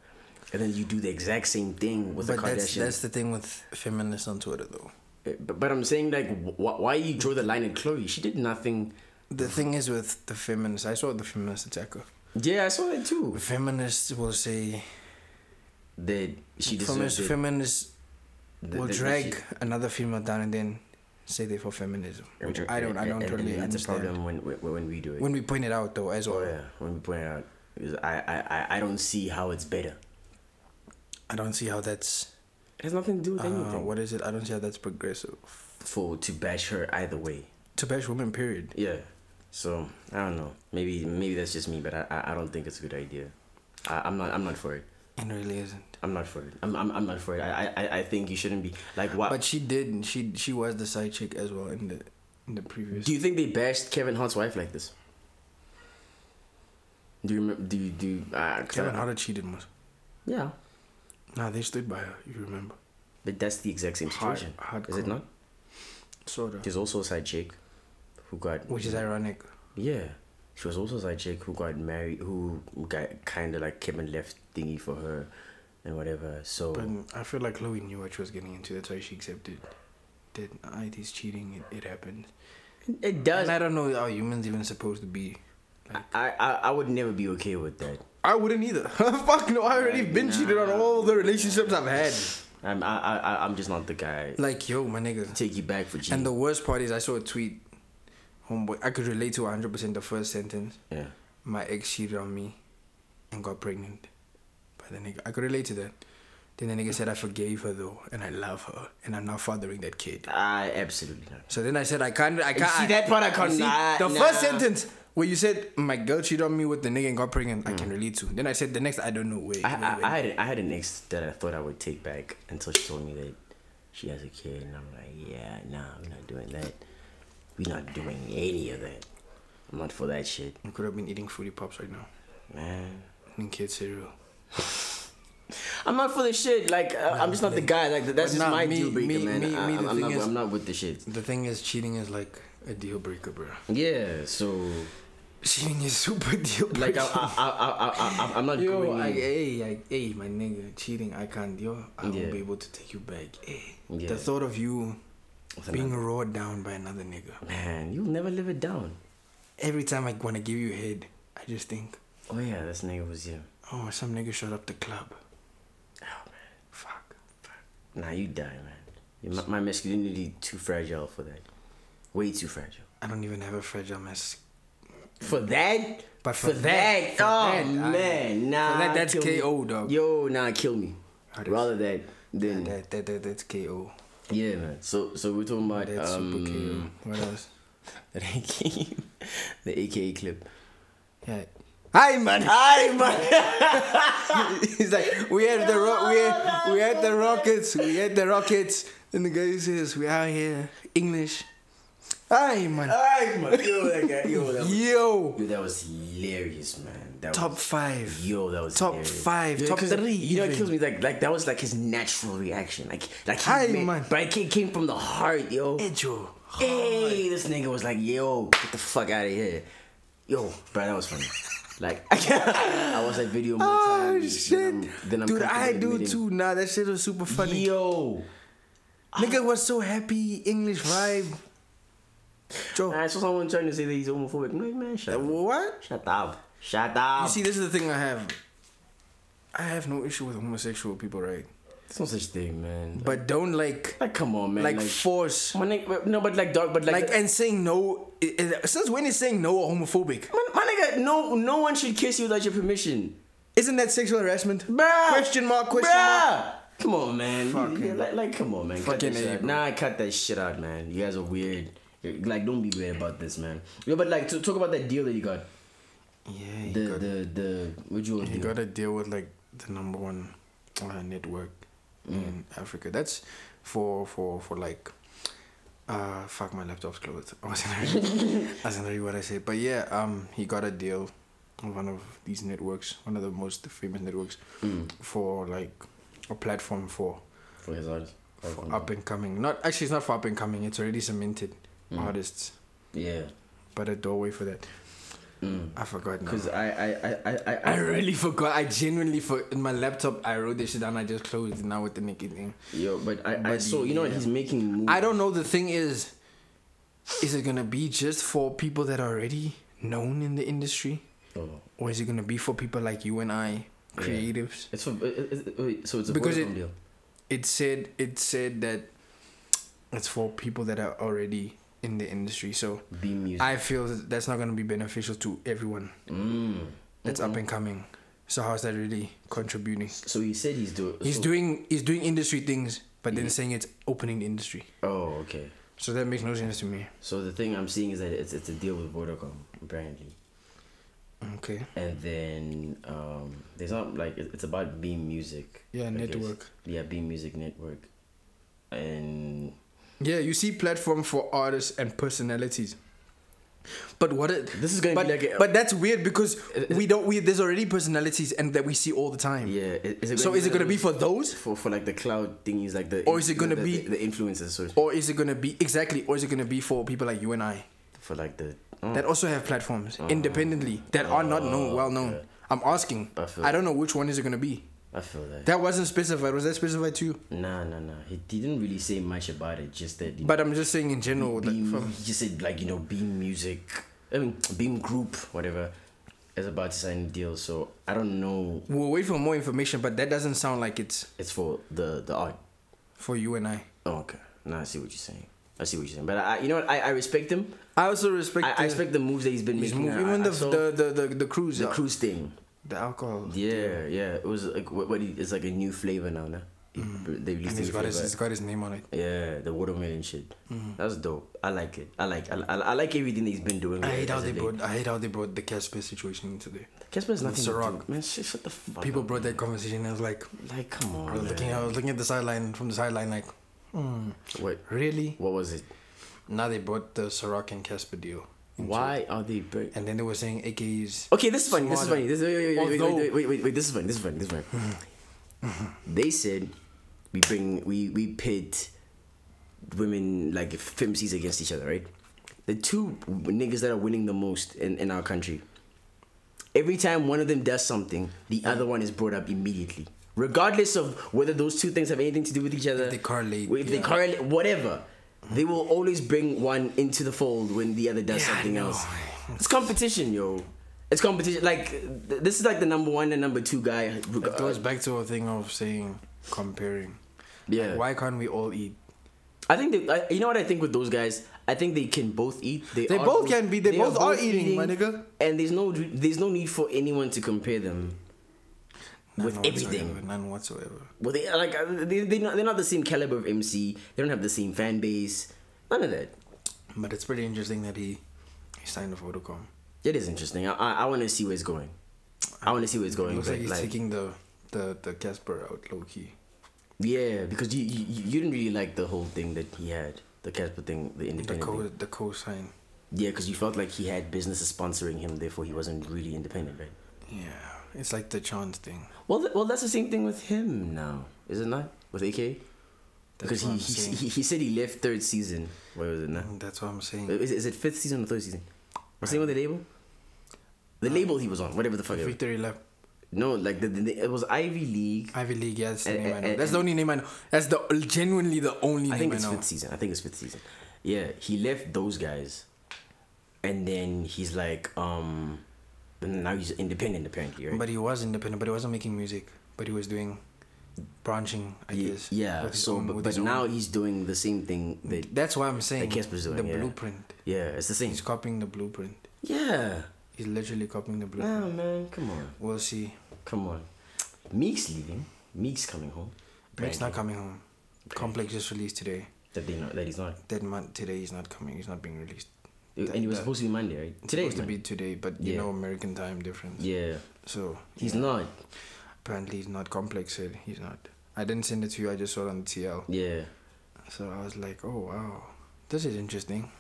S3: And then you do the exact same thing with
S2: But
S3: the
S2: that's
S3: Kardashians.
S2: that's the thing with feminists on Twitter though.
S3: but, but I'm saying like wh- why you draw the line at Chloe? She did nothing.
S2: The
S3: Mm-hmm.
S2: thing is with the feminists. I saw the feminist attacker.
S3: Yeah, I saw that too.
S2: Feminists will say.
S3: That she deserves
S2: Feminists,
S3: it.
S2: feminists
S3: That- that-
S2: will
S3: that
S2: drag
S3: she-
S2: another female down and then say they're for feminism, which I don't. I
S3: And- and-
S2: don't
S3: and
S2: totally
S3: that's
S2: understand.
S3: a problem when, when when we do it.
S2: When we point it out though, as well,
S3: Oh yeah, when we point it out, because I, I, I, I don't see how it's better.
S2: I don't see how that's.
S3: It has nothing to do with
S2: Uh,
S3: anything.
S2: what is it? I don't see how that's progressive.
S3: For to bash her either way.
S2: To bash women, period.
S3: Yeah. So I don't know. Maybe maybe that's just me, but I, I, I don't think it's a good idea. I, I'm not I'm not for it.
S2: It really isn't.
S3: I'm not for it. I'm I'm, I'm not for it. I, I- I I think you shouldn't be like what.
S2: But she did. She she was the side chick as well in the in the previous.
S3: do you think they bashed Kevin Hart's wife like this? Do you remember? Do you do? you- Uh, 'cause I-
S2: Kevin Hart cheated most.
S3: Yeah,
S2: Nah, they stood by her. You remember?
S3: but that's the exact same
S2: Hard-
S3: situation.
S2: hardcore.
S3: Is it not?
S2: Sorta.
S3: There's also a side chick who got
S2: Which is ironic.
S3: Yeah. She was also a side chick who got married, who got kind of like Kevin left thingy for her and whatever. So,
S2: But I feel like Chloe knew what she was getting into. That's why she accepted. That I this cheating. It, it happened.
S3: it does.
S2: And I
S3: I,
S2: don't know how humans even supposed to be.
S3: I, I would never be okay with that.
S2: I wouldn't either. Fuck no! I already been cheated on all the relationships I've had.
S3: I'm, I, I, I- I'm just not the guy.
S2: Like yo, my nigga.
S3: Take you back for G.
S2: And the worst part is, I saw a tweet. Homeboy, I could relate to 100% the first sentence.
S3: yeah.
S2: My ex cheated on me and got pregnant by the nigga. I could relate to that. Then the nigga said, I forgave her though, and I love her, and I'm not fathering that kid.
S3: I absolutely not.
S2: So then I said, I can't, I can't.
S3: see, that part I can't-
S2: You see,
S3: nah,
S2: the
S3: nah.
S2: first sentence where you said, My girl cheated on me with the nigga and got pregnant, I can relate to. Then I said, The next, I don't know. Wait,
S3: Mm. I,
S2: wait,
S3: I,
S2: wait.
S3: I, had, a- I had an ex that I thought I would take back until she told me that she has a kid. And I'm like, yeah, nah, we're not doing that. We're not doing any of that. I'm not for that shit,
S2: I could have been eating fruity pops right now.
S3: man.
S2: And kid cereal.
S3: I'm not for the shit. Like uh, I'm just not the guy. Like that's
S2: But
S3: just
S2: nah,
S3: my
S2: me-
S3: deal breaker,
S2: me-
S3: man.
S2: me-
S3: I,
S2: me,
S3: am
S2: the
S3: I'm,
S2: thing
S3: not,
S2: is-
S3: I'm not with the shit.
S2: The thing is, cheating is like a deal breaker, bro.
S3: Yeah. So
S2: Cheating is super deal breaker.
S3: like I, I, I, I, I, I I'm not
S2: Yo,
S3: going.
S2: I,
S3: in.
S2: hey, I, hey, my nigga, cheating, I can't, yo, I
S3: Yeah.
S2: won't be able to take you back. Hey,
S3: Yeah.
S2: the thought of you
S3: With
S2: being
S3: another-
S2: roared down by another nigga.
S3: man, you'll never live it down.
S2: Every time I wanna give you head, I just think,
S3: Oh yeah, this nigga was you.
S2: oh, some nigga shut up the club.
S3: Oh man,
S2: Fuck. fuck.
S3: nah, you die, man. You- My, my masculinity too fragile for that. Way too fragile.
S2: I don't even have a fragile mess.
S3: For that.
S2: But for that- for
S3: oh
S2: that, I-
S3: man, nah.
S2: that- that's
S3: kill me.
S2: KO, dog.
S3: Yo, nah, kill me.
S2: How does-
S3: Rather that than
S2: That, that, that that's KO.
S3: yeah, man. So so we're talking about
S2: That's
S3: um,
S2: super KO. What else?
S3: That AKA, the AKA clip.
S2: Yeah. Hi man.
S3: Aye, man.
S2: He's like, we had the ro- we had, we had the rockets, we had the rockets, and the guy says, we out here English. Aye man.
S3: Aye, man. Yo, that guy. Yo, that was,
S2: Yo,
S3: yo, that was hilarious, man. That
S2: top
S3: was,
S2: five.
S3: Yo, that was
S2: top
S3: hilarious.
S2: five,
S3: Yeah,
S2: top
S3: 'cause,
S2: three.
S3: You know, it
S2: even.
S3: kills me. Like, like that was like his natural reaction. Like, like he
S2: Aye,
S3: meant-
S2: man.
S3: But it came- came from the heart, yo.
S2: Hey, Joe.
S3: Hey, this nigga was like, yo, get the fuck out of here. Yo, bro, that was funny. Like, I watched that video more
S2: Oh
S3: times.
S2: shit,
S3: Then I'm, then I'm
S2: dude! I
S3: comfortable
S2: do
S3: admitting,
S2: too. Nah, that shit was super funny.
S3: Yo.
S2: Nigga was so happy, English vibe. Joe,
S3: I saw someone trying to say that he's homophobic. I'm like, man, shut up.
S2: what?
S3: Shut up. Shut up.
S2: You see, this is the thing I have. I have no issue with homosexual people, right?
S3: there's no such thing, man. But
S2: But don't like,
S3: like, come on, man.
S2: like, force,
S3: my nigga, but- no, but like, dog, but like,
S2: like, and saying no. i- i- since when is saying no homophobic?
S3: my, my nigga, no, no one should kiss you without your permission.
S2: Isn't that sexual harassment?
S3: Bruh.
S2: Question mark? Question
S3: Bruh.
S2: mark?
S3: Come on, man. You- you-
S2: Fucking-
S3: like, like, come on, man. Cut
S2: Fucking
S3: that shit
S2: A,
S3: out.
S2: bro.
S3: Nah, cut that shit out, man. You guys are weird. You're- Like, don't be weird about this, man. Yo, but like, to talk about that deal that you got.
S2: Yeah, he
S3: The
S2: got,
S3: the the what you want
S2: he
S3: to
S2: got to deal with like the number one uh, network in Africa. That's for for for like. Uh, fuck my laptop's closed. I wasn't really, I wasn't really what I said, but yeah, um, he got a deal on one of these networks, one of the most famous networks, for like a platform for
S3: Mm. for his artist? Oh,
S2: for up and coming. Not actually, it's not for up and coming. It's already cemented
S3: Mm.
S2: artists,
S3: Yeah. Mm.
S2: but a doorway for that. I forgot now.
S3: Cause I I I I I,
S2: I really forgot. I genuinely for in my laptop. I wrote this shit down. I just closed it now with the naked thing.
S3: yo, but I I
S2: But
S3: saw you know what
S2: yeah.
S3: he's making. Movies.
S2: I don't know. The thing is, is it gonna be just for people that are already known in the industry,
S3: Oh.
S2: or is it gonna be for people like you and I,
S3: Yeah.
S2: creatives?
S3: It's for it, it, it- wait, so it's a
S2: Because
S3: Vodacom
S2: it-
S3: deal.
S2: It said it said that it's for people that are already in the industry. So
S3: B music.
S2: I feel that that's not gonna be beneficial to everyone
S3: mm.
S2: that's up and coming. So how's that really contributing?
S3: So he said he's doing.
S2: He's
S3: so,
S2: doing he's doing industry things, but then saying it's opening the industry.
S3: Oh, okay.
S2: So that makes no sense to me.
S3: So the thing I'm seeing is that it's it's a deal with Vodacom apparently,
S2: Okay.
S3: and then um, there's not like it- it's about Beam Music.
S2: Yeah,
S3: I guess.
S2: network.
S3: Yeah, Beam Music network, and
S2: Yeah, you see platform for artists and personalities. But what it
S3: This is gonna
S2: but,
S3: be like a-
S2: But that's weird because we don't we there's already personalities and that we see all the time.
S3: yeah. i- Is it
S2: So is it gonna be for those?
S3: for for like the cloud thingies like the
S2: Or is it gonna
S3: the-
S2: be-
S3: the, the influencers sort of
S2: Or is it gonna be exactly or is it gonna be for people like you and I
S3: for like the oh,
S2: that also have platforms
S3: Mm.
S2: independently that are not known well known?
S3: okay.
S2: I'm asking.
S3: Oh, I feel
S2: I don't know which one is it gonna be.
S3: I feel that.
S2: That wasn't specified. Was that specified to you?
S3: Nah, nah, nah. He didn't really say much about it. Just that. You
S2: But I'm just saying in general. That
S3: Beam,
S2: from,
S3: he just said like you know Beam Music, I mean Beam Group, whatever, is about to sign a deal. So I don't know.
S2: we'll wait for more information, but that doesn't sound like it's
S3: It's for the the art.
S2: for you and I.
S3: Oh, okay. Now I see what you're saying. I see what you're saying. But I, you know what? I, I respect him.
S2: I also respect.
S3: I, I respect the moves that he's been
S2: his
S3: making.
S2: move.
S3: I-
S2: Even
S3: I
S2: the,
S3: saw
S2: the the the the cruise, uh,
S3: the
S2: the,
S3: cruise thing.
S2: alcohol.
S3: Yeah, yeah. It was like what, what he- it's like a new flavor now. Nah? They
S2: Mm. and
S3: released a
S2: he's
S3: new
S2: got his Mm.
S3: flavor.
S2: he's got his name on it.
S3: Yeah, the watermelon shit. That's dope. I like it. I like. I, I, I like everything that he's been doing.
S2: I hate how
S3: as a
S2: they
S3: late.
S2: brought I hate how they brought the Casper situation into there.
S3: Casper's nothing. to
S2: Ciroc.
S3: do. Man, shit, shut the fuck.
S2: People
S3: up.
S2: brought that conversation. I was like,
S3: Like, come
S2: I was
S3: on.
S2: looking I was looking at the sideline from the sideline like, hmm,
S3: Wait,
S2: really?
S3: what was it?
S2: Now they brought the Ciroc and Casper deal. into it.
S3: Why are they? Break-
S2: And then they were saying AKs.
S3: okay, this is funny. This is funny. This wait, wait, wait, wait,
S2: Although-
S3: wait, wait, wait, wait, wait. This is funny. This is funny. This is funny. they said we bring we we pit women like femcies against each other, right? The two niggas that are winning the most in, in our country. Every time one of them does something, the other one is brought up immediately. Regardless of whether those two things have anything to do with each other.
S2: they correlate,
S3: If they
S2: yeah.
S3: correlate, whatever. They will always bring one into the fold when the other does
S2: Yeah, I
S3: something
S2: know.
S3: else. It's competition, yo. It's competition. Like, th- this is like the number one and number two guy.
S2: It goes back to a thing of saying comparing.
S3: Yeah.
S2: Like, why can't we all eat?
S3: I think they, I, you know what I think with those guys. I think they can both eat. They,
S2: They
S3: are
S2: both can be- they both are eating, my nigga.
S3: And there's no there's no need for anyone to compare them with
S2: None
S3: everything.
S2: whatsoever, None whatsoever.
S3: Well, they like uh, they they're not, they're not the same caliber of MC. They don't have the same fan base. None of that.
S2: But it's pretty interesting that he he signed for Vodacom.
S3: It is interesting. I I, I want to see where it's going. I want to see where it's
S2: It
S3: going.
S2: looks
S3: but,
S2: like he's
S3: like,
S2: taking the the the Casper out low key.
S3: yeah, because you, you you didn't really like the whole thing that he had, the Casper thing, the
S2: The
S3: independent.
S2: co
S3: thing.
S2: the co sign.
S3: Yeah, because you felt like he had businesses sponsoring him, therefore he wasn't really independent, right?
S2: Yeah, it's like the chance thing.
S3: Well, th- well, that's the same thing with him now, is it not? With AK, because
S2: That's
S3: he
S2: what I'm
S3: he,
S2: saying. Mm.
S3: he he said he left third season. Where was it now?
S2: That's what I'm saying.
S3: Is, is it fifth season or third season? What's the name of the label? The
S2: Uh,
S3: label he was on, whatever the fuck. it was.
S2: Victory lap.
S3: No, like the, the, the- it was Ivy League.
S2: Ivy League. Yeah, that's the
S3: And-
S2: name I know.
S3: Eh, and-
S2: That's the only name I know. That's the genuinely the only
S3: I
S2: name
S3: think
S2: I
S3: it's
S2: know.
S3: fifth season. I think it's fifth season. Yeah, he left those guys, and then he's like, um, and now he's independent apparently, right?
S2: But he was independent. But he wasn't making music. But he was doing branching. I
S3: Ye-
S2: guess.
S3: yeah.
S2: with his
S3: So,
S2: own-
S3: but,
S2: with
S3: but
S2: his own-
S3: now he's doing the same thing that.
S2: that's why I'm saying
S3: Casper's doing,
S2: the
S3: yeah.
S2: blueprint.
S3: Yeah, it's the same.
S2: He's copying the blueprint.
S3: Yeah.
S2: He's literally copying the blueprint.
S3: Nah, Oh, man, come on,
S2: We'll see.
S3: come on. Meek's leaving. Meek's coming home.
S2: Drake's not coming home. Complex just released today.
S3: That they not, that he's not.
S2: That month today he's not coming. He's not being released.
S3: And it was supposed to be Monday, right? Today
S2: Supposed
S3: is
S2: to be
S3: Monday.
S2: today, but you
S3: Yeah.
S2: know American time difference.
S3: Yeah,
S2: So
S3: he's
S2: yeah.
S3: not.
S2: Apparently he's not. Complex said he's not. I didn't send it to you. I just saw it on TL.
S3: Yeah.
S2: So I was like, oh wow, this is interesting.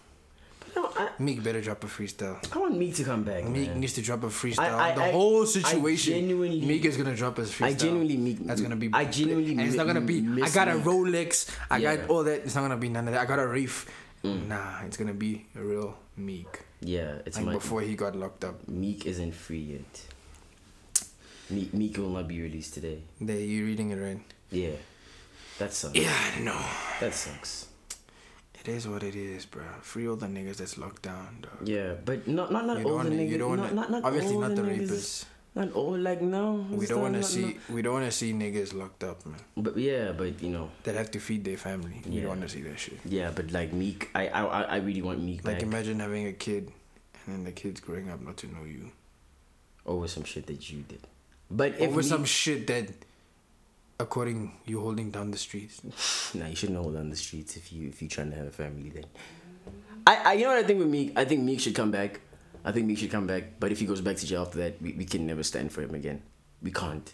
S3: No, I,
S2: Meek better drop a freestyle.
S3: I want Meek to come back.
S2: Meek
S3: man.
S2: needs to drop a freestyle.
S3: I-
S2: the
S3: I-
S2: whole
S3: I
S2: situation.
S3: genuinely-
S2: Meek is gonna drop his freestyle.
S3: I genuinely Meek-
S2: That's gonna be.
S3: I genuinely
S2: And it's not gonna be.
S3: miss
S2: I got a
S3: Meek.
S2: Rolex. I
S3: Yeah.
S2: got all that. It's not gonna be none of that. I got a reef. Nah, it's gonna be a real Meek.
S3: Yeah, it's
S2: Like
S3: my
S2: before he got locked up,
S3: Meek isn't free yet. Meek, Meek will not be released today.
S2: there you reading it right.
S3: Yeah, that sucks.
S2: Yeah, I know.
S3: That sucks.
S2: It is what it is, bro. Free all the niggas that's locked down, dog.
S3: Yeah, but not not, not all
S2: You don't
S3: the
S2: wanna,
S3: niggas.
S2: you don't
S3: not,
S2: wanna,
S3: not, not
S2: obviously
S3: all
S2: not the
S3: niggas.
S2: rapists.
S3: Not all like no.
S2: We
S3: it's
S2: don't
S3: not-
S2: want to
S3: not-
S2: see
S3: not-
S2: we don't want to see niggas locked up, man.
S3: But yeah, but you know,
S2: That have to feed their family. We
S3: Yeah.
S2: don't want to see that shit.
S3: yeah, but like Meek, I I I I really want Meek
S2: Like
S3: back
S2: imagine having a kid and then the kid's growing up not to know you.
S3: over some shit that you did. But if
S2: Over
S3: Meek,
S2: some shit that according you holding down the streets.
S3: Nah, you shouldn't hold on the streets if you if you trying to have a family. Then, I, I you know what I think with Meek. I think Meek should come back. I think Meek should come back. But if he goes back to jail after that, we, we can never stand for him again. We can't.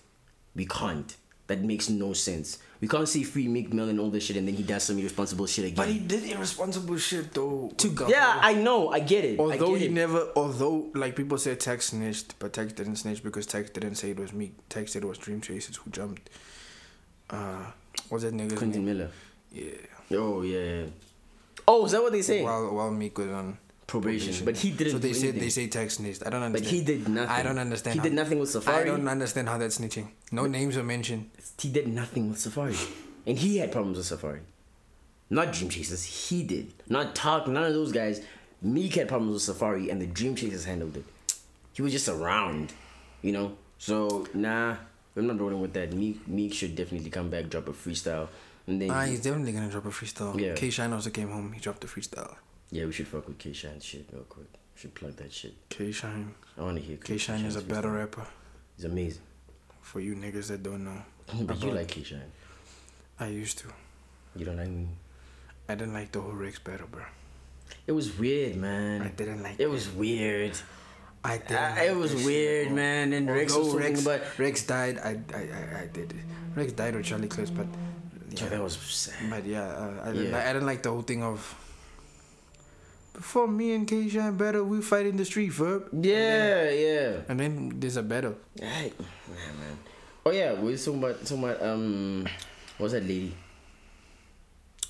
S3: We can't. That makes no sense. We can't see free Meek Mill and all this shit, and then he does some irresponsible shit again.
S2: But he did irresponsible shit though.
S3: To- yeah, I know. I get it. I
S2: although
S3: get
S2: he
S3: it.
S2: never although like people say Tex snitched, but Tex didn't snitch because Tex didn't say it was me. Tex said it was Dream Chasers who jumped. Uh what's that nigga's
S3: Quentin
S2: name?
S3: Miller.
S2: Yeah.
S3: Oh yeah. yeah. Oh, is that what they say?
S2: while while Meek was on
S3: Probation. But he didn't
S2: So they
S3: do
S2: said they
S3: anything.
S2: say tax snitched. I don't understand.
S3: he did nothing.
S2: I don't understand.
S3: He
S2: how-
S3: did nothing with Safari.
S2: I don't understand how that's snitching. No names are mentioned.
S3: he did nothing with Safari, and he had problems with Safari. Not Dream Chasers, he did. Not Talk, none of those guys. Meek had problems with Safari, and the Dream Chasers handled it. He was just around, you know. So nah, I'm not rolling with that. Meek, Meek should definitely come back, drop a freestyle, and then
S2: Ah, he's definitely gonna drop a freestyle.
S3: Yeah.
S2: K Shine also came home. He dropped a freestyle.
S3: yeah, we should fuck with K Shine shit real quick. We should plug that shit.
S2: K Shine.
S3: I want to hear
S2: K Shine is a
S3: Shine's
S2: battle
S3: freestyle.
S2: rapper.
S3: He's amazing,
S2: For you niggas that don't know,
S3: but you like K Shine.
S2: I used to.
S3: You don't like me.
S2: I didn't like the whole Rex battle, bro.
S3: It was weird, man.
S2: I didn't like
S3: It was weird.
S2: I didn't.
S3: Ah,
S2: like
S3: it was
S2: that shit
S3: weird,
S2: at all.
S3: man. And Rex was
S2: Although
S3: talking about.
S2: Rex died. I I I, I did. Rex died with Charlie Clips, but
S3: Yeah, that was sad.
S2: But yeah, uh, I, didn't
S3: Yeah.
S2: Like, I didn't like the whole thing of. Before me and Keisha and Better, we fight in the street, verb.
S3: Yeah, yeah.
S2: And then there's a battle.
S3: Hey, yeah, man. Oh yeah, we were talking about talking about um, what's that lady?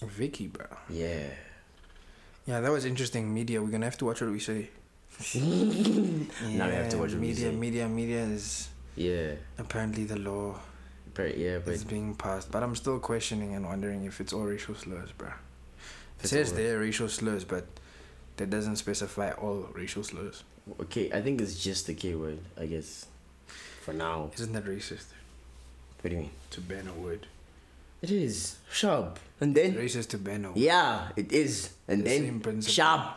S2: Vicky, bro.
S3: Yeah.
S2: Yeah, that was interesting. Media, we're gonna have to watch what we say.
S3: Now we have to watch
S2: Yeah,
S3: what we
S2: media,
S3: say.
S2: media, media is
S3: Yeah.
S2: apparently the law
S3: Per- yeah, but
S2: is being passed, but I'm still questioning and wondering if it's all racial slurs, bro. It
S3: It's
S2: says
S3: all-
S2: they're racial slurs, but that doesn't specify all racial slurs.
S3: okay, I think it's just the K word, I guess. For now.
S2: Isn't that racist
S3: What do you mean?
S2: to ban a word?
S3: It is sharp. And then
S2: Racist to ban a word.
S3: yeah, it is. And
S2: The same
S3: then
S2: principle.
S3: sharp.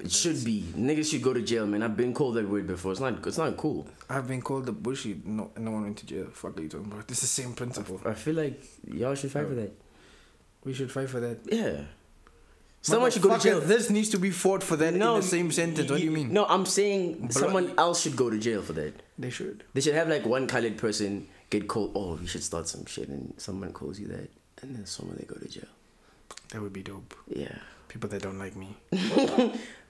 S3: It should be. Niggas should go to jail, man. I've been called that word before. It's not. It's not cool.
S2: I've been called the bushy. No, no one went to jail. Fuck are you talking about? It's the same principle.
S3: I feel like y'all should fight for that.
S2: We should fight for that.
S3: Yeah. Someone should go to
S2: Motherfucker,
S3: jail.
S2: This needs to be fought for that in the same sentence. What do you mean?
S3: No, I'm saying
S2: Bro-
S3: someone else should go to jail for that.
S2: they should.
S3: They should have like one colored person get called. Oh, you should start some shit, and someone calls you that, and then someone they go to jail.
S2: That would be dope.
S3: Yeah,
S2: People that don't like me.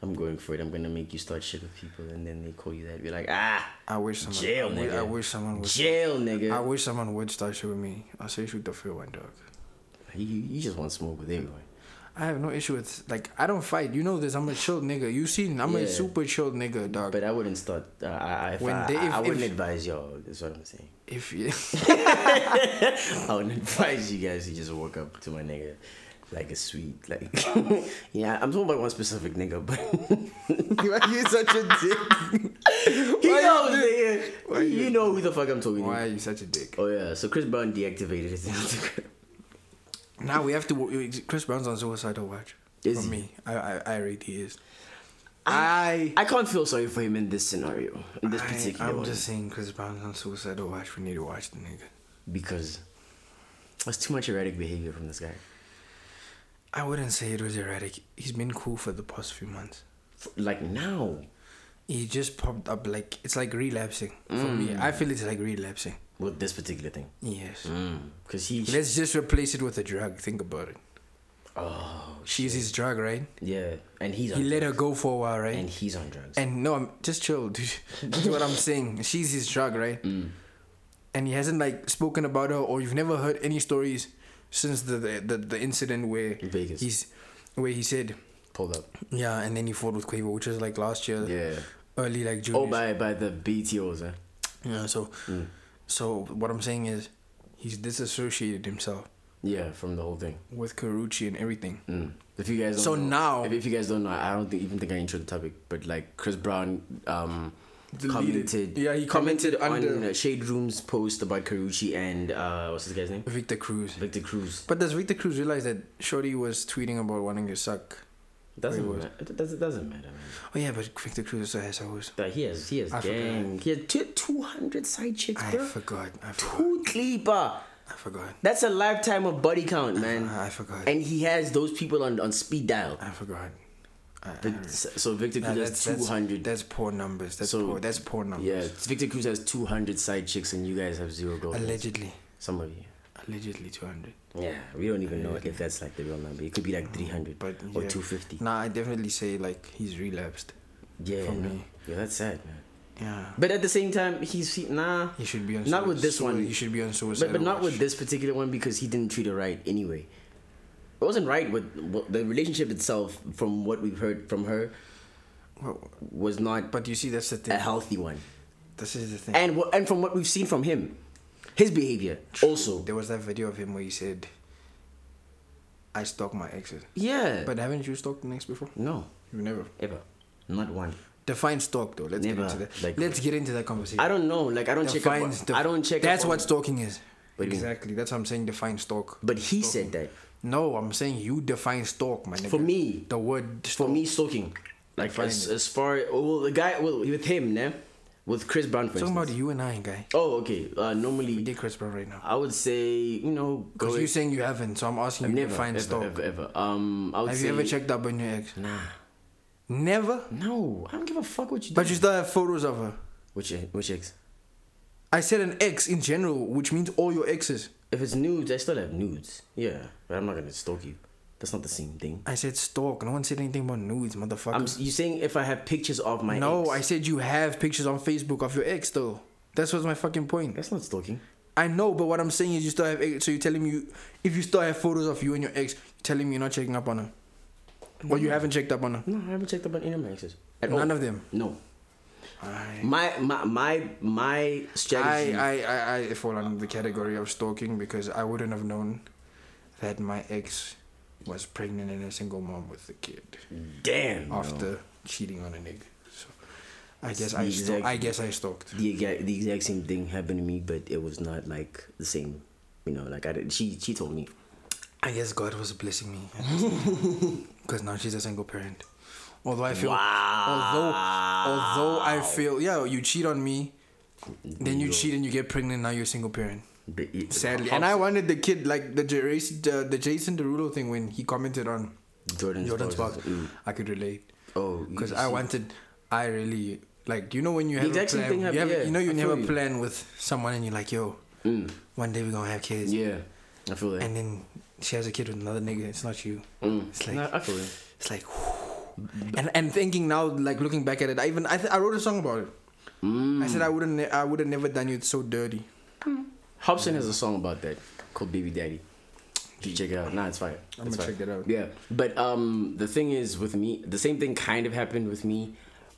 S3: I'm going for it. I'm gonna make you start shit with people, and then they call you that. You're like, ah,
S2: I wish someone.
S3: Jail,
S2: I, wish,
S3: nigga.
S2: I wish someone would.
S3: jail, nigga.
S2: I wish someone would start shooting me. I say shoot the fair one, dog.
S3: you, you just want smoke with everyone.
S2: I have no issue with like I don't fight. You know this. I'm a chill nigga. You seen? I'm a
S3: Yeah.
S2: super chill nigga, dog.
S3: But I wouldn't start. Uh, I, I, if
S2: When
S3: I,
S2: they-
S3: I,
S2: if-
S3: I wouldn't
S2: if-
S3: advise y'all. That's what I'm saying.
S2: if you,
S3: I would advise you guys to just walk up to my nigga like a sweet, like yeah. I'm talking about one specific nigga, but
S2: why you such a dick?
S3: he
S2: Why you
S3: knows,
S2: do-
S3: nigga.
S2: why
S3: you,
S2: you
S3: know who the fuck I'm talking
S2: Why
S3: about.
S2: are you such a dick?
S3: Oh yeah, so Chris Brown deactivated his Instagram.
S2: Now we have to. Chris Brown's on suicidal watch.
S3: Is
S2: For
S3: he?
S2: me, I I, I rate he is. I
S3: I can't feel sorry for him in this scenario, in this
S2: I,
S3: particular
S2: I'm
S3: one,
S2: just saying Chris Brown's on suicidal watch. We need to watch the nigga.
S3: because That's too much erratic behavior from this guy.
S2: I wouldn't say it was erratic. He's been cool for the past few months.
S3: F- Like now,
S2: He just popped up like it's like relapsing for me.
S3: Mm.
S2: I feel it's like relapsing.
S3: with this particular thing,
S2: Yes.
S3: Mm. because he,
S2: Let's just replace it with a drug. Think about it.
S3: oh
S2: She's his drug, right?
S3: yeah, and he's on
S2: He let her
S3: drugs.
S2: go for a while, right?
S3: and he's on drugs.
S2: And no, I'm just chill, dude. That's what I'm saying. She's his drug, right?
S3: Mm.
S2: And he hasn't like spoken about her, or you've never heard any stories since the the, the, the incident where
S3: Vegas.
S2: he's where he said,
S3: Pulled up.
S2: yeah, and then he fought with Quavo, which was like last year,
S3: Yeah.
S2: early like June.
S3: Oh, by by the BTOs, huh?
S2: yeah. So,
S3: Mm.
S2: so what I'm saying is, he's disassociated himself
S3: Yeah, from the whole thing.
S2: with Karuchi and everything.
S3: Mm. If you guys don't
S2: So
S3: know-
S2: now-
S3: if, if you guys don't know, I don't think, even think I introduced the topic, but like Chris Brown um,
S2: Deleted.
S3: commented,
S2: Yeah, he commented
S3: on
S2: under-
S3: uh, Shade Room's post about Karuchi and uh, what's this guy's name?
S2: Victor Cruz.
S3: Victor Cruz.
S2: But does Victor Cruz realize that Shorty was tweeting about wanting to suck?
S3: Doesn't
S2: Wait, what?
S3: matter. It doesn't, doesn't matter. Man.
S2: Oh yeah, but Victor Cruz also has hoes.
S3: That he has he has
S2: I forgot.
S3: gang. He has two two hundred side chicks,
S2: I
S3: bro.
S2: forgot. I forgot.
S3: Two sleeper.
S2: I forgot.
S3: That's a lifetime of body count, man.
S2: I forgot.
S3: And he has those people on, on speed dial.
S2: I forgot. I, I
S3: Vic-
S2: don't-
S3: so Victor
S2: Nah,
S3: Cruz has
S2: that's, that's,
S3: two hundred.
S2: that's poor numbers. That's
S3: So-
S2: poor. That's poor numbers.
S3: Yeah, Victor Cruz has 200 side chicks and you guys have zero goals.
S2: Allegedly,
S3: Some of you.
S2: allegedly two hundred.
S3: Yeah, we don't even know if that's like the real number. It could be like 300
S2: But
S3: or
S2: yeah.
S3: 250.
S2: Nah, I definitely say like he's relapsed.
S3: yeah,
S2: for
S3: no.
S2: me.
S3: yeah, that's sad, man.
S2: Yeah.
S3: But at the same time, he's he, nah.
S2: He should be on.
S3: Not with
S2: sui-
S3: this
S2: sui-
S3: one.
S2: He should be on suicide.
S3: but, but not with this particular one because he didn't treat her right anyway. It wasn't right with what- the relationship itself, from what we've heard from her, was not
S2: But you see, that's the thing.
S3: a healthy one.
S2: This is the thing.
S3: And wha- and from what we've seen from him, his behavior also.
S2: there was that video of him where he said, "I stalked my exes."
S3: Yeah.
S2: But haven't you stalked an ex before?
S3: no,
S2: You never.
S3: ever. Not one.
S2: Define stalk though. Let's
S3: Never,
S2: get into that.
S3: like-
S2: Let's get into that conversation.
S3: I don't know. Like I don't check. Up,
S2: Define
S3: I don't check. up
S2: That's
S3: on-
S2: what stalking is.
S3: What do you mean?
S2: exactly. That's what I'm saying. Define stalk.
S3: But he said that.
S2: No, I'm saying you define stalk, my nigga.
S3: For me-
S2: the word
S3: For
S2: stalk.
S3: me, stalking. Like
S2: Define
S3: as,
S2: it.
S3: as far well, the guy well with him, nah, with Chris Brown for
S2: talking
S3: instance.
S2: about you and I, guy.
S3: Oh, okay. Uh,
S2: We
S3: normally,
S2: did Chris Brown right now.
S3: I would say you know go.
S2: Because you're saying you haven't, so I'm asking you to
S3: never,
S2: define
S3: ever,
S2: stalk.
S3: ever, ever. Um, I would
S2: Have
S3: say
S2: you ever checked up on your ex?
S3: Nah,
S2: Never.
S3: no. I don't give a fuck what you.
S2: But
S3: do.
S2: you still have photos of her.
S3: which which ex?
S2: I said an ex in general, which means all your exes.
S3: If it's nudes, I still have nudes. Yeah, but I'm not gonna stalk you. That's not the same thing.
S2: I said stalk. No one said anything about nudes, motherfucker.
S3: I'm you saying if I have pictures of my
S2: no, I
S3: ex,
S2: said you have pictures on Facebook of your ex, though. That's what's my fucking point.
S3: that's not stalking.
S2: I know, but what I'm saying is you still have ex. So you're telling me you, if you still have photos of you and your ex, you're telling me you're not checking up on her. Or you haven't checked up on her.
S3: No, I haven't checked up on any of my exes. At
S2: None
S3: all.
S2: of them?
S3: No.
S2: I,
S3: My my my my
S2: I,
S3: strategy.
S2: I, I, I fall under the category of stalking because I wouldn't have known that my ex was pregnant and a single mom with a kid
S3: Mm, damn. bro.
S2: after cheating on a nigga. So I guess
S3: The
S2: I, stalk
S3: exact-
S2: I guess I stalked.
S3: The exact the exact same thing happened to me, but it was not like the same. You know, like I did, she she told me.
S2: I guess God was blessing me because now she's a single parent. Although I feel, although although I feel, yeah, you cheat on me, then you
S3: Yo.
S2: cheat and you get pregnant. Now you're a single parent.
S3: The- it-
S2: Sadly,
S3: how-
S2: and I wanted the kid like the Jason the, the Jason Derulo thing when he commented on
S3: Jordan's
S2: Jordan's
S3: box.
S2: box. I could relate.
S3: Mm. Oh, you
S2: because
S3: see-
S2: I wanted, I really like. You know when you have
S3: exact
S2: a
S3: same
S2: plan,
S3: thing
S2: you, have,
S3: happened- yeah,
S2: you know you
S3: I feel
S2: never
S3: you. Mm.
S2: plan with someone and you're like, yo, one day we're gonna have kids.
S3: Yeah, I feel that. Mm.
S2: And then she has a kid with another nigga. It's not you. It's like
S3: Nah, I feel that.
S2: it's like, and and thinking now, like looking back at it, I even I, th- I wrote a song about it.
S3: Mm.
S2: I said I wouldn't ne- I would have never done you so dirty.
S3: Hobson has a song about that called "Baby Daddy." You should check it out. Nah, it's fire.
S2: I'm
S3: It's
S2: gonna
S3: fire.
S2: check that out.
S3: Yeah, but um, the thing is with me, the same thing kind of happened with me,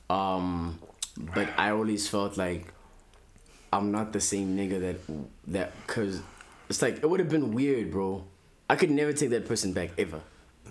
S3: um, but I always felt like I'm not the same nigga that that because it's like it would have been weird, bro. I could never take that person back ever.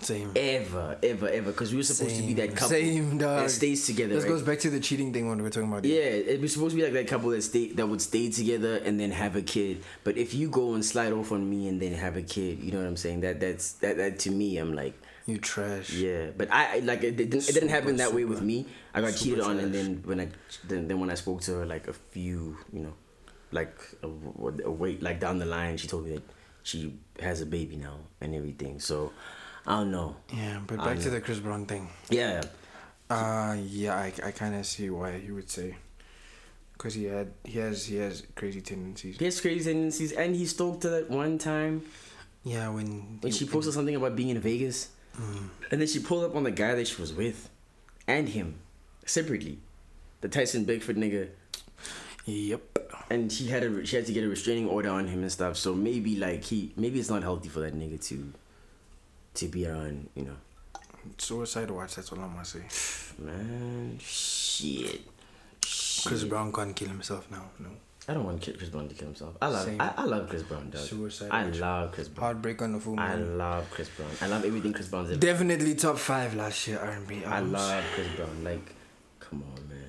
S2: Same.
S3: Ever, ever, ever, because we were supposed to be that couple
S2: Same dog.
S3: that stays together.
S2: This
S3: right?
S2: goes back to the cheating thing when we were talking about. it.
S3: Yeah, it was supposed to be like that couple that stay that would stay together and then have a kid. But if you go and slide off on me and then have a kid, you know what I'm saying? That that's that, that to me, I'm like,
S2: You trash.
S3: yeah. But I I- like it didn't, it didn't happen that way with me. I got
S2: super
S3: cheated on, and
S2: trash.
S3: then when I then, then when I spoke to her like a few, you know, like a, a wait like down the line, she told me that she has a baby now and everything. So I don't know.
S2: Yeah, but
S3: I
S2: back to
S3: know.
S2: the Chris Brown thing.
S3: Yeah.
S2: Uh yeah, I, I kind of see why you would say, because he had he has he has crazy tendencies.
S3: He has crazy tendencies and he stoked to that one time
S2: Yeah, when
S3: when she posted something about being in Vegas.
S2: Mm.
S3: And then she pulled up on the guy that she was with and him separately. The Tyson Bigford nigga.
S2: Yep.
S3: And she had a she had to get a restraining order on him and stuff. So maybe like he maybe it's not healthy for that nigga to to be around, you know.
S2: Suicide watch. That's what I'm gonna say.
S3: Man, shit.
S2: Chris Brown can't kill himself now. No.
S3: I don't want Ki- Chris Brown to kill himself. I love
S2: Same.
S3: I, I love Chris Brown, dog.
S2: Suicide
S3: I
S2: watch.
S3: love Chris Brown.
S2: Heartbreak on the full
S3: I
S2: moon.
S3: love Chris Brown. I love everything Chris Brown's ever.
S2: Definitely top five last year R&B. Albums.
S3: I love Chris Brown. Like, come on, man.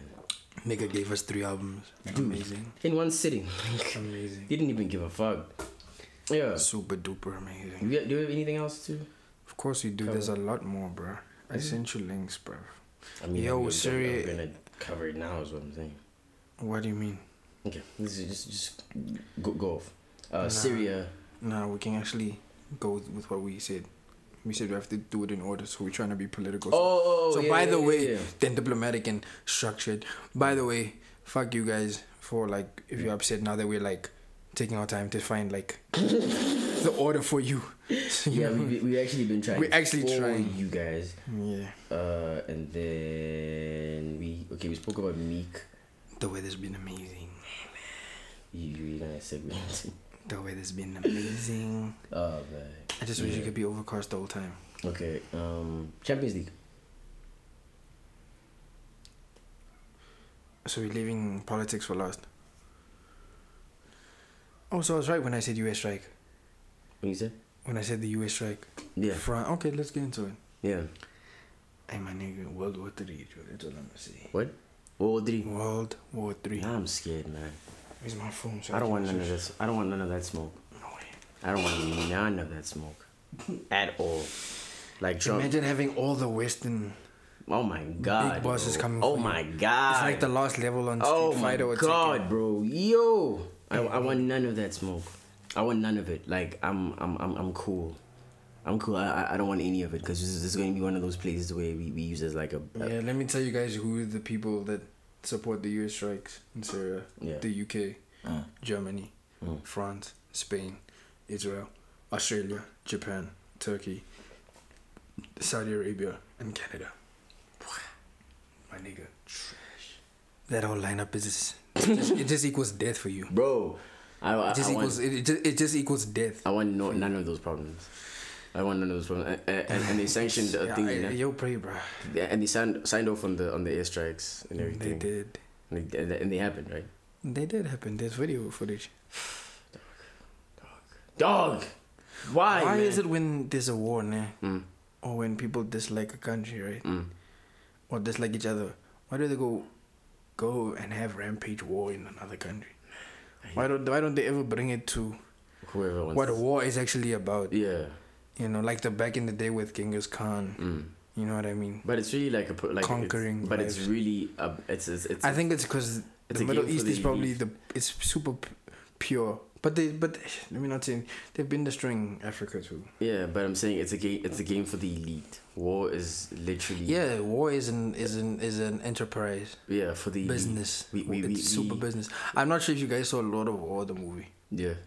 S2: Nigga gave us three albums. Amazing.
S3: In one sitting, like,
S2: Amazing.
S3: he didn't even give a fuck. Yeah.
S2: Super duper amazing.
S3: Do you, do you have anything else to?
S2: Of course you do. There's a lot more, bro. I sent you links, bro.
S3: I mean,
S2: Yo,
S3: I'm, gonna-
S2: Siri-
S3: I'm gonna cover it now. Is what I'm saying.
S2: What do you mean?
S3: Okay, this is just just go, go off. Uh, Syria.
S2: Nah, we can actually go with, with what we said. We said we have to do it in order, so we're trying to be political. So,
S3: Oh,
S2: so
S3: yeah,
S2: by
S3: yeah,
S2: the
S3: yeah,
S2: way,
S3: yeah.
S2: then diplomatic and structured. By the way, fuck you guys for like if you're upset now that we're like taking our time to find like the order for you. You
S3: Yeah,
S2: know?
S3: we we actually been trying.
S2: We're actually
S3: for
S2: trying.
S3: You guys.
S2: yeah.
S3: Uh, and then we okay. We spoke about Meek.
S2: The weather's been amazing.
S3: You you gonna segue into?
S2: The weather's been amazing.
S3: Oh man.
S2: I just wish it could be overcast the whole time.
S3: Okay. Um, Champions League.
S2: So we're leaving politics for last. Oh, so I was right when I said US strike.
S3: What you say?
S2: When I said the US strike.
S3: Yeah.
S2: Fran- okay, let's get into it.
S3: Yeah.
S2: Hey, my nigga, World War Three. Joe, That's all I'm gonna say.
S3: What? Oh, three.
S2: World War Three.
S3: Now I'm scared, man.
S2: Where's my phone? So
S3: I don't
S2: can
S3: want none of
S2: search-
S3: this. I don't want none of that smoke.
S2: No way.
S3: I don't want none of that smoke at all. Like Trump.
S2: Imagine having all the Western.
S3: oh my God.
S2: Big boss is
S3: bro.
S2: coming
S3: Oh
S2: for you.
S3: my God.
S2: It's like the last level on Street
S3: Oh my
S2: Fighter. or Tekken.
S3: God, bro. Yo. I, I want none of that smoke. I want none of it. Like I'm I'm I'm, I'm cool. I'm cool. I, I- I don't want any of it because this is, this is going to be one of those places where we, we use as like a, a
S2: Yeah, let me tell you guys who are the people that support the US strikes in Syria,
S3: Yeah. Uh. Hmm.
S2: the UK, Germany, France, Spain, Israel, Australia, Japan, Turkey, Saudi Arabia, and Canada. My nigga, trash. That whole lineup is just, it just- it just equals death for you.
S3: bro. I, I,
S2: It just
S3: I
S2: equals
S3: want,
S2: it, it just, it just equals death.
S3: I want no, none of those problems. I want none of those problems. And, and, and they sanctioned a
S2: Yeah,
S3: thing,
S2: I-
S3: you know?
S2: yo, pray, bro.
S3: Yeah, and they signed signed off on the on the airstrikes and
S2: They
S3: everything.
S2: did.
S3: And they, and they- and they happened, right?
S2: They did happen. There's video footage.
S3: Dog, why?
S2: Why
S3: man? Mm.
S2: is it when there's a war, nah? Or when people dislike a country, right? Or dislike each other. Why do they go go and have rampage war in another country? Why don't why don't they ever bring it to
S3: Whoever wants.
S2: what a war is actually about?
S3: Yeah,
S2: You know, like the back in the day with Genghis Khan. You know what I mean?
S3: Mm. but it's really like a pro- like it's-
S2: Conquering
S3: but it's
S2: vibes.
S3: really uh, it's it's. it's
S2: I think it's because
S3: It's
S2: the
S3: a
S2: Middle
S3: game for
S2: East
S3: the
S2: is probably the it's super p- pure. But they but let me not say they've been destroying Africa too.
S3: yeah, but I'm saying it's a game. It's a game for the elite. War is literally
S2: Yeah, war is an is an is an enterprise.
S3: yeah for the elite.
S2: business.
S3: We, we,
S2: it's
S3: we,
S2: super
S3: we-
S2: business. I'm not sure if you guys saw Lord of War the movie.
S3: Yeah,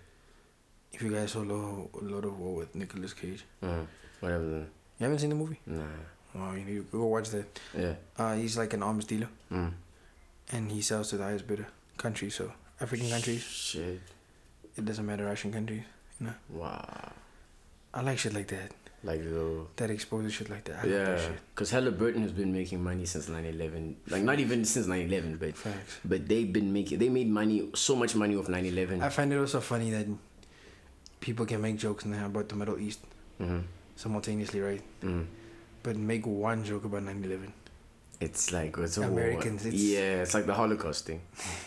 S2: If you guys saw Lord, Lord of War with Nicolas Cage,
S3: uh, whatever.
S2: you haven't seen the movie?
S3: Nah,
S2: Oh, you need to go watch that.
S3: yeah,
S2: Uh, he's like an arms dealer,
S3: mm.
S2: and he sells to the highest bidder countries. So African countries,
S3: shit,
S2: it doesn't matter Russian countries. You know,
S3: wow,
S2: I like shit like that.
S3: like little.
S2: That exposes shit like that. I like
S3: Yeah,
S2: that shit.
S3: because Halliburton has been making money since 9/11. Like not even since 9/11, but
S2: Facts.
S3: but they've been making they made money so much money off 9/11.
S2: I find it also funny that people can make jokes now about the Middle East
S3: Mhm.
S2: simultaneously, right?
S3: Mm.
S2: But make one joke about 9/11.
S3: It's like it's a war.
S2: Americans, it's-
S3: yeah, it's like the Holocaust thing.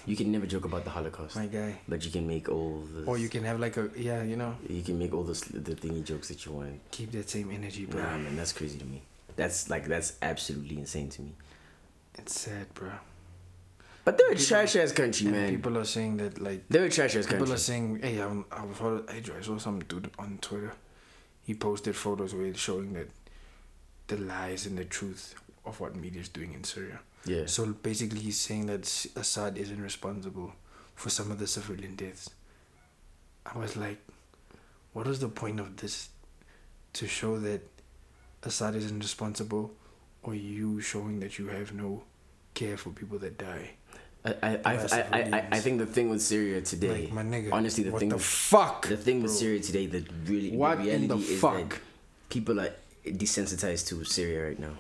S3: You can never joke about the Holocaust,
S2: My guy.
S3: but you can make all the
S2: Or you can have like a yeah, you know.
S3: you can make all the sl- the thingy jokes that you want.
S2: keep that same energy, bro.
S3: Nah, man, that's crazy to me. That's like that's absolutely insane to me.
S2: It's sad, bro.
S3: But they're a trash ass country, man.
S2: People are saying that like
S3: they're a trash ass
S2: people
S3: country.
S2: are saying, hey, I'm, I was follow- hey, I saw some dude on Twitter. He posted photos where it's showing that the lies and the truth of what media is doing in Syria.
S3: Yeah.
S2: So basically, he's saying that S- Assad isn't responsible for some of the civilian deaths. I was like, what is the point of this? To show that Assad isn't responsible, or you showing that you have no care for people that die?
S3: I, I, I,
S2: Less
S3: I, I, I- I
S2: civilians.
S3: think the thing with Syria today,
S2: Like, my nigga,
S3: honestly, the
S2: what
S3: thing
S2: the
S3: with,
S2: fuck,
S3: the thing with Syria today, the really
S2: What
S3: the
S2: in
S3: reality
S2: the
S3: is that
S2: fuck?
S3: people are desensitized to Syria right now.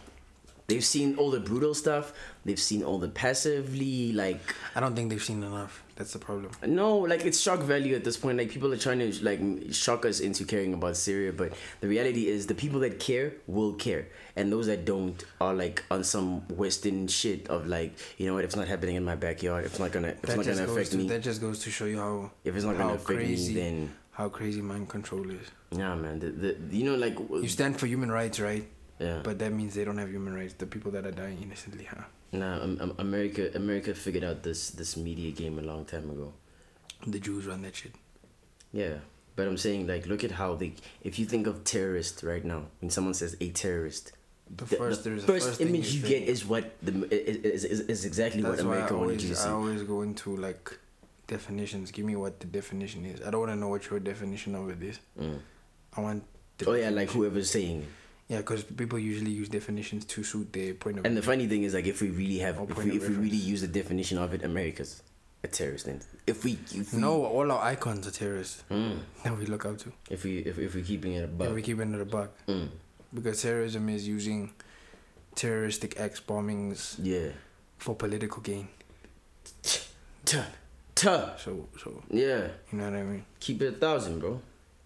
S3: They've seen all the brutal stuff. They've seen all the passively like
S2: I don't think they've seen enough. That's the problem.
S3: No, like it's shock value at this point. Like people are trying to like shock us into caring about Syria, but the reality is the people that care will care, and those that don't are like on some Western shit of like, you know what? If it's not happening in my backyard, if it's not gonna, if it's
S2: That
S3: not
S2: just
S3: gonna
S2: goes
S3: affect
S2: to,
S3: me,
S2: that just goes to show you how
S3: if it's not
S2: how
S3: gonna affect
S2: crazy
S3: me, then
S2: how crazy mind control is.
S3: yeah, man. The, the you know like w-
S2: You stand for human rights, right?
S3: yeah, but
S2: But that means they don't have human rights. The people that are dying innocently, huh?
S3: nah, um, um, America, America figured out this this media game a long time ago.
S2: The Jews run that shit.
S3: Yeah, but I'm saying like, look at how they. If you think of terrorist right now, when someone says a terrorist,
S2: The first- there's a first thing
S3: image you
S2: you
S3: get
S2: think.
S3: is what the is, is, is exactly
S2: That's
S3: what
S2: why I
S3: America wanted you to
S2: always,
S3: see.
S2: I always go into like definitions. Give me what the definition is. I don't want to know what your definition of it is. I want. The
S3: Mm. Oh yeah, like whoever's saying. it.
S2: yeah, because people usually use definitions to suit their point of.
S3: And the funny thing is, like, if we really have,
S2: Or
S3: if
S2: point
S3: we,
S2: of
S3: if we really
S2: reference.
S3: use the definition of it, America's a terrorist. Then if we, if we,
S2: no, all our icons are terrorists.
S3: Mm.
S2: That we look up to.
S3: if we, if, if we're keeping it
S2: Yeah,
S3: above,
S2: we keep it under the buck.
S3: Mm.
S2: Because terrorism is using terroristic acts, bombings
S3: yeah,
S2: for political gain.
S3: tuh, tuh,
S2: So, so
S3: yeah,
S2: you know what I mean?
S3: keep it a thousand, bro,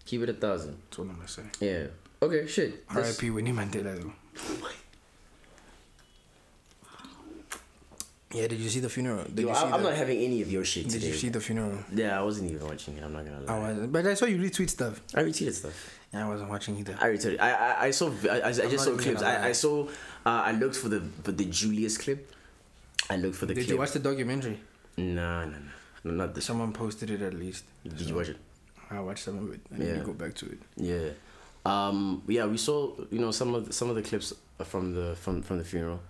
S3: keep it a thousand,
S2: That's all I'm gonna say.
S3: yeah. Okay, shit. That's-
S2: R.I.P. Winnie Mandela, though. Yeah, did you see the funeral? Did
S3: Yo,
S2: you
S3: I,
S2: see
S3: I'm
S2: the,
S3: not having any of your shit
S2: Did
S3: today.
S2: you see the Oh, funeral?
S3: yeah, I wasn't even watching it. I'm not gonna
S2: I
S3: lie.
S2: was, but I saw you retweet stuff.
S3: I retweeted stuff.
S2: Yeah, I wasn't watching either.
S3: I retweeted. I I, I saw. I, I, I
S2: not
S3: just saw
S2: even
S3: clips.
S2: gonna
S3: I,
S2: lie.
S3: I saw. Uh, I looked for the for the Julius clip. I looked for the
S2: did
S3: clip.
S2: you watch the documentary?
S3: Nah, nah, nah. No, not this.
S2: Someone posted it at least.
S3: Did you watch it?
S2: I watched some of it. I need
S3: Yeah.
S2: to go back to it.
S3: Yeah. Um. Yeah, we saw. You know, some of the, some of the clips from the from from the funeral.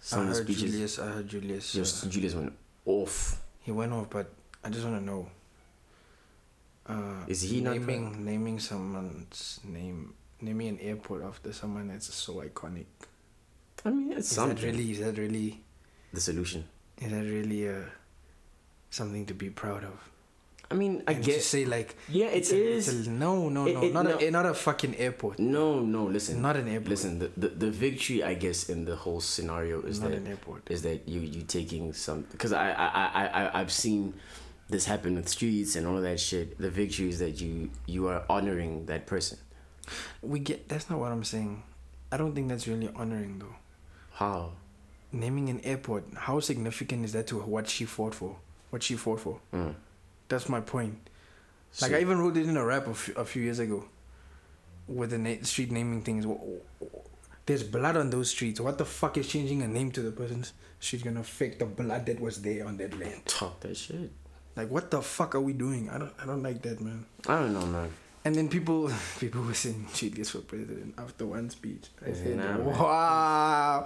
S3: Some
S2: I
S3: of the
S2: heard
S3: speeches.
S2: Julius. I heard Julius. uh,
S3: Just Julius went off.
S2: He went off, but I just want to know. Uh,
S3: Is he not
S2: naming naming someone's name? Naming an airport after someone that's so iconic.
S3: I mean, it's
S2: Is
S3: something.
S2: that really? Is that really?
S3: the solution?
S2: Is that really uh, something to be proud of?
S3: I mean, I
S2: And to
S3: guess.
S2: say like
S3: Yeah, it
S2: it's a- it's
S3: is.
S2: a- no, no,
S3: It-
S2: no,
S3: it-
S2: not
S3: no.
S2: A, not a fucking airport.
S3: No, no. Listen,
S2: Not an airport.
S3: Listen, the, the, the victory, I guess, in the whole scenario is
S2: Not
S3: that
S2: an airport.
S3: is that you you taking some because I I, I I I've seen this happen with streets and all of that shit. The victory is that you you are honoring that person.
S2: We get that's not what I'm saying. I don't think that's really honoring though.
S3: How?
S2: Naming an airport, how significant is that to what she fought for? What she fought for?
S3: Mm.
S2: That's my point. Like
S3: So-
S2: I even wrote it in a rap a few, a few years ago, with the na- street naming things. Wh- wh- There's blood on those streets. What the fuck is changing a name to the person's street gonna affect the blood that was there on that land?
S3: Talk that shit.
S2: Like what the fuck are we doing? I don't I don't like that man.
S3: I don't know, man.
S2: And then people people were saying Julius for president after one speech. I said
S3: Nah, man.
S2: wow.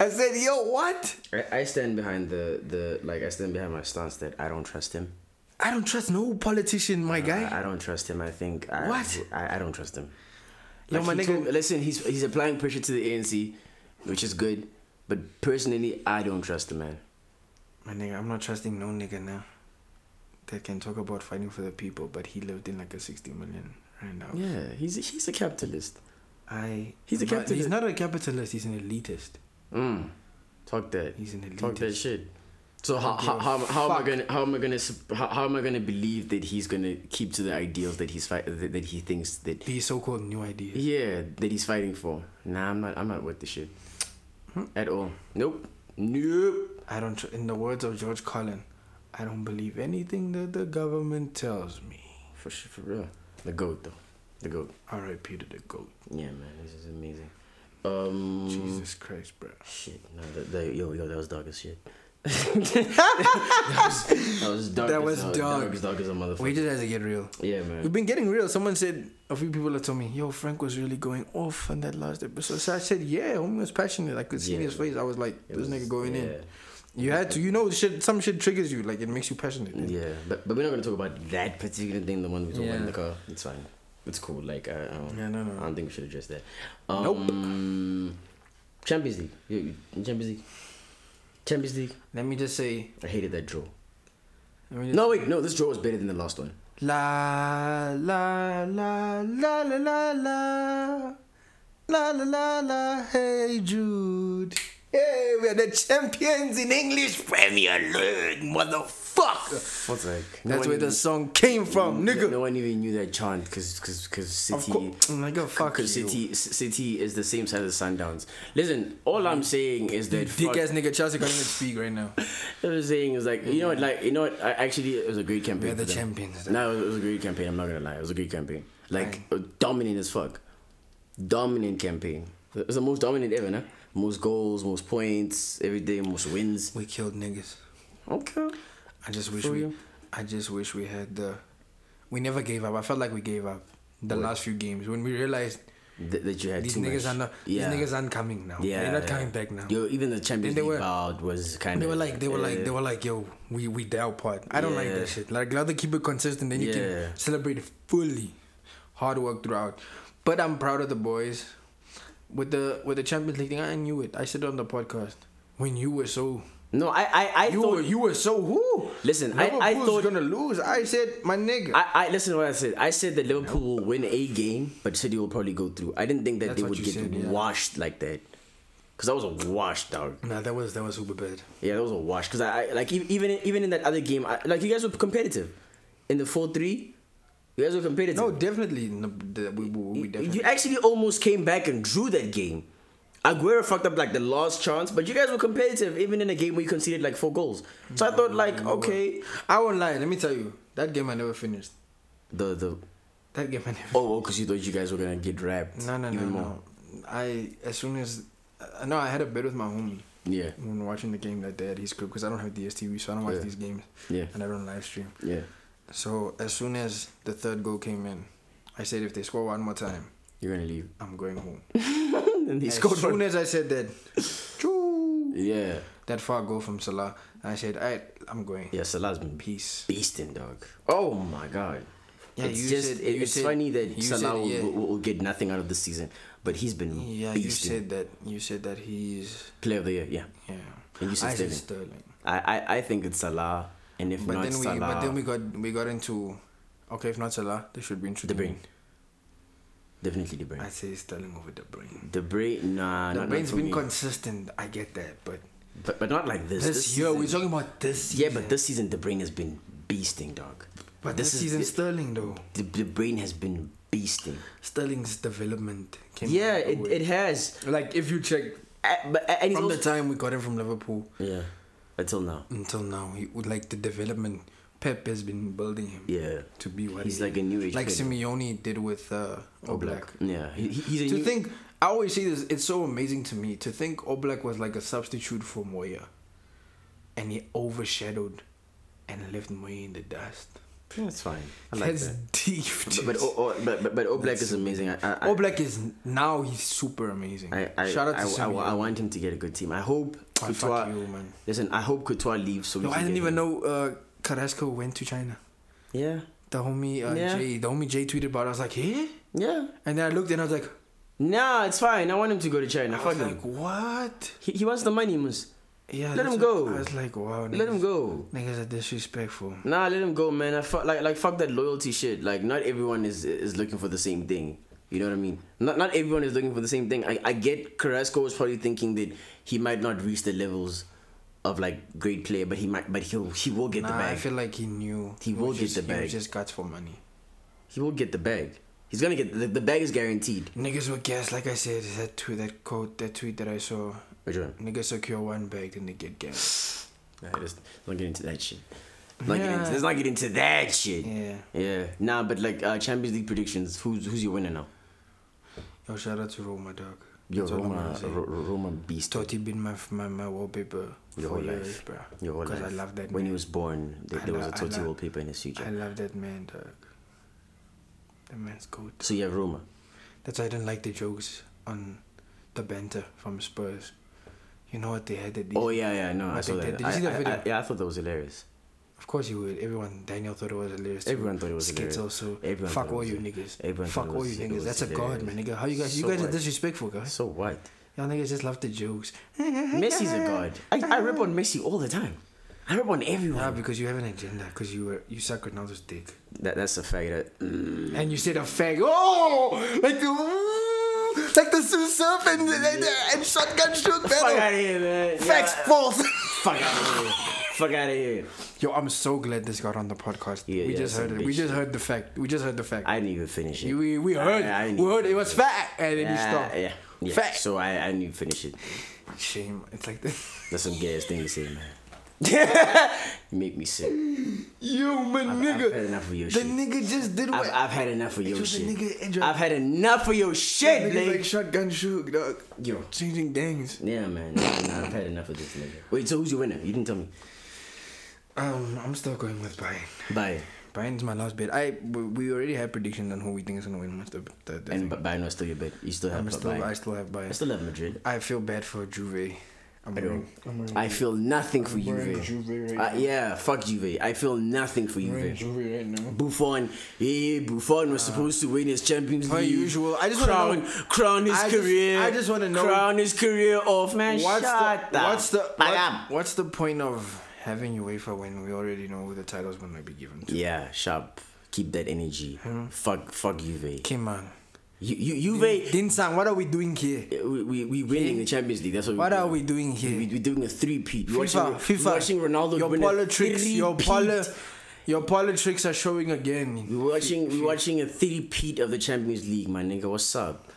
S2: I said yo what?
S3: I, I stand behind the the like I stand behind my stance that I don't trust him.
S2: I don't trust no politician, my guy.
S3: I, I don't trust him. I think I,
S2: What?
S3: I, I don't trust him.
S2: Yo,
S3: Like,
S2: my
S3: he
S2: nigga-
S3: told- listen, he's he's applying pressure to the ANC, which is good. But personally, I don't trust the man.
S2: My nigga, I'm not trusting no nigga now. That can talk about fighting for the people, but he lived in like a 60 million right now.
S3: Yeah, he's a, he's a capitalist.
S2: I.
S3: He's a
S2: I'm not-
S3: capitalist.
S2: He's not a capitalist. He's an elitist.
S3: Mm. Talk that.
S2: He's an
S3: Talk that
S2: elitist.
S3: shit. So how,
S2: don't
S3: how,
S2: give a
S3: how, how am I
S2: fuck.
S3: gonna how am I gonna sup- how, how am I gonna believe that he's gonna keep to the ideals that he's fight that, that he thinks that
S2: These so-called new ideas.
S3: yeah that he's fighting for? Nah, I'm not I'm not with the shit
S2: Hmm.
S3: at all. Nope. Nope.
S2: I don't. Tr- in the words of George Collin, I don't believe anything that the government tells me.
S3: For sure, for real. The goat though. The goat.
S2: R.I.P. to the goat.
S3: Yeah, man, this is amazing. Um,
S2: Jesus Christ, bro.
S3: Shit, no, that, that, yo, yo, that was dark as shit. That was dark.
S2: That
S3: as
S2: was
S3: hell.
S2: dark.
S3: Dark as dark as a motherfucker.
S2: We just had to get real.
S3: Yeah, man.
S2: We've been getting real. Someone said a few people have told me, "Yo, Frank was really going off on that last episode." So I said, "Yeah, homie was passionate. I could see in
S3: Yeah.
S2: his face. I was like,
S3: It
S2: this
S3: was-
S2: nigga going
S3: yeah.
S2: in. You had to. You know, shit. Some shit triggers you. Like it makes you passionate.
S3: Yeah, but, but we're not gonna talk about that particular thing. The one we talked about in
S2: Yeah.
S3: the car. It's fine. It's cool. Like I, I don't.
S2: Yeah, no, no.
S3: I don't think we should address that. Um, nope. Champions League. You- you- Champions League. Champions League.
S2: Let me just say.
S3: I hated that draw.
S2: Let me just
S3: No, wait, no. This draw was better than the last one.
S2: La la la la la la la la la la la. Hey Jude. Hey, we are the champions in English Premier League, motherfucker.
S3: What's like?
S2: That's where the song came from, nigga.
S3: No one even knew that chant because because because
S2: Of
S3: City.
S2: course, nigga, fuck you.
S3: Because City, C- City is the same size as Sundowns. Listen, all I'm saying is that
S2: Dick
S3: fuck-
S2: ass nigga Chelsea can't even speak right now.
S3: What I'm saying is like you know what like you know what I, actually it was a great campaign.
S2: We're the
S3: for them.
S2: champions.
S3: No, it was, it was a great campaign. I'm not gonna lie, it was a great campaign. Like uh, dominant as fuck, dominant campaign. It was the most dominant ever, no? Most goals, most points, everything, most wins.
S2: We killed niggas.
S3: Okay.
S2: I just wish
S3: For
S2: we.
S3: you.
S2: I just wish we had the. We never gave up. I felt like we gave up the last few games when we realized
S3: Th- that you had
S2: these
S3: too
S2: niggas
S3: much.
S2: are not. These niggas aren't coming now.
S3: Yeah,
S2: they're not
S3: yeah.
S2: coming back now.
S3: Yo, even the Champions
S2: they
S3: League
S2: were-
S3: crowd was kind
S2: They
S3: of. eh.
S2: were like, they were like, they were like, yo, we we doubt part. I don't like
S3: Yeah.
S2: that shit. Like, rather keep it consistent, then you
S3: Yeah.
S2: can celebrate fully, hard work throughout. But I'm proud of the boys. With the with the Champions League thing, I knew it. I said it on the podcast when you were so
S3: No, I, I, I
S2: you
S3: thought
S2: were you were so who?
S3: Listen, I- I
S2: Liverpool's
S3: thought-
S2: gonna lose. I said my nigga.
S3: I, I listen to what I said. I said that Liverpool will win a game, but City will probably go through. I didn't think that
S2: That's
S3: they
S2: what
S3: would
S2: you
S3: get
S2: said, yeah.
S3: washed like that. Cause that was a wash, dog.
S2: nah, that was that was super bad.
S3: Yeah, that was a wash. Cause I, I like e- even even in that other game, I, like you guys were competitive. In the four three, you guys were competitive.
S2: No, definitely. No, the- we, we, we definitely.
S3: you actually almost came back and drew that game. Aguero fucked up like the last chance, but you guys were competitive even in a game where you conceded like four goals. So I thought like, okay,
S2: I won't lie. Let me tell you, that game I never finished.
S3: the the
S2: That game I never.
S3: oh, because you thought you guys were gonna get wrapped.
S2: No, no, no,
S3: even
S2: no. I as soon as I know I had a bet with my homie
S3: Yeah,
S2: when watching the game that day at his crib because I don't have DSTV, so I don't watch
S3: Yeah.
S2: these games
S3: yeah,
S2: and I don't live stream.
S3: yeah,
S2: So as soon as the third goal came in, I said if they score one more time,
S3: you're gonna leave.
S2: I'm going home.
S3: and he
S2: as
S3: scored
S2: soon
S3: one.
S2: as I said that, choo,
S3: Yeah,
S2: that far goal from Salah, I said, I, I'm going.
S3: yeah, Salah's been
S2: Peace.
S3: beasting, dog. Oh my god.
S2: Yeah,
S3: it's
S2: you
S3: just
S2: said-
S3: it-
S2: you
S3: it's
S2: said-
S3: funny that
S2: you
S3: Salah
S2: said,
S3: will,
S2: yeah.
S3: will, will get nothing out of the season, but he's been
S2: Yeah,
S3: beasting.
S2: you said that. You said that he's.
S3: player of the year. Yeah,
S2: Yeah.
S3: And you said
S2: I said
S3: Sterling.
S2: Sterling.
S3: I, I I think it's Salah, and if
S2: But
S3: not
S2: then we
S3: Salah,
S2: but then we got we got into okay if not Salah they should be into
S3: De Bruyne. definitely De Bruyne.
S2: I say Sterling over De Bruyne.
S3: De Bruyne, nah,
S2: De
S3: not,
S2: Bruyne's
S3: not for
S2: been
S3: me.
S2: consistent. I get that, but
S3: but, but not like this.
S2: this, year
S3: season-
S2: we're talking about this.
S3: yeah,
S2: Season.
S3: but this season De Bruyne has been beasting, dog.
S2: but this, season
S3: is,
S2: Sterling though
S3: De, De Bruyne has been beasting.
S2: Sterling's development. Came
S3: Yeah,
S2: out of
S3: it,
S2: nowhere.
S3: it has.
S2: like if you check
S3: Uh, but and he's
S2: from the
S3: also,
S2: time we got him from Liverpool
S3: yeah, until now.
S2: until now, he would like the development. Pep has been building him.
S3: Yeah.
S2: to be what
S3: He's
S2: he
S3: like
S2: is.
S3: a new age
S2: Like
S3: player.
S2: Simeone did with uh, Oblak.
S3: Yeah, he, he- he's a
S2: To
S3: new,
S2: think, I always say this. It's so amazing to me to think Oblak was like a substitute for Moya, and he overshadowed and left Moya in the dust.
S3: That's fine. I like
S2: That's
S3: that.
S2: deep.
S3: But
S2: dude.
S3: but, O- O- but but but Oblak is amazing. I I, I,
S2: Oblak is now he's super amazing.
S3: I, I
S2: Shout out to
S3: I, I,
S2: Simeone.
S3: I want him to get a good team. I hope
S2: Ah, fuck
S3: Courtois.
S2: you, man.
S3: Listen, I hope Courtois leaves. So we
S2: No,
S3: can
S2: I didn't
S3: get
S2: even
S3: him.
S2: know uh, Carrasco went to China.
S3: Yeah,
S2: The homie uh,
S3: Yeah.
S2: Jay, the homie Jay tweeted about. it. I was like, eh?
S3: yeah.
S2: And then I looked and I was like,
S3: Nah, it's fine. I want him to go to China.
S2: I
S3: Fuck
S2: was
S3: him.
S2: like, what?
S3: He, he wants the money, Mus.
S2: Yeah,
S3: Let
S2: that's
S3: him
S2: what-
S3: go.
S2: I was like, wow.
S3: Let him
S2: niggas-
S3: go.
S2: Niggas are disrespectful.
S3: Nah, let him go, man. I fuck like like fuck that loyalty shit. Like not everyone is is looking for the same thing. You know what I mean? Not not everyone is looking for the same thing. I, I get Carrasco was probably thinking that he might not reach the levels of like great player, but he might but he'll he will get the
S2: Nah, I
S3: bag.
S2: feel like he knew.
S3: He
S2: was
S3: will get
S2: just,
S3: the
S2: He
S3: bag.
S2: was just guts for money.
S3: He will get the bag. He's gonna get the, the bag is guaranteed.
S2: Niggas were gassed, like I said, that tweet, that quote, that tweet that I saw.
S3: Which one?
S2: Niggas secure one bag, then they get gassed.
S3: Nah, let's not get into that shit. Not get into,
S2: Yeah.
S3: let's not get into that shit.
S2: Yeah.
S3: Yeah. Nah, but like uh, Champions League predictions. Who's who's your winner now?
S2: Yo, shout out to Roma, dog.
S3: Yo,
S2: That's all I'm
S3: Roma,
S2: gonna say.
S3: Ro- Ro- Roma beast.
S2: Totti been my my, my wallpaper
S3: Your
S2: for
S3: whole
S2: years,
S3: life,
S2: bro.
S3: Your whole
S2: Because
S3: life.
S2: I love that.
S3: When
S2: man.
S3: he was born, there,
S2: I
S3: there was a
S2: lo- I
S3: Totti
S2: lo-
S3: wallpaper in his
S2: I
S3: future.
S2: love that man, dog. That man's good.
S3: So yeah, Roma.
S2: That's why I didn't like the jokes on the banter from Spurs. You know what they had at the
S3: Oh yeah, yeah, no, I,
S2: I
S3: saw
S2: think
S3: that.
S2: that- did you see
S3: I-
S2: that
S3: I-
S2: video?
S3: I- yeah, I thought that was hilarious.
S2: Of course you would. Everyone, Daniel thought it was hilarious. too.
S3: Everyone thought it was
S2: Skits
S3: hilarious.
S2: also.
S3: Everyone
S2: Fuck
S3: thought it
S2: all
S3: was
S2: you
S3: hilarious.
S2: niggas.
S3: Everyone
S2: Fuck
S3: thought it
S2: all
S3: was-
S2: you
S3: it
S2: niggas.
S3: was
S2: That's a god, man.
S3: hilarious.
S2: Nigga, how you guys? You
S3: So
S2: guys are
S3: what?
S2: disrespectful, guys.
S3: So what?
S2: Y'all niggas just love the jokes.
S3: Messi's a god. I, I rip on Messi all the time. I rip on everyone.
S2: Nah, because you have an agenda. Because you were you suck Ronaldo's dick,
S3: that, that's a fact. That, mm,
S2: and you said a fag. Oh, like the ooh, like the Susup and, and and shotgun shoot
S3: fuck out
S2: battle.
S3: of here, man.
S2: Facts
S3: Yeah.
S2: false.
S3: Fuck out of here. Fuck out of here.
S2: Yo, I'm so glad this got on the podcast.
S3: Yeah,
S2: we
S3: yeah,
S2: just
S3: some
S2: heard it.
S3: big
S2: We just
S3: shit.
S2: heard the fact. We just heard the fact.
S3: I didn't even finish it.
S2: we we
S3: I-
S2: heard.
S3: I didn't
S2: we
S3: even
S2: heard it
S3: finish
S2: was fat, and then you
S3: Yeah,
S2: stopped.
S3: Yeah, yeah.
S2: Fact.
S3: So I, I didn't even finish it.
S2: Shame. It's like this.
S3: That's some gay ass thing to say, man. you make me sick.
S2: Yo, my nigga.
S3: I've had enough of your
S2: the
S3: shit.
S2: nigga just did what?
S3: I've, I've had enough of your
S2: was a
S3: shit.
S2: nigga injured.
S3: I've had enough of your shit,
S2: Nigga's
S3: nigga.
S2: like shotgun shook, dog.
S3: Yo.
S2: Changing gangs.
S3: yeah, man. Nah, nah, I've had enough of this nigga. Wait, so who's your winner? You didn't tell me.
S2: Um, I'm still going with Bayern.
S3: Bayern.
S2: Bayern's my last bet. I we we already had predictions on who we think is gonna win most of the. the
S3: And Ba- Bayern was still your bet. You still have
S2: I'm still, I
S3: Bayern.
S2: still have
S3: I
S2: Bayern.
S3: still have Madrid.
S2: I feel bad for Juve. I'm
S3: I don't.
S2: wearing, I'm wearing,
S3: I feel nothing for
S2: wearing
S3: Juve.
S2: Juve right
S3: Uh, yeah, fuck Juve. I feel nothing for
S2: I'm wearing
S3: Juve.
S2: Juve right now.
S3: Buffon, yeah, Buffon was supposed to win his Champions
S2: Ah. per
S3: League.
S2: usual. I just wanna
S3: crown,
S2: know-
S3: crown his
S2: I just-
S3: career.
S2: I just wanna know-
S3: crown his career off, man.
S2: What's
S3: Shut
S2: the,
S3: up.
S2: what's the
S3: Fuck
S2: what-
S3: up.
S2: what's the point of having UEFA when we already know who the title's gonna be given to?
S3: Yeah, sharp. Keep that energy. Fuck, fuck Juve.
S2: Come on,
S3: You, you, Juve.
S2: Din San, what are we doing here?
S3: We we we winning the Champions League. That's what.
S2: What
S3: we're
S2: are we doing here?
S3: We, we're doing a three peat.
S2: FIFA,
S3: watching,
S2: FIFA,
S3: watching Ronaldo
S2: Your
S3: win
S2: politics,
S3: a
S2: your
S3: three-peat.
S2: poli, your politics are showing again.
S3: We're watching we're watching a three peat of the Champions League, my nigga. What's up?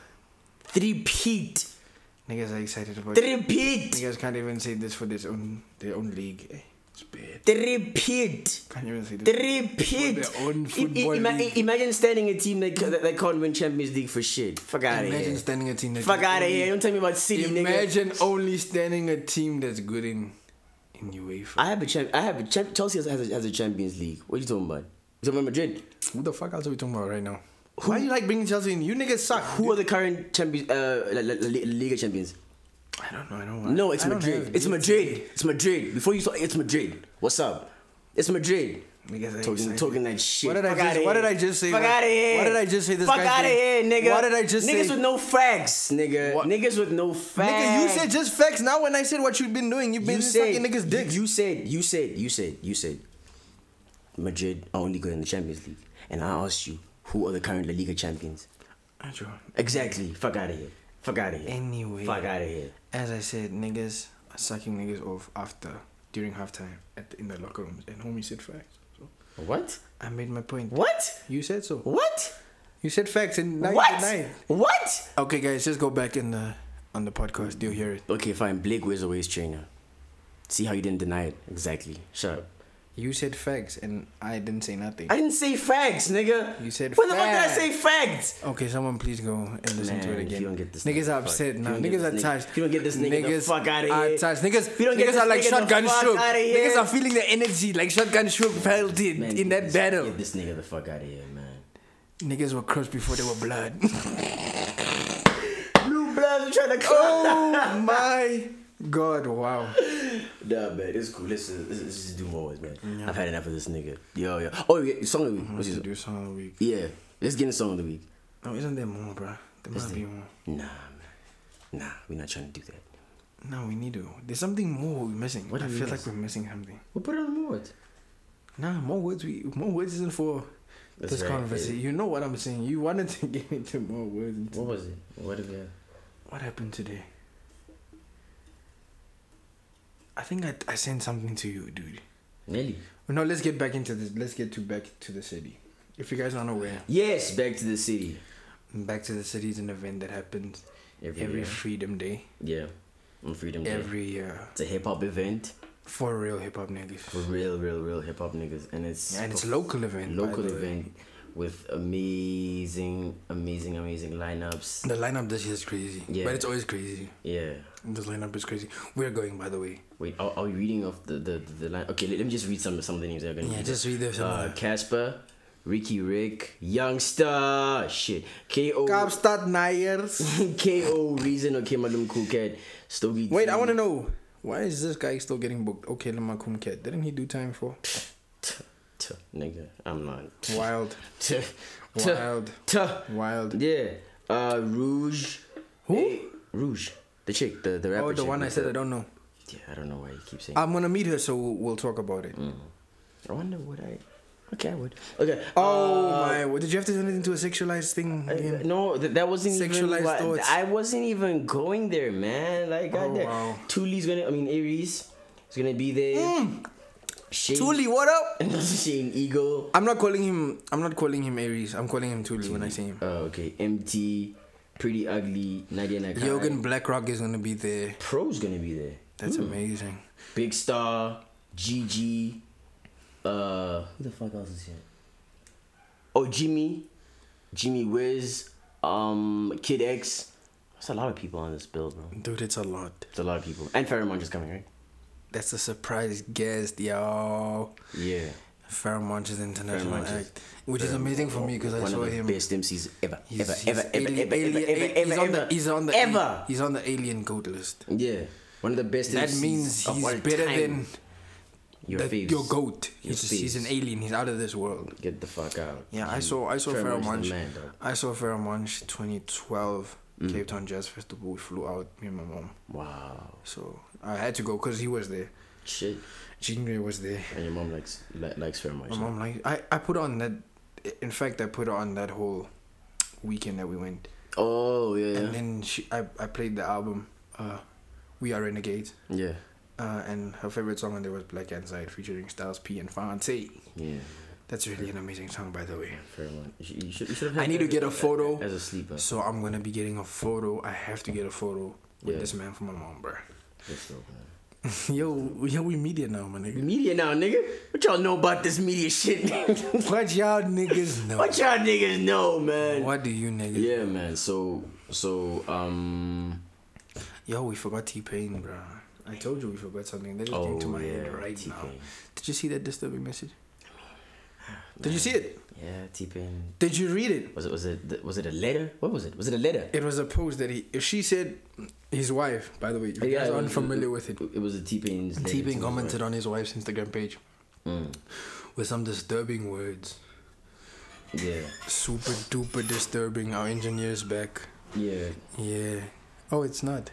S3: Three peat,
S2: Niggas are excited about. it.
S3: three peat,
S2: Niggas can't even say this for their own their own league. eh? It's bad.
S3: three peat.
S2: Can't even say this.
S3: Three peat.
S2: their own
S3: I-
S2: football
S3: I- ima-
S2: league.
S3: imagine standing a team that, that, that can't win Champions League for shit. Fuck out of
S2: Imagine
S3: here.
S2: standing a team that
S3: Fuck
S2: is
S3: out of
S2: only-
S3: here. Don't tell me about City, nigga.
S2: Imagine only standing a team that's good in in UEFA.
S3: I have a champ. I have a champ. Chelsea has, has, a, has a Champions League. What are you talking about? You talking about Madrid?
S2: Who the fuck else are we talking about right now? Why you like bringing Chelsea in? You niggas suck.
S3: Who are the current champions? Uh, La, La, La, Liga champions?
S2: I don't know. I don't.
S3: No, it's
S2: I don't
S3: Madrid.
S2: have-
S3: It's Madrid. It's Madrid. Before you saw, it's Madrid. What's up? It's Madrid.
S2: Niggas are
S3: Talking,
S2: excited.
S3: talking that shit.
S2: What did I
S3: Fuck
S2: just-
S3: outta
S2: what
S3: here.
S2: did I just say
S3: Fuck
S2: that-
S3: out of here.
S2: what did I just say this
S3: Fuck
S2: guy
S3: out of here,
S2: did?
S3: nigga.
S2: What did I just
S3: Niggas
S2: say?
S3: with no facts, nigga.
S2: What-
S3: Niggas with no facts.
S2: Nigga, you said just facts. Now when I said what you've been doing, you've been
S3: You
S2: sucking
S3: said-
S2: niggas' dicks.
S3: You, you said. You said. You said. You said. Madrid are only good in the Champions League, and I asked you who are the current La Liga champions. Exactly. Fuck out of here. Fuck out of here.
S2: Anyway.
S3: Fuck out of here.
S2: As I said, niggas are sucking niggas off after during halftime at the, in the locker rooms, and homie said facts. So
S3: What?
S2: I made my point.
S3: What?
S2: You said so.
S3: What?
S2: You said facts, and now you
S3: What?
S2: denied.
S3: What?
S2: Okay, guys, just go back in the on the podcast. You'll hear it.
S3: Okay, fine. Blake wears a waist trainer. See how you didn't deny it. Exactly. Shut up.
S2: You said facts, and I didn't say nothing.
S3: I didn't say fags, nigga.
S2: You said
S3: When the fuck did I
S2: fags.
S3: say fags?
S2: Okay, someone please go and listen
S3: Man,
S2: to it
S3: if
S2: again.
S3: you don't get this nigga
S2: niggas
S3: the
S2: are
S3: fuck-
S2: upset
S3: if you
S2: now.
S3: don't get
S2: Niggas are
S3: this nigga-
S2: touched.
S3: if you don't get this nigga the
S2: niggas
S3: fuck outta
S2: are
S3: here.
S2: touched.
S3: If
S2: Niggas,
S3: you don't get
S2: niggas
S3: this
S2: are like
S3: nigga the
S2: shotgun
S3: fuck
S2: shook.
S3: outta
S2: Niggas
S3: here.
S2: are feeling the energy like shotgun shook felt in,
S3: Man,
S2: in
S3: get
S2: that
S3: this-
S2: battle.
S3: Get this nigga the fuck out of here, man.
S2: Niggas were crushed before they were blood.
S3: Blue bloods trying to
S2: oh my god! Wow.
S3: Nah, man, it's cool. Let's, just- let's just do more with man. I've had enough of this nigga. Yo, yo. Oh, yeah, song of the week. What's
S2: Let's
S3: your
S2: do song of the week.
S3: Yeah, let's get in song of the week.
S2: No, isn't there more, bruh? There must be more.
S3: Nah, man. Nah, we're not trying to do that.
S2: No, we need to. There's something more we're missing.
S3: What
S2: I
S3: do we
S2: feel
S3: miss?
S2: like we're missing something.
S3: We'll put it on the board.
S2: Nah, more words. We more words isn't for
S3: That's
S2: this
S3: right,
S2: conversation.
S3: baby.
S2: You know what I'm saying. You wanted to get into more words. and
S3: What was it? What did we have?
S2: What happened today? I think I, I sent something to you, dude.
S3: Nelly.
S2: No, let's get back into this. Let's get to back to the city. If you guys aren't aware,
S3: Yes, back to the city.
S2: back to the city is an event that happens
S3: Every
S2: every,
S3: year.
S2: Freedom Day
S3: Yeah, on Freedom Day.
S2: every year
S3: It's a hip hop event
S2: for real hip hop
S3: for
S2: niggas,
S3: real, real, real hip hop niggas, and it's
S2: and it's a local event. by
S3: local
S2: the way.
S3: event with amazing, amazing, amazing lineups.
S2: The lineup this year is crazy.
S3: Yeah.
S2: But it's always crazy.
S3: Yeah.
S2: This lineup is crazy. We're going, by the way.
S3: Wait, are, are we reading off the the, the line? Okay, let, let me just read some some of the names that are gonna.
S2: Yeah,
S3: be.
S2: just read those.
S3: Uh, Casper, Ricky Rick, Youngster, shit, Ko,
S2: Kapstad Nyers.
S3: Ko Reason, okay, Madam Cool Cat, Stogie.
S2: Wait, I
S3: T.
S2: want to know. Why is this guy still getting booked? Okay, Lama Cat. Didn't he do time for?
S3: T- t- Nigga, I'm not.
S2: Wild.
S3: T- t-
S2: Wild.
S3: t-
S2: Wild.
S3: Yeah. Uh, Rouge.
S2: Who?
S3: Hey, Rouge. The chick, the, the rapper.
S2: Oh, the
S3: chick
S2: one I
S3: with
S2: said
S3: the-
S2: I don't Uh, know.
S3: Yeah, I don't know why you keep saying.
S2: I'm gonna meet her, so we'll, we'll talk about it.
S3: I wonder would I. Okay, I would. Okay.
S2: Oh
S3: uh,
S2: my! What, did you have to turn it into a sexualized thing?
S3: I-
S2: again?
S3: No, th- that wasn't even.
S2: Sexualized
S3: What,
S2: thoughts.
S3: I wasn't even going there, man. Like,
S2: Oh,
S3: goddamn.
S2: wow.
S3: Tuli's gonna. I mean, Aries is gonna be there.
S2: Mm.
S3: Shane,
S2: Tuli, what up?
S3: Shane Eagle.
S2: I'm not calling him. I'm not calling him Aries. I'm calling him Tuli when I say him.
S3: Uh, okay, MT, Pretty Ugly, Nadia Nakai.
S2: Yogan Blackrock is gonna be there.
S3: Pro's gonna be there.
S2: That's amazing.
S3: Big Star, GG. Uh, who the fuck else is here? Oh, Jimmy, Jimmy Wiz, um, Kid X. That's a lot of people on this bill, bro.
S2: Dude, it's a lot.
S3: It's a lot of people. And Pheromone is coming, right?
S2: That's a surprise guest, yo.
S3: Yeah.
S2: Pheromone is international
S3: Pheromone is-
S2: act, which is amazing for me because I
S3: One
S2: saw
S3: of the
S2: him.
S3: best MCs ever,
S2: He's-
S3: ever,
S2: he's
S3: ever, ever,
S2: alien-
S3: ever, ever,
S2: alien-
S3: ever,
S2: he's
S3: ever,
S2: on
S3: ever,
S2: the- He's on the
S3: ever.
S2: He's on the alien goat list.
S3: Yeah. One of the best.
S2: That
S3: MCs
S2: means
S3: of
S2: he's
S3: all
S2: better
S3: time.
S2: than
S3: your
S2: the,
S3: faves.
S2: your goat.
S3: Your
S2: He's, he's an
S3: faves.
S2: alien. He's out of this world.
S3: Get the fuck out.
S2: Yeah, I saw I saw Pharrell
S3: Pheromone's
S2: Monch.
S3: the man, Mm. dog.
S2: I saw Pharrell Monch 2012 Cape Town Jazz Festival. We flew out me and my mom,
S3: Wow.
S2: so I had to go because he was there.
S3: Shit.
S2: Jean Grey was there.
S3: And your mom likes li- likes Pheromone.
S2: My mom like I I put on that. In fact, I put on that whole weekend that we went,
S3: Oh yeah.
S2: and then she I I played the album. Uh, we are renegades.
S3: yeah.
S2: Uh, and her favorite song on there was Black Inside featuring Styles P and Fonte.
S3: Yeah.
S2: That's really an amazing song, by the way.
S3: Pheromone. You should, you should, you should have
S2: I
S3: had
S2: need
S3: that
S2: to get a
S3: as
S2: photo.
S3: as a sleeper.
S2: So I'm gonna be getting a photo. I have to get a photo with
S3: Yeah.
S2: this man for my mom, bro.
S3: That's dope, man.
S2: yo, yo, we media now, my nigga.
S3: Media now, nigga. What y'all know about this media shit? nigga?
S2: What y'all niggas know?
S3: what y'all niggas know, man?
S2: What do you niggas?
S3: Yeah, man. So so um.
S2: Yo, we forgot T Pain, bro. I told you we forgot something. That just came to
S3: Oh,
S2: my
S3: yeah,
S2: head right now.
S3: T-Pain.
S2: Did you see that disturbing message? Did you see it?
S3: Yeah, T Pain.
S2: Did you read it?
S3: Was it was it th- was it a letter? What was it? Was it a letter?
S2: It was a post that he. If she said, his wife, by the way, if you guys
S3: it
S2: are
S3: was-
S2: unfamiliar with it.
S3: It was a T Pain's. letter
S2: T
S3: to Mm.
S2: Pain
S3: his
S2: commented
S3: wife.
S2: on his wife's Instagram page with some disturbing words.
S3: Yeah,
S2: Super duper disturbing. Our engineer's back.
S3: yeah.
S2: Yeah. Oh, it's not.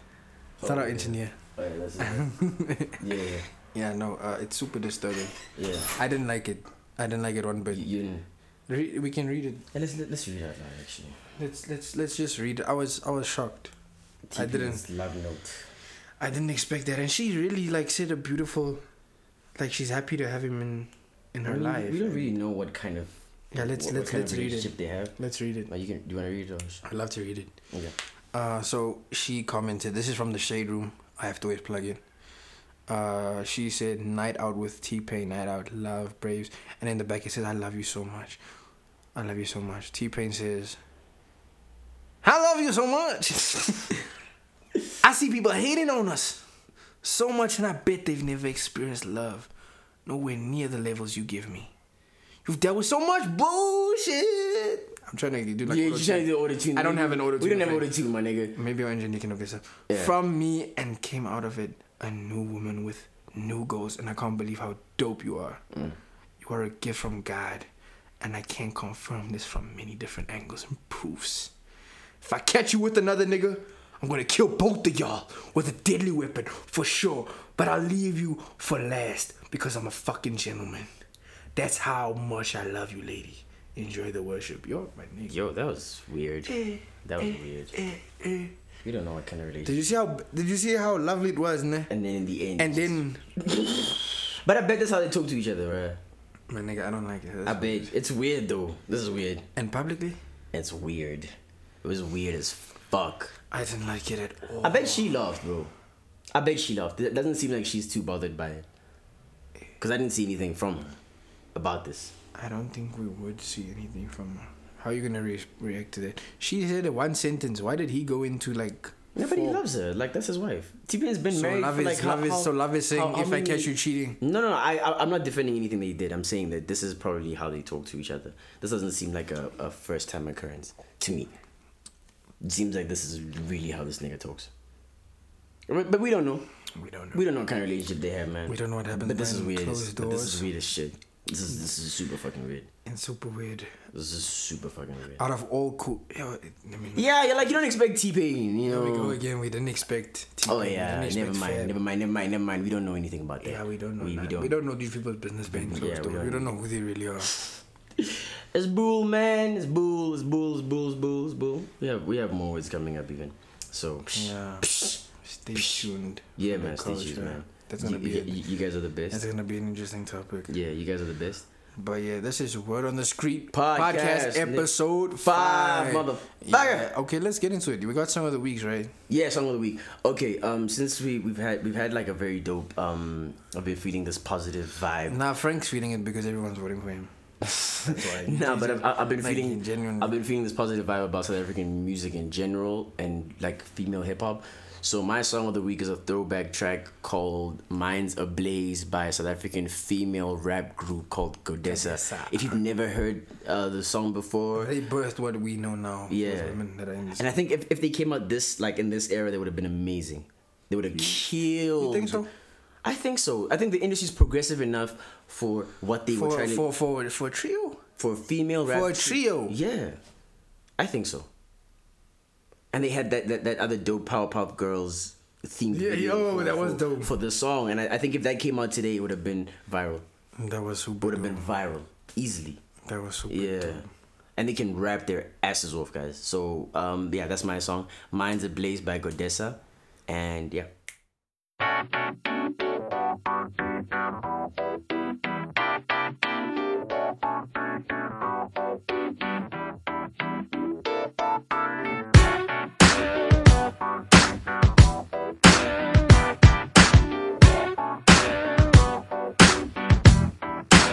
S2: It's not our engineer.
S3: Alright, that's it. yeah, yeah,
S2: Yeah, no, uh, it's super disturbing.
S3: yeah.
S2: I didn't like it. I didn't like it one bit.
S3: You, you didn't.
S2: Re- we can read it.
S3: Yeah, let's let, let's read out loud actually.
S2: Let's let's let's just read. it. I was I was shocked. I
S3: T Pain's love note.
S2: I didn't expect that, and she really like said a beautiful, like she's happy to have him in in her
S3: We-
S2: life.
S3: We don't really know what kind of.
S2: Yeah, let's-
S3: what,
S2: let's-
S3: what kind
S2: let's
S3: of
S2: read it.
S3: relationship they have.
S2: Let's read it.
S3: But you can. Do you want to read it? Or sh-
S2: I'd love to read it.
S3: okay.
S2: Uh, so she commented, "This is from the shade room. I have to always plug in." Uh, she said, "Night out with T Pain, night out, love Braves," and in the back it says, "I love you so much, I love you so much." T Pain says, "I love you so much." I see people hating on us so much, and I bet they've never experienced love nowhere near the levels you give me. You've dealt with so much bullshit. I'm trying to do like
S3: yeah, you
S2: auto-tune.
S3: trying to do auto tune?
S2: I don't have an auto.
S3: We don't have auto tune, my nigga.
S2: Maybe our engineer can look this up.
S3: Yeah.
S2: From me and came out of it a new woman with new goals, and I can't believe how dope you are. You are a gift from God, and I can confirm this from many different angles and proofs. If I catch you with another nigga, I'm gonna kill both of y'all with a deadly weapon for sure, but I'll leave you for last because I'm a fucking gentleman. That's how much I love you, lady. Enjoy the worship. You're my nigga.
S3: Yo, that was weird.
S2: Eh,
S3: That was weird. We don't know what kind of relationship.
S2: Did you see how? Did you see how lovely it was, ne?
S3: And then in the end.
S2: And then,
S3: But I bet that's how they talk to each other, right?
S2: my nigga, I don't like it.
S3: I bet. It's weird though. This is weird.
S2: And publicly,
S3: It's weird. It was weird as fuck.
S2: I didn't like it at all.
S3: I bet she laughed, bro. I bet she laughed. It doesn't seem like she's too bothered by it. Because I didn't see anything from her about this.
S2: I don't think we would see anything from her. How are you gonna re- react to that? She said one sentence. Why did he go into like?
S3: Nobody
S2: four-
S3: loves her. Like that's his wife. TPN's been
S2: So
S3: married
S2: love
S3: for
S2: is
S3: like how-
S2: love is
S3: how-
S2: so love is saying
S3: how- how
S2: if I
S3: many-
S2: catch you cheating.
S3: No, no, no. I, I, I'm not defending anything they did. I'm saying that this is probably how they talk to each other. This doesn't seem like a, a first time occurrence to me. It seems like this is really how this nigga talks. But, but we don't know.
S2: We don't know.
S3: We don't know what kind of relationship they have, man.
S2: We don't know what happens
S3: But this is
S2: behind
S3: weird. as-
S2: closed
S3: But this is
S2: doors.
S3: weird as shit. This is this is super fucking weird.
S2: It's super weird.
S3: This is super fucking weird.
S2: Out of all cool, yo, it- I mean,
S3: Yeah, you're like you don't expect T Pain, you
S2: here we go
S3: know.
S2: again. We didn't expect. T-
S3: Oh
S2: we
S3: yeah,
S2: didn't
S3: never
S2: expect
S3: mind,
S2: Fab.
S3: never mind, never mind, never mind. We don't know anything about that.
S2: Yeah, we don't know.
S3: We,
S2: We,
S3: we don't.
S2: we don't know these people's business behind closed
S3: we
S2: doors.
S3: don't
S2: We don't know who they really are.
S3: It's bull, man. It's bull. It's bull. It's bull. It's bull. It's bull. We have we have more words coming up even. So psh,
S2: Yeah.
S3: psh.
S2: Stay tuned.
S3: yeah,
S2: for the
S3: man. Stay tuned,
S2: culture.
S3: man.
S2: That's gonna
S3: you,
S2: be.
S3: you,
S2: it.
S3: you you guys are the best.
S2: That's gonna be an interesting topic.
S3: yeah, you guys are the best.
S2: But yeah, this is Word on the Street
S3: Podcast,
S2: podcast,
S3: Nick.
S2: episode
S3: Five,
S2: five.
S3: motherfucker.
S2: Yeah. Okay, let's get into it. We got some of the weeks, right?
S3: Yeah, song of the week. Okay, um, since we we've had we've had like a very dope um, I've been feeling this positive vibe.
S2: Nah, Frank's feeling it because everyone's voting for him. That's why.
S3: Nah, but I've, I've been
S2: Like,
S3: feeling
S2: genuine-
S3: I've been feeling this positive vibe about South African music in general and like female hip hop. So my song of the week is a throwback track called "Minds Ablaze" by a South African female rap group called Godessa.
S2: Godessa.
S3: If you've never heard uh, the song before,
S2: They birthed what we know now. with
S3: Yeah.
S2: Women that are in this.
S3: and I think if, if they came out this like in this era, they would have been amazing. They would have killed.
S2: You think so?
S3: I think so. I think the industry's progressive enough for what they were
S2: For,
S3: trying
S2: for,
S3: to
S2: for, for a trio?
S3: for a female rap
S2: for a trio.
S3: Yeah, I think so. And they had that that, that other dope Powerpuff Girls themed
S2: Yeah,
S3: video
S2: yo, that was
S3: for,
S2: dope.
S3: for the song, and I, I think if that came out today, it would have been viral.
S2: That was super
S3: Would have been
S2: dope.
S3: viral easily.
S2: That was super
S3: Yeah.
S2: dope.
S3: And they can rap their asses off, guys. So, um, yeah, that's my song. Mine's Ablaze by Godessa. And yeah.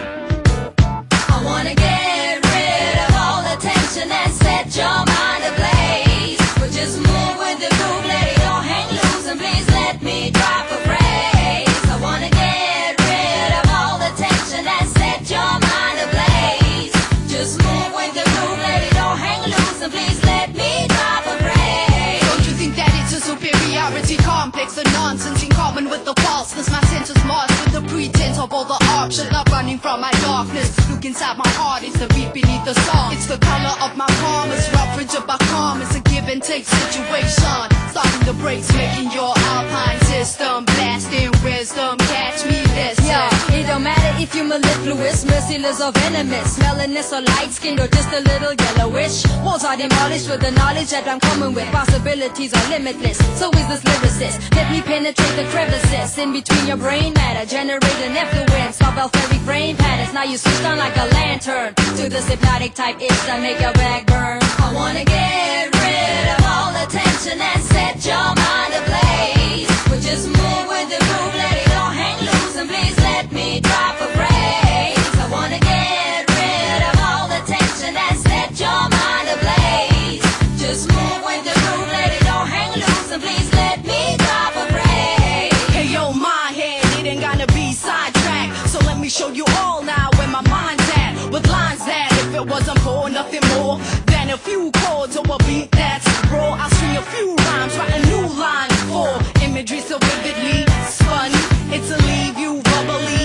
S5: I wanna get rid of all the tension and set your mind ablaze. But just move with the groove, let it all hang loose, and please let me drop a phrase. I wanna get rid of all the tension and set your mind ablaze. Just move with the groove, let it all hang loose, and please let me drop a phrase.
S6: Don't you think that it's a superiority complex? The nonsense in common with the falseness. My senses masked with the pretense of all the art. Shall not running from my darkness. Look inside my heart, it's the beat beneath the song. It's the color of my palm, it's rough fringe of my calm. It's a give and take situation. Stopping the brakes, making your alpine system blasting wisdom. Catch me, listen.
S5: Yeah, it don't matter if you're mellifluous, merciless or venomous, melanous or light skinned or just a little yellowish. Walls are demolished with the knowledge that I'm coming with. Possibilities are limitless. So is this lyricist. Let me penetrate the crevices in between your brain matter, generate an influence of alpheric brain patterns. Now you switched on like a lantern to this hypnotic type itch that make your back burn. I wanna get rid of all the tension and set your mind ablaze. But just move with the groove, let it all hang loose, and please let me drop a phrase. I wanna get rid of all the tension and set your mind ablaze. Just move with the groove, let it all hang loose, and please let me drop a phrase.
S6: Hey yo, my head, it ain't gonna be sidetracked. So let me show you all now where my mind's at. With lines that, if it wasn't for nothing more than a few chords or a beat that's raw, I'll swing a few rhymes, write a new line for imagery so vividly spun. It's a leave you bubbly,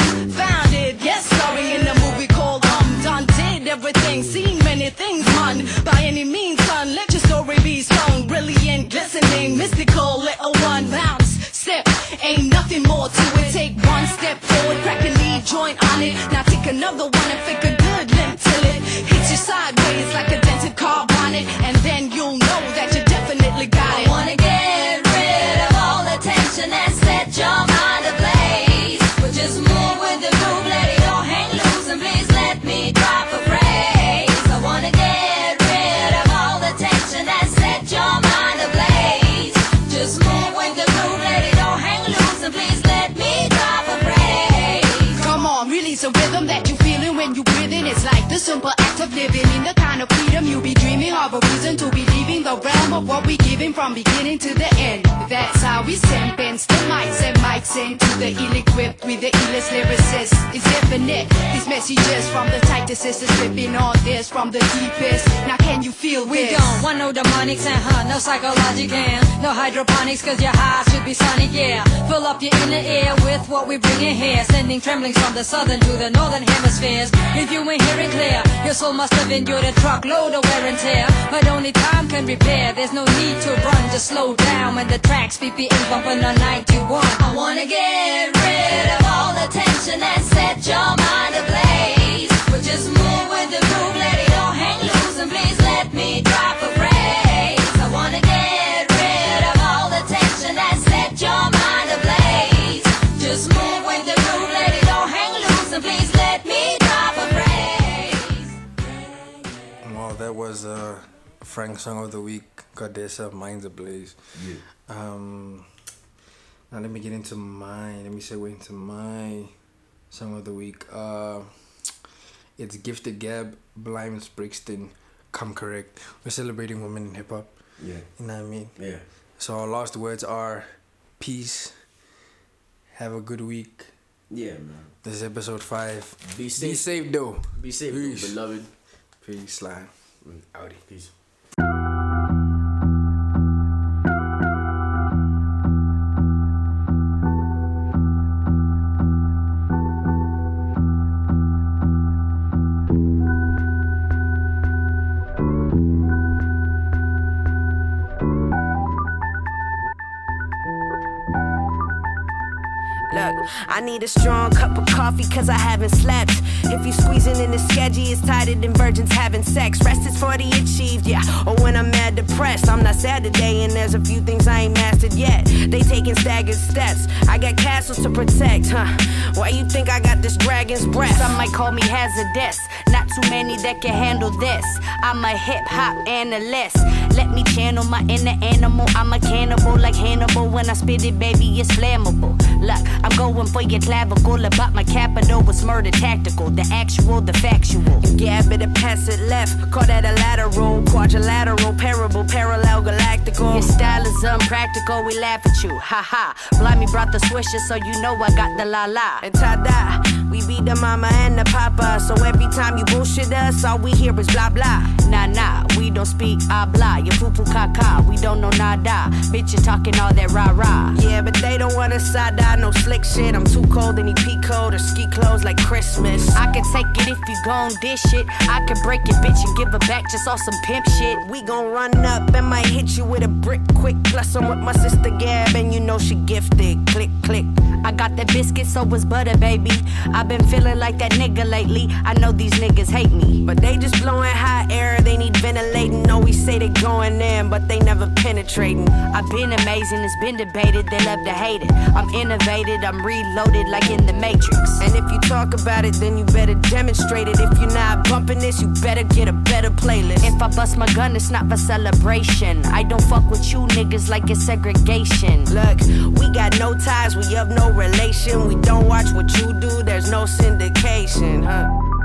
S6: dumbfounded. Yes, sorry, in a movie called Um Done. Did everything, seen many things, man. By any means, son, let your story be sung. Brilliant, glistening, mystical, little one bounce step. Ain't nothing more to it. Take one step forward, crack a knee, joint on it. Now take another one and fake a good limp till it hits you sideways like a dented car bonnet. And then you'll know that you definitely got
S5: I
S6: it.
S5: wanna get rid of all the tension and set your mind ablaze. But just move with the groove, let it all hang loose, and please let me drop a phrase. I wanna get rid of all the tension and set your mind ablaze. Just move with the groove, let it all hang loose, and please let me drop a phrase.
S6: Come on, release a rhythm that you feeling when you It's like the simple act of living in the kind of freedom you be dreaming of. A reason to be leaving the realm of what we giving from beginning to the end. That's how we send bends the mics and mics into the ill-equipped with the illest lyricists. It's definite. These messages from the tightest sisters ripping all this from the deepest. Now can you feel
S5: We
S6: this?
S5: don't want no demonics and huh, no psychologic and no hydroponics, cause your high should be sonic, yeah. Fill up your inner ear with what we bring in here, sending tremblings from the southern to the northern hemispheres. If you ain't hearing clear, your soul must have endured a truckload of wear and tear. But only time can repair, there's no need to run, just slow down when the tracks BPM bumping on 91. I wanna get rid of all the tension and set your mind ablaze. We'll just move with the groove, let it all hang loose and please let me drop a phrase. I wanna get rid of all the tension and set your mind ablaze. Just move with the groove, let it all hang loose and please let me drop a phrase.
S2: Well, that was uh, Frank's song of the week, Godessa, Minds Ablaze. Yeah. Um, now let me get into mine. Let me segue into my song of the week. Uh, it's Gifted Gab, Blimes Brixton, Come Correct. We're celebrating women in hip hop.
S3: Yeah.
S2: You know what I mean?
S3: Yeah.
S2: So our last words are peace. Have a good week.
S3: Yeah, man.
S2: This is episode five.
S3: Be
S2: Be
S3: safe.
S2: safe though.
S3: Be safe,
S2: Peace.
S3: beloved.
S2: Peace, slime.
S3: Mm, Audi. Peace.
S7: Look, I need a strong cup of coffee cause I haven't slept. If you squeezing in the sketchy, it's tighter than virgins having sex. Rest is for the achieved, yeah. Or when I'm mad depressed, I'm not sad today, and there's a few things I ain't mastered yet. They taking staggered steps. I got castles to protect, huh? Why you think I got this dragon's breath?
S8: Some might call me hazardous. Not too many that can handle this. I'm a hip hop analyst. Let me channel my inner animal. I'm a cannibal like Hannibal. When I spit it, baby, it's flammable. Look, I'm going for your clavicle. About my capital was murder tactical. The actual, the factual.
S7: Yeah, better pass it left. Call that a lateral, quadrilateral, parable, parallel, galactical.
S8: Your style is unpractical. We laugh at you. Ha ha. Blimey brought the swisher, so you know I got the la la.
S7: and tie-dye. We be the mama and the papa. So every time you bullshit us, all we hear is blah blah.
S8: Nah, nah, we don't speak
S7: ah,
S8: habla. Your poo poo caca, we don't know nada. Bitch, you talking all that rah rah.
S7: Yeah, but they don't want to side eye, no slick shit. I'm too cold in EP code or ski clothes like Christmas. I,
S8: I can take it if you gon' dish it. I can break it, bitch, and give it back just on some pimp shit.
S7: we gon' run up and might hit you with a brick quick. Plus, I'm with my sister Gab, and you know she gifted. Click, click.
S8: I got that biscuit, so it's butter, baby. I've been feeling like that nigga lately. I know these niggas hate me.
S7: But they just blowing hot air, they need ventilating. Always say they going in, but they never penetrating.
S8: I've been amazing, it's been debated, they love to hate it. I'm innovated, I'm reloaded like in the Matrix.
S7: And if you talk about it, then you better demonstrate it. If you're not bumping this, you better get a better playlist.
S8: If I bust my gun, it's not for celebration. I don't fuck with you niggas like it's segregation.
S7: Look, we got no ties, we have no relation. We don't watch what you do, there's no syndication, huh?